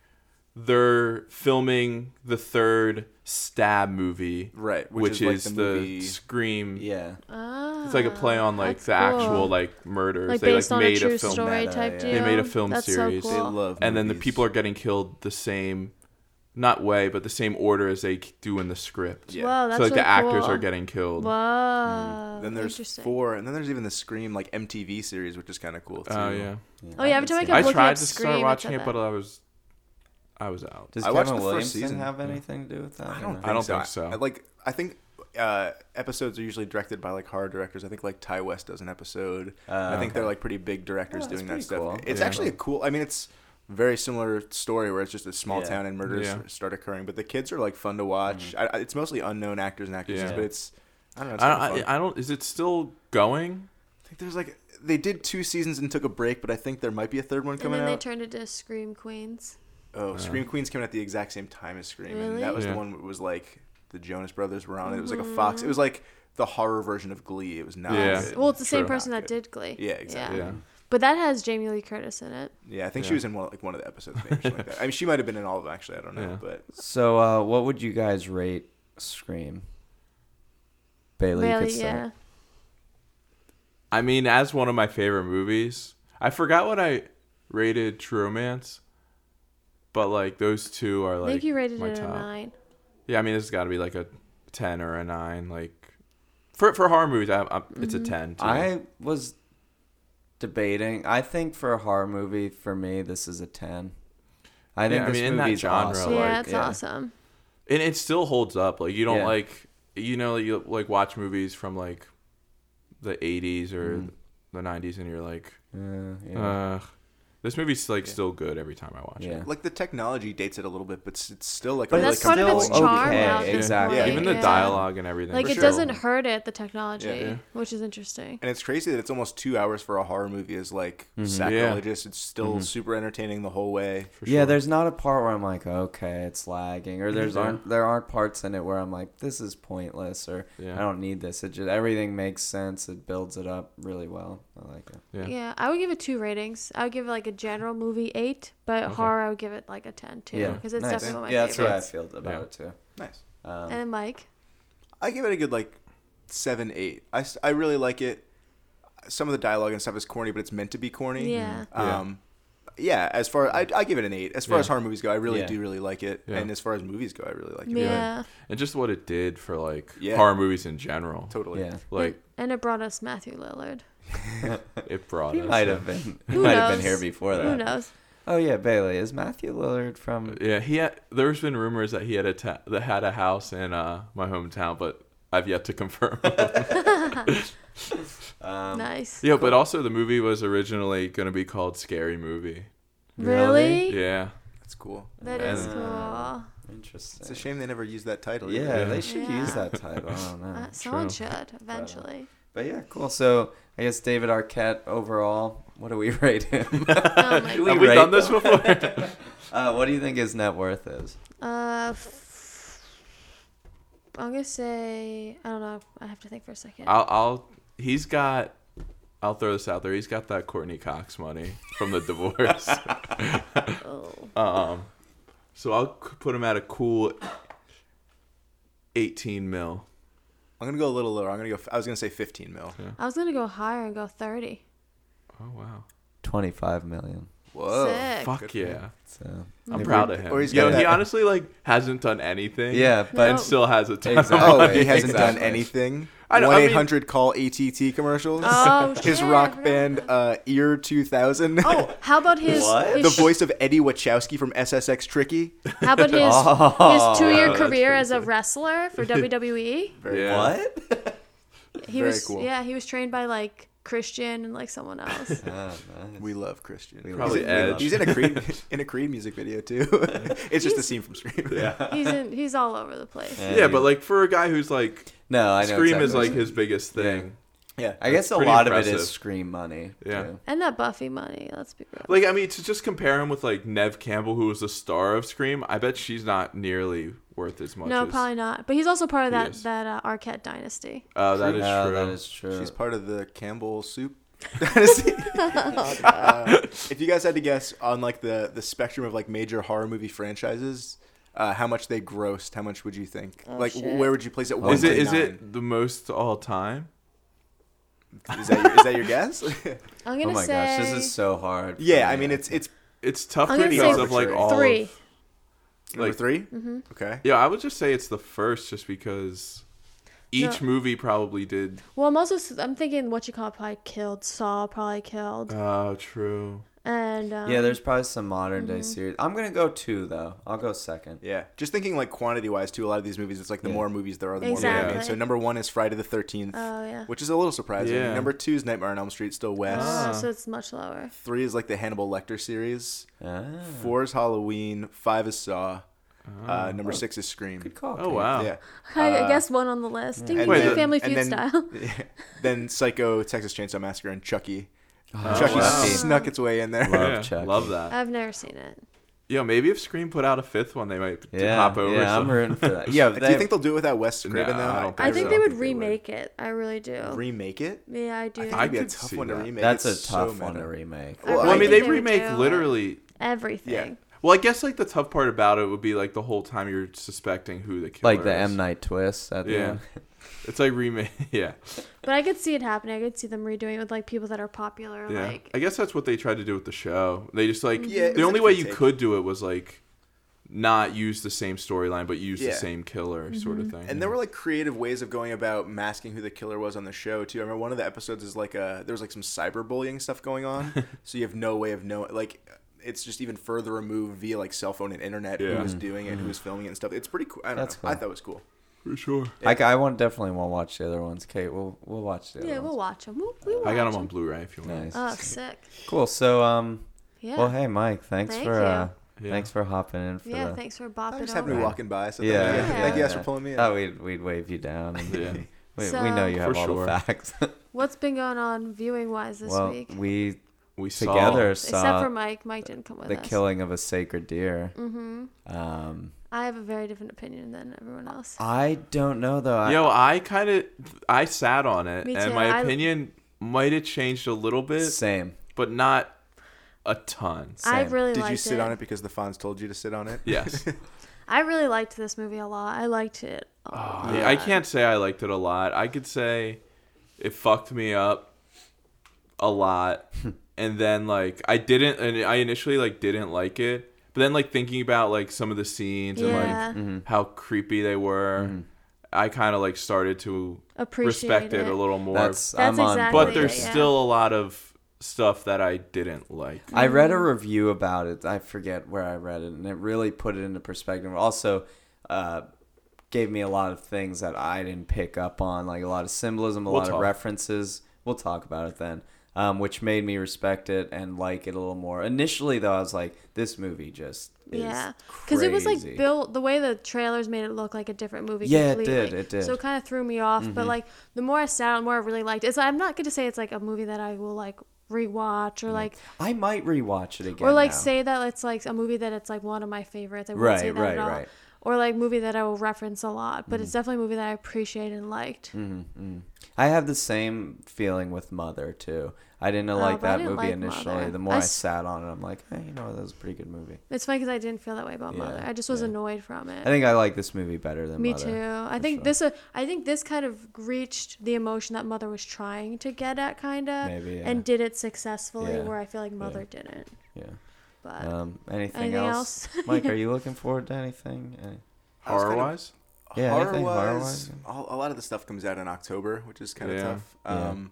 Speaker 3: they're filming the third stab movie.
Speaker 4: Right,
Speaker 3: Which, is,
Speaker 4: which is like the
Speaker 3: the,
Speaker 4: movie-
Speaker 3: Scream.
Speaker 1: Yeah.
Speaker 2: Ah,
Speaker 3: It's like a play on like
Speaker 2: that's
Speaker 3: the actual
Speaker 2: cool.
Speaker 3: like murders.
Speaker 2: like
Speaker 3: they
Speaker 2: based
Speaker 3: like
Speaker 2: on
Speaker 3: made
Speaker 2: a true
Speaker 3: film. uh,
Speaker 2: story
Speaker 1: meta,
Speaker 2: type
Speaker 1: yeah.
Speaker 2: deal.
Speaker 1: They
Speaker 3: made a film
Speaker 2: That's
Speaker 3: series.
Speaker 2: So
Speaker 4: They
Speaker 2: cool.
Speaker 4: love.
Speaker 3: And then the
Speaker 4: movies.
Speaker 3: people are getting killed the same, not way, but the same order as they do in the script.
Speaker 4: Yeah. Mm.
Speaker 2: Whoa, Oh, that's
Speaker 3: so like
Speaker 2: really
Speaker 3: the actors
Speaker 2: cool.
Speaker 3: are getting killed.
Speaker 2: Whoa.
Speaker 4: Then there's
Speaker 2: Oh, interesting.
Speaker 4: four, and then there's even the Scream like MTV series, which is kind of cool too.
Speaker 3: Oh yeah.
Speaker 2: Oh, yeah, every time
Speaker 1: haven't
Speaker 2: I kept
Speaker 3: I
Speaker 1: seen
Speaker 2: looking
Speaker 3: tried
Speaker 2: up
Speaker 3: to
Speaker 2: Scream,
Speaker 3: start
Speaker 2: it
Speaker 3: watching
Speaker 2: said
Speaker 3: it, but
Speaker 2: that.
Speaker 3: I was, I was out.
Speaker 1: Does
Speaker 4: I watched
Speaker 1: Kevin
Speaker 4: the first
Speaker 1: Williamson
Speaker 4: season.
Speaker 1: have anything to do with that?
Speaker 4: I
Speaker 1: or
Speaker 4: don't.
Speaker 1: no?
Speaker 4: Think
Speaker 3: don't
Speaker 4: so.
Speaker 3: think so.
Speaker 4: I- like I think uh, episodes are usually directed by like horror directors. I think like Ty West does an episode.
Speaker 1: Uh,
Speaker 4: I think they're like pretty big directors
Speaker 1: Oh, that's
Speaker 4: doing that
Speaker 1: pretty
Speaker 4: stuff.
Speaker 1: cool.
Speaker 4: It's
Speaker 3: Yeah.
Speaker 4: actually a cool. I mean, it's very similar story where it's just a small
Speaker 1: Yeah.
Speaker 4: town and murders
Speaker 3: Yeah.
Speaker 4: start occurring. But the kids are like fun to watch. I I, it's mostly unknown actors and actresses,
Speaker 3: Yeah.
Speaker 4: but it's I don't know. It's
Speaker 3: I
Speaker 4: I,
Speaker 3: don't, I, I don't. Is it still going?
Speaker 4: I think there's like they did two seasons and took a break, but I think there might be a third one
Speaker 2: And
Speaker 4: coming
Speaker 2: then they
Speaker 4: out.
Speaker 2: turned into Scream Queens.
Speaker 4: Oh, Scream Queen's coming at the exact same time as Scream,
Speaker 2: Really?
Speaker 4: and that was
Speaker 3: Yeah.
Speaker 4: the one that was like the Jonas Brothers were on it. It was like a Fox. It was like the horror version of Glee. It was not.
Speaker 3: Yeah.
Speaker 4: good.
Speaker 2: Well, it's the same
Speaker 3: True.
Speaker 2: person
Speaker 4: Not
Speaker 2: that
Speaker 4: good.
Speaker 2: did Glee.
Speaker 4: Yeah, exactly.
Speaker 3: Yeah.
Speaker 2: But that has Jamie Lee Curtis in it.
Speaker 4: Yeah, I think
Speaker 3: Yeah.
Speaker 4: she was in one like one of the episodes. Maybe or something like that. I mean, she might have been in all of them, actually. I don't know,
Speaker 3: Yeah.
Speaker 4: but
Speaker 1: So, uh, what would you guys rate Scream? Bailey, you could
Speaker 2: Really,
Speaker 1: start.
Speaker 2: yeah.
Speaker 3: I mean, as one of my favorite movies, I forgot what I rated True Romance, but like those two are
Speaker 2: I
Speaker 3: like
Speaker 2: think you rated
Speaker 3: my
Speaker 2: it a
Speaker 3: top.
Speaker 2: nine.
Speaker 3: Yeah, I mean, it's got to be like a ten or a nine. Like for for horror movies, I, I, it's a
Speaker 2: Mm-hmm.
Speaker 3: ten. To me.
Speaker 1: I was debating. I think for a horror movie, for me, this is a ten. I think
Speaker 3: Yeah, I
Speaker 1: this
Speaker 3: mean, in that
Speaker 1: movie's
Speaker 3: genre,
Speaker 1: awesome.
Speaker 3: like,
Speaker 2: yeah, it's
Speaker 1: yeah.
Speaker 2: awesome.
Speaker 3: and it still holds up. Like you don't
Speaker 1: Yeah.
Speaker 3: like you know you like watch movies from like the '80s or the '90s, and you're like,
Speaker 1: Uh, yeah.
Speaker 3: uh, this movie's like still good every time I watch it.
Speaker 1: Yeah.
Speaker 4: like the technology dates it a little bit, but s- it's still like.
Speaker 1: But
Speaker 4: a really
Speaker 2: that's part of its
Speaker 4: compelling movie.
Speaker 2: charm
Speaker 1: okay,
Speaker 2: now. at this
Speaker 1: exactly.
Speaker 2: point,
Speaker 3: Yeah, even the
Speaker 2: yeah.
Speaker 3: dialogue and everything.
Speaker 2: Like
Speaker 4: For
Speaker 2: it
Speaker 4: sure.
Speaker 2: doesn't hurt it, the technology,
Speaker 4: Yeah,
Speaker 3: yeah.
Speaker 2: which is interesting.
Speaker 4: And it's crazy that it's almost two hours for a horror movie is like
Speaker 1: Mm-hmm.
Speaker 4: sacrilegious. It's still super entertaining the whole way.
Speaker 3: for
Speaker 1: Yeah,
Speaker 3: sure.
Speaker 1: there's not a part where I'm like, okay, it's lagging, or there's
Speaker 3: Yeah.
Speaker 1: aren't there aren't parts in it where I'm like, this is pointless, or
Speaker 3: Yeah.
Speaker 1: I don't need this. It just everything makes sense. It builds it up really well. I like it.
Speaker 3: Yeah.
Speaker 2: Yeah. I would give it two ratings. I would give it like a general movie eight, but horror I would give it like a ten too,
Speaker 1: Yeah,
Speaker 2: because it's
Speaker 1: nice.
Speaker 2: definitely one of my
Speaker 1: yeah, that's
Speaker 2: favorites.
Speaker 1: what I feel about
Speaker 3: Yeah.
Speaker 1: it too. Um,
Speaker 4: Nice.
Speaker 2: And then Mike,
Speaker 4: I give it a good like seven, eight. I, s- I really like it. Some of the dialogue and stuff is corny, but it's meant to be corny.
Speaker 2: Yeah.
Speaker 3: Yeah.
Speaker 4: Um, yeah. As far I I give it an eight. As far
Speaker 3: Yeah.
Speaker 4: as horror movies go, I really
Speaker 1: Mm-hmm. Yeah.
Speaker 4: do really like it.
Speaker 3: Yeah.
Speaker 4: And as far as movies go, I really like it.
Speaker 2: yeah,
Speaker 3: and just what it did for like
Speaker 4: Yeah.
Speaker 3: horror movies in general.
Speaker 4: Totally.
Speaker 1: Yeah,
Speaker 3: Like
Speaker 2: and it brought us Matthew Lillard.
Speaker 3: it brought
Speaker 1: he
Speaker 3: us.
Speaker 1: might have been. He
Speaker 2: Who
Speaker 1: [laughs] might have been
Speaker 2: knows?
Speaker 1: here before that.
Speaker 2: Who knows?
Speaker 1: Oh yeah, Bailey is Matthew Lillard from.
Speaker 3: Yeah, he had. There's been rumors that he had a ta- that had a house in uh my hometown, but I've yet to [laughs] confirm.
Speaker 2: nice.
Speaker 3: yeah, but also the movie was originally going to be called Scary Movie.
Speaker 2: Really?
Speaker 3: Yeah.
Speaker 4: That's cool.
Speaker 2: That is
Speaker 3: And-
Speaker 2: cool.
Speaker 1: Interesting.
Speaker 4: It's a shame they never used that title.
Speaker 1: Yeah,
Speaker 4: either.
Speaker 1: they should
Speaker 2: Yeah.
Speaker 1: use that title. I don't know.
Speaker 2: Uh, someone should eventually.
Speaker 1: But yeah, cool. So I guess David Arquette overall. What do we [laughs] rate him? [laughs]
Speaker 2: Oh my
Speaker 1: We
Speaker 3: Have
Speaker 2: god.
Speaker 3: we
Speaker 1: rate
Speaker 3: done this before?
Speaker 1: [laughs] uh, what do you think his net worth is?
Speaker 2: Uh, f- I'm gonna say I don't know. I have to think for a second.
Speaker 3: I'll, I'll. He's got. I'll throw this out there. He's got that Courtney Cox money from the divorce.
Speaker 2: oh.
Speaker 3: um, so I'll c- put him at a cool 18 mil.
Speaker 4: I'm gonna go a little lower. I'm gonna go. f- I was gonna say 15 mil.
Speaker 2: I was gonna go higher and go thirty.
Speaker 3: Oh wow.
Speaker 1: Twenty-five million.
Speaker 4: Whoa.
Speaker 2: Sick.
Speaker 3: Fuck yeah.
Speaker 1: So
Speaker 3: I'm proud of him.
Speaker 4: or he's
Speaker 3: Yo,
Speaker 4: got
Speaker 3: he
Speaker 4: that-
Speaker 3: honestly like hasn't done anything.
Speaker 1: Yeah, but
Speaker 3: and still has a [laughs] ton.
Speaker 1: Exactly.
Speaker 4: Oh, he hasn't
Speaker 1: Exactly.
Speaker 4: done anything.
Speaker 3: I know,
Speaker 4: One
Speaker 3: I mean-
Speaker 4: eight hundred call ATT commercials. [laughs]
Speaker 2: Oh,
Speaker 4: his
Speaker 2: shit, I
Speaker 4: rock
Speaker 2: forgot
Speaker 4: band
Speaker 2: about
Speaker 4: uh, Ear Two Thousand.
Speaker 2: Oh, how about his,
Speaker 1: What?
Speaker 2: his
Speaker 4: [laughs] the voice of Eddie Wachowski from SSX Tricky.
Speaker 2: How about his
Speaker 1: Oh,
Speaker 2: his two year
Speaker 3: that's
Speaker 2: career
Speaker 3: pretty
Speaker 2: as a wrestler for WWE?
Speaker 3: Yeah.
Speaker 1: what?
Speaker 2: E? He
Speaker 4: Very
Speaker 2: was
Speaker 4: cool.
Speaker 2: yeah, he was trained by like Christian and like someone else.
Speaker 1: Ah, nice.
Speaker 4: We love Christian.
Speaker 1: We
Speaker 3: Probably
Speaker 4: he's in,
Speaker 3: Edge.
Speaker 4: He's in
Speaker 3: [laughs]
Speaker 4: a Creed [laughs] in a Creed music video too. [laughs] it's just a scene from Scream. Yeah.
Speaker 2: he's in he's all over the place.
Speaker 1: Yeah.
Speaker 3: Yeah, but like for a guy who's like
Speaker 1: [laughs] no, I know
Speaker 3: Scream
Speaker 1: exactly
Speaker 3: is
Speaker 1: what
Speaker 3: like
Speaker 1: you're
Speaker 3: his biggest thing.
Speaker 4: Yeah.
Speaker 1: I guess a
Speaker 3: pretty
Speaker 1: lot of it
Speaker 3: impressive.
Speaker 1: is Scream money.
Speaker 3: Yeah.
Speaker 1: too.
Speaker 2: And that Buffy money, let's be real.
Speaker 3: Like I mean, to just compare him with like Nev Campbell, who was the star of Scream, I bet she's not nearly worth as much.
Speaker 2: no,
Speaker 3: as,
Speaker 2: probably not. But he's also part of
Speaker 3: He
Speaker 2: that
Speaker 3: is.
Speaker 2: that uh, Arquette dynasty.
Speaker 3: Uh, that is
Speaker 1: No,
Speaker 3: true.
Speaker 1: that is true.
Speaker 4: [laughs] She's part of the
Speaker 2: [laughs]
Speaker 4: Campbell Soup Dynasty.
Speaker 2: Oh,
Speaker 4: [laughs] Uh, if you guys had to guess on like the the spectrum of like major horror movie franchises, uh, how much they grossed, how much would you think?
Speaker 2: Oh,
Speaker 4: like
Speaker 2: shit.
Speaker 4: where would you place
Speaker 1: Oh,
Speaker 4: it?
Speaker 3: Is it
Speaker 4: to
Speaker 3: is
Speaker 4: nine?
Speaker 3: it the most all time?
Speaker 4: Is that your, is that your guess? [laughs]
Speaker 2: I'm
Speaker 1: oh
Speaker 2: gonna
Speaker 1: my
Speaker 2: say
Speaker 1: gosh, this is so hard. for
Speaker 4: yeah,
Speaker 1: me.
Speaker 4: I mean it's it's
Speaker 3: It's tough
Speaker 2: I'm gonna
Speaker 3: because
Speaker 2: say
Speaker 3: of like
Speaker 4: three.
Speaker 3: all.
Speaker 2: three.
Speaker 3: Of,
Speaker 4: number
Speaker 3: Like-
Speaker 4: 3
Speaker 2: Mm-hmm.
Speaker 4: Okay.
Speaker 3: yeah, I would just say it's the first, just because each
Speaker 2: No.
Speaker 3: movie probably did.
Speaker 2: Well, I'm also s- I'm thinking what you call it, probably killed Saw, probably killed,
Speaker 3: Oh, true.
Speaker 2: and um, mm-hmm.
Speaker 1: yeah, there's probably some modern day series. I'm gonna go two though. I'll go second.
Speaker 4: Yeah, just thinking like quantity wise too. A lot of these movies, it's like the
Speaker 1: Yeah.
Speaker 4: more movies there are, the more
Speaker 2: Exactly.
Speaker 4: movies. So number one is Friday the Thirteenth,
Speaker 2: Oh, yeah.
Speaker 4: which is a little surprising.
Speaker 3: Yeah.
Speaker 4: Number two is Nightmare on Elm Street, still Wes.
Speaker 2: Oh,
Speaker 3: Ah.
Speaker 2: so it's much lower. [laughs]
Speaker 4: Three is like the Hannibal Lecter series.
Speaker 1: Ah,
Speaker 4: Four is Halloween. Five is Saw. Uh, number six is Scream.
Speaker 1: good call.
Speaker 3: Oh
Speaker 1: Pete.
Speaker 3: wow.
Speaker 4: Yeah. [laughs]
Speaker 2: I
Speaker 4: Uh,
Speaker 2: guess one on the list. Ding,
Speaker 4: and
Speaker 2: ding,
Speaker 3: then-
Speaker 2: ding, family feud
Speaker 4: and then-
Speaker 2: style.
Speaker 4: then Psycho, Texas Chainsaw Massacre, and Chucky.
Speaker 1: Oh,
Speaker 4: Chucky
Speaker 1: wow.
Speaker 4: snuck its way in there.
Speaker 1: Wow. Love
Speaker 3: Yeah,
Speaker 1: Chucky.
Speaker 3: love that.
Speaker 2: [laughs] I've never seen it.
Speaker 3: Yeah, maybe if Scream put out a fifth one, they might d-
Speaker 1: Yeah,
Speaker 3: hop over.
Speaker 1: yeah, I'm
Speaker 3: some-
Speaker 1: rooting for that. Yeah,
Speaker 4: [laughs] Do
Speaker 1: they-
Speaker 4: you think they'll do it without Wes Craven
Speaker 3: No,
Speaker 4: though?
Speaker 3: I don't
Speaker 2: I, think they
Speaker 3: don't think
Speaker 2: would
Speaker 3: they would.
Speaker 2: remake it. I really do.
Speaker 4: remake it.
Speaker 2: yeah, I do.
Speaker 4: I think
Speaker 3: I
Speaker 4: it'd be a
Speaker 3: could
Speaker 4: tough
Speaker 3: see
Speaker 4: one to
Speaker 3: that.
Speaker 4: remake.
Speaker 1: that's
Speaker 4: It's
Speaker 1: a
Speaker 4: so
Speaker 1: tough one
Speaker 4: meta.
Speaker 1: to remake.
Speaker 4: Well,
Speaker 3: well, I mean,
Speaker 2: think
Speaker 3: they
Speaker 2: they would
Speaker 3: remake
Speaker 2: do it.
Speaker 3: literally
Speaker 2: Everything.
Speaker 3: Well, I guess like the tough part about it would be like the whole time you're suspecting who the killer
Speaker 1: Like the
Speaker 3: is.
Speaker 1: M Night twist at the
Speaker 3: Yeah.
Speaker 1: end.
Speaker 3: It's like remake. [laughs] Yeah,
Speaker 2: But I could see it happening. I could see them redoing it with like people that are popular.
Speaker 3: yeah. I
Speaker 2: Like
Speaker 3: guess that's what they tried to do with the show. They just like
Speaker 4: Yeah, it
Speaker 3: the
Speaker 4: was
Speaker 3: only
Speaker 4: a
Speaker 3: way
Speaker 4: good
Speaker 3: you
Speaker 4: take.
Speaker 3: could do it was like not use the same storyline, but use
Speaker 4: Yeah.
Speaker 3: the same killer sort
Speaker 2: Mm-hmm.
Speaker 3: of thing.
Speaker 4: And there were like creative ways of going about masking who the killer was on the show too. I remember one of the episodes is like a there was like some cyberbullying stuff going [laughs] on, so you have no way of knowing. Like it's just even further removed via like cell phone and internet
Speaker 3: Yeah.
Speaker 4: who was doing it, who was filming it and stuff. It's pretty cool. I don't
Speaker 1: Mm-hmm. That's
Speaker 4: know. I
Speaker 1: cool.
Speaker 4: thought it was cool.
Speaker 3: for sure.
Speaker 1: I, I want definitely won't watch the other ones. Kate, we'll we'll watch the other
Speaker 2: yeah, we'll
Speaker 1: ones.
Speaker 2: watch them. We'll, we
Speaker 3: I got
Speaker 2: watch
Speaker 3: them on Blu-ray if you want.
Speaker 1: Nice.
Speaker 2: Oh, sick.
Speaker 1: Cool. So um,
Speaker 2: Yeah.
Speaker 1: well, hey Mike, thanks
Speaker 2: Thank
Speaker 1: for
Speaker 2: you.
Speaker 1: uh,
Speaker 3: Yeah.
Speaker 1: thanks for hopping in for
Speaker 2: yeah.
Speaker 1: the.
Speaker 2: Thanks for
Speaker 4: I
Speaker 2: bopping
Speaker 4: just
Speaker 2: over.
Speaker 4: happened to be walking by, so
Speaker 1: Yeah,
Speaker 4: yeah,
Speaker 2: Yeah.
Speaker 4: thank you guys
Speaker 1: yeah.
Speaker 4: for pulling me in.
Speaker 1: Thought Oh, we'd we'd wave you down. and-
Speaker 3: Yeah.
Speaker 1: We, we
Speaker 2: So-
Speaker 1: know you have
Speaker 3: For
Speaker 1: all
Speaker 3: sure.
Speaker 1: the facts. [laughs]
Speaker 2: What's been going on viewing wise this
Speaker 1: well,
Speaker 2: week?
Speaker 1: we
Speaker 3: We saw
Speaker 1: together
Speaker 2: Except
Speaker 1: saw
Speaker 2: for Mike. Mike didn't come with
Speaker 1: the
Speaker 2: us.
Speaker 1: killing of a sacred deer.
Speaker 2: Mm-hmm.
Speaker 1: Um,
Speaker 2: I have a very different opinion than everyone
Speaker 1: Oh,
Speaker 2: else.
Speaker 1: I don't know though. I,
Speaker 3: Yo, I kind of I sat on it,
Speaker 2: Me
Speaker 3: and
Speaker 2: too.
Speaker 3: my
Speaker 2: I-
Speaker 3: opinion might have changed a little bit,
Speaker 1: same.
Speaker 3: but not a ton.
Speaker 2: I
Speaker 1: same.
Speaker 2: really
Speaker 4: Did
Speaker 2: liked
Speaker 4: you sit
Speaker 2: it.
Speaker 4: on it because the Fonz told you to sit on it?
Speaker 3: Yes.
Speaker 2: I really liked this movie a lot. I liked it. a
Speaker 1: Oh,
Speaker 2: lot.
Speaker 3: I, I can't say I liked it a lot. I could say it fucked me up a lot.
Speaker 1: [laughs]
Speaker 3: and then like I didn't and I initially like didn't like it. But then like thinking about like some of the scenes
Speaker 2: Yeah.
Speaker 3: and like
Speaker 1: Mm-hmm.
Speaker 3: how creepy they were, I kind of like started to
Speaker 2: Appreciate
Speaker 3: respect it.
Speaker 2: it.
Speaker 3: a little more.
Speaker 1: That's,
Speaker 2: That's
Speaker 1: I'm on.
Speaker 2: exactly
Speaker 1: board.
Speaker 3: but
Speaker 2: it,
Speaker 3: there's
Speaker 2: yeah.
Speaker 3: still a lot of stuff that I didn't like.
Speaker 1: I read
Speaker 2: Mm.
Speaker 1: a review about it. I forget where I read it, and it really put it into perspective. Also, uh, gave me a lot of things that I didn't pick up on, like a lot of symbolism, a
Speaker 3: We'll
Speaker 1: lot
Speaker 3: talk.
Speaker 1: of references. We'll talk about it then, um, which made me respect it and like it a little more. Initially, though, I was like, this movie just is
Speaker 2: Yeah,
Speaker 1: because
Speaker 2: it was like built the way the trailers made it look like a different movie.
Speaker 1: Yeah, it
Speaker 2: completely.
Speaker 1: did, it did. Mm-hmm.
Speaker 2: So it kind of threw me off. But like the more I sat on, it, the more I really liked it. So I'm not going to say it's like a movie that I will like rewatch or
Speaker 1: Mm-hmm.
Speaker 2: like
Speaker 1: I might rewatch it again.
Speaker 2: or like
Speaker 1: now.
Speaker 2: say that it's like a movie that it's like one of my favorites. I wouldn't say
Speaker 1: Right,
Speaker 2: that
Speaker 1: right,
Speaker 2: at all.
Speaker 1: right. Mm.
Speaker 2: Or like movie that I will reference a lot. But it's definitely a movie that I appreciate and liked.
Speaker 1: I have the same feeling with Mother too. I didn't like
Speaker 2: Oh, but I
Speaker 1: that
Speaker 2: didn't
Speaker 1: movie
Speaker 2: like
Speaker 1: initially.
Speaker 2: Mother.
Speaker 1: The more
Speaker 2: I
Speaker 1: I,
Speaker 2: s-
Speaker 1: sat on it, I'm like, hey, you know, what, that was a pretty good movie.
Speaker 2: It's funny because I didn't feel that way about
Speaker 1: Yeah,
Speaker 2: Mother. I just was
Speaker 1: yeah.
Speaker 2: annoyed from it.
Speaker 1: I think I like this movie better than
Speaker 2: Me
Speaker 1: Mother.
Speaker 2: too. I
Speaker 1: for
Speaker 2: think
Speaker 1: sure.
Speaker 2: this. Uh, I think this kind of reached the emotion that Mother was trying to get at, kind of,
Speaker 1: Maybe, yeah.
Speaker 2: and did it successfully.
Speaker 1: Yeah,
Speaker 2: Where I feel like Mother didn't.
Speaker 1: Yeah.
Speaker 2: But
Speaker 1: Um, anything,
Speaker 2: anything
Speaker 1: else?
Speaker 2: else? [laughs]
Speaker 1: Mike, are you looking forward to anything? Any-
Speaker 4: I was
Speaker 3: Horror
Speaker 4: kinda-
Speaker 3: wise,
Speaker 1: Yeah,
Speaker 4: horror
Speaker 1: anything
Speaker 4: wise,
Speaker 1: horror-wise?
Speaker 4: a lot of the stuff comes out in October, which is kind of
Speaker 3: Yeah.
Speaker 4: tough.
Speaker 1: Yeah.
Speaker 4: Um,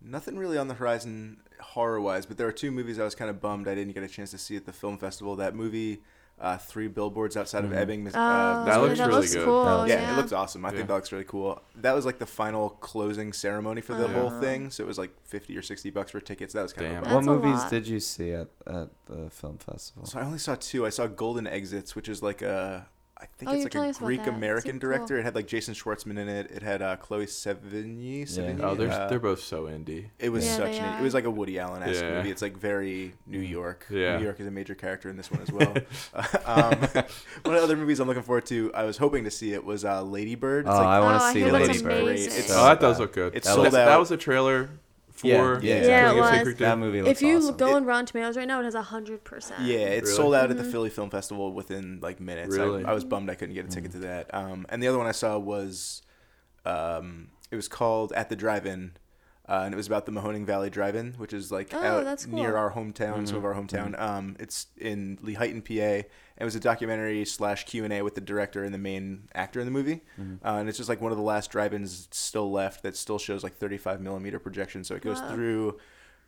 Speaker 4: Nothing really on the horizon horror wise, but there are two movies I was kind of bummed I didn't get a chance to see at the film festival. That movie, uh, three billboards outside of Ebbing. Mis-
Speaker 2: Oh,
Speaker 4: uh,
Speaker 3: Mm-hmm. That
Speaker 2: yeah,
Speaker 3: looks really good.
Speaker 2: Cool,
Speaker 1: That looks-
Speaker 2: yeah,
Speaker 4: yeah, it looks awesome. I
Speaker 3: Yeah.
Speaker 4: think that looks really cool. That was like the final closing ceremony for the whole
Speaker 1: Uh-huh.
Speaker 4: thing, so it was like fifty or sixty bucks for tickets. That was kind
Speaker 3: Damn.
Speaker 4: of. a bummer.
Speaker 2: That's
Speaker 1: what
Speaker 2: a
Speaker 1: movies
Speaker 2: lot.
Speaker 1: did you see at, at the film festival?
Speaker 4: So I only saw two. I saw Golden Exits, which is like a. I think
Speaker 2: Oh, you were
Speaker 4: it's
Speaker 2: telling us
Speaker 4: like a
Speaker 2: about
Speaker 4: Greek
Speaker 2: that. It's
Speaker 4: American
Speaker 2: super cool.
Speaker 4: director. It had like Jason Schwartzman in it. It had uh, Chloe Sevigny. Sevigny?
Speaker 3: Oh, they're
Speaker 4: Uh,
Speaker 3: they're both so indie.
Speaker 4: It was
Speaker 2: Yeah,
Speaker 4: such
Speaker 2: they
Speaker 4: an
Speaker 2: are.
Speaker 4: it was like a Woody Allen esque
Speaker 3: Yeah. Mm.
Speaker 4: movie. It's like very New York.
Speaker 3: Yeah.
Speaker 4: New York is a major character in this one
Speaker 3: [laughs]
Speaker 4: as well. [laughs] um, [laughs] one of the other movies I'm looking forward to, I was hoping to see it was uh, Lady Bird. It's
Speaker 1: oh,
Speaker 4: like,
Speaker 1: I want
Speaker 2: Oh,
Speaker 1: to
Speaker 2: I
Speaker 1: see
Speaker 2: hear
Speaker 4: that's
Speaker 1: Lady Bird.
Speaker 2: amazing.
Speaker 1: so
Speaker 2: It's
Speaker 3: oh, that does
Speaker 1: bad.
Speaker 3: look good.
Speaker 4: It's
Speaker 3: that,
Speaker 1: sold
Speaker 3: was, that
Speaker 4: out.
Speaker 3: was a trailer for
Speaker 1: Yeah,
Speaker 4: yeah,
Speaker 3: King
Speaker 2: Yeah, it
Speaker 3: of
Speaker 2: was.
Speaker 3: Sacred Deer.
Speaker 1: That movie looks
Speaker 2: If you
Speaker 1: awesome.
Speaker 2: go on Rotten Tomatoes right now, it has hundred percent.
Speaker 4: yeah, it
Speaker 3: Really?
Speaker 4: sold out at
Speaker 2: Mm-hmm.
Speaker 4: the Philly Film Festival within like minutes. I-
Speaker 3: Really? Mm.
Speaker 4: I, was bummed I couldn't get a ticket to that. Um, and the other one I saw was, um, it was called At the Drive-In, uh, and it was about the Mahoning Valley Drive-In, which is like
Speaker 2: Oh,
Speaker 4: out
Speaker 2: that's
Speaker 4: near
Speaker 2: cool.
Speaker 4: our hometown, some of our
Speaker 3: Mm-hmm.
Speaker 4: hometown. Um, it's in Lehighton, PA. and It was a documentary slash Q and A with the director and the main actor in the movie,
Speaker 3: Mm-hmm.
Speaker 4: uh, and it's just like one of the last drive-ins still left that still shows like 35 millimeter projection. So it goes
Speaker 2: Wow.
Speaker 4: through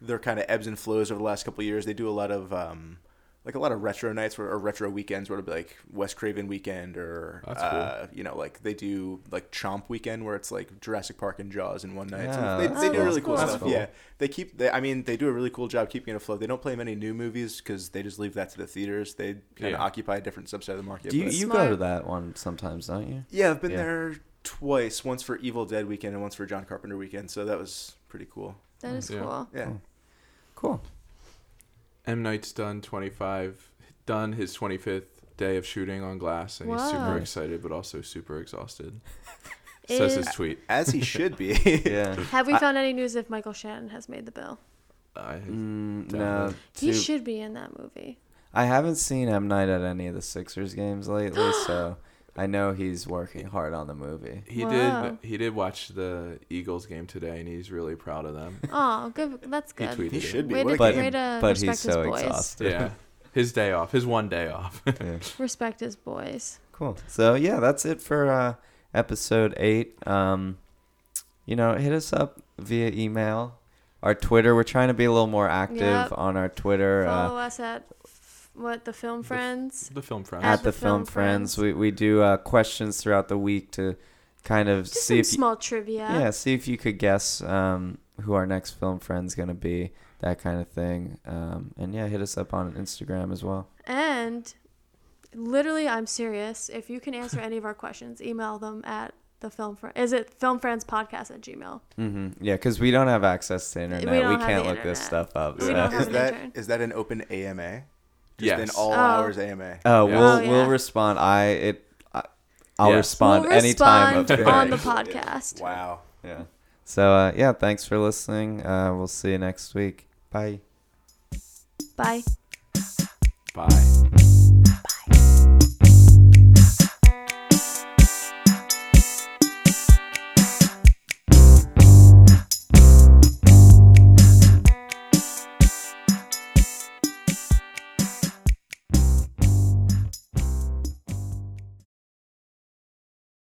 Speaker 4: their kind of ebbs and flows over the last couple of years. They do a lot of um, like a lot of retro nights where, or retro weekends where it'll be like West Craven weekend or
Speaker 3: That's cool.
Speaker 4: uh, you know like they do like Chomp weekend where it's like Jurassic Park and Jaws in one night. So
Speaker 1: Yeah,
Speaker 4: they,
Speaker 1: that's
Speaker 4: they do
Speaker 2: cool.
Speaker 4: really cool
Speaker 1: That's
Speaker 4: stuff.
Speaker 1: cool.
Speaker 4: Yeah, they keep. They, I mean, they do a really cool job keeping it afloat. They don't play many new movies because they just leave that to the theaters. They
Speaker 3: Yeah.
Speaker 4: kind of occupy a different subset of the market.
Speaker 1: Do you, e-,
Speaker 4: but-
Speaker 1: you go
Speaker 2: Smart.
Speaker 1: to that one sometimes, don't you?
Speaker 4: yeah, I've been
Speaker 1: Yeah.
Speaker 4: there twice. Once for Evil Dead weekend and once for John Carpenter weekend. So that was pretty cool.
Speaker 2: that is
Speaker 3: Yeah.
Speaker 2: cool.
Speaker 1: Hmm.
Speaker 4: Yeah.
Speaker 1: Cool.
Speaker 3: M Night's done 25, done his 25th day of shooting on glass, and he's
Speaker 2: Wow.
Speaker 3: super excited but also super exhausted. Says his
Speaker 2: Is-
Speaker 3: tweet.
Speaker 4: As he should be.
Speaker 1: [laughs] Yeah.
Speaker 2: Have we found any news if Michael Shannon has made the bill?
Speaker 3: I,
Speaker 1: Mm, no.
Speaker 3: Definitely.
Speaker 2: He
Speaker 1: too-
Speaker 2: should be in that movie.
Speaker 1: I haven't seen M Night at any of the Sixers games
Speaker 2: [gasps]
Speaker 1: lately, so I know he's working hard on the movie.
Speaker 3: he
Speaker 2: Wow.
Speaker 3: did. He did watch the Eagles game today, and he's really proud of them.
Speaker 2: Oh, good. That's
Speaker 3: He
Speaker 2: good.
Speaker 3: tweeted.
Speaker 4: He
Speaker 3: it.
Speaker 4: should be.
Speaker 2: Way
Speaker 4: What
Speaker 2: to,
Speaker 4: a
Speaker 1: But-
Speaker 4: game.
Speaker 2: way to
Speaker 1: but
Speaker 2: respect
Speaker 1: he's so
Speaker 2: his boys.
Speaker 1: exhausted.
Speaker 3: Yeah, his day off, his one day off.
Speaker 1: Yeah.
Speaker 2: Respect his boys.
Speaker 1: Cool. So yeah, that's it for uh, episode eight. Um, you know, hit us up via email, our Twitter. We're trying to be a little more active
Speaker 2: Yep.
Speaker 1: on our Twitter. Uh,
Speaker 2: Follow us at f- what the film friends.
Speaker 3: the film friend.
Speaker 2: At
Speaker 1: at the, film, friends. we we do uh, questions throughout the week to kind of
Speaker 2: Just
Speaker 1: see
Speaker 2: some
Speaker 1: if you,
Speaker 2: small trivia.
Speaker 1: yeah see if you could guess um, who our next film friend's gonna be that kind of thing um, and yeah hit us up on instagram as well
Speaker 2: And literally, I'm serious. If you can answer any of our questions, email them at the film friend. Is it filmfriendspodcast at gmail?
Speaker 1: hmm yeah because we don't have access to internet we,
Speaker 2: don't have
Speaker 1: can't
Speaker 2: the
Speaker 1: look this
Speaker 2: internet.
Speaker 1: stuff up
Speaker 2: We
Speaker 1: so.
Speaker 2: don't have
Speaker 4: Is
Speaker 2: an
Speaker 4: that
Speaker 2: intern.
Speaker 4: is that an open AMA? Just
Speaker 3: Yes.
Speaker 4: an all
Speaker 2: Oh.
Speaker 4: hours AMA.
Speaker 1: Oh,
Speaker 3: Yeah.
Speaker 1: we'll
Speaker 2: Oh,
Speaker 1: we'll
Speaker 2: yeah.
Speaker 1: respond. I it I, I'll
Speaker 3: Yes.
Speaker 1: respond
Speaker 2: We'll
Speaker 1: any time of
Speaker 2: respond
Speaker 1: the day.
Speaker 2: on the podcast.
Speaker 4: Wow.
Speaker 1: yeah. So uh, yeah, thanks for listening. Uh, we'll see you next week. Bye.
Speaker 2: Bye.
Speaker 3: Bye.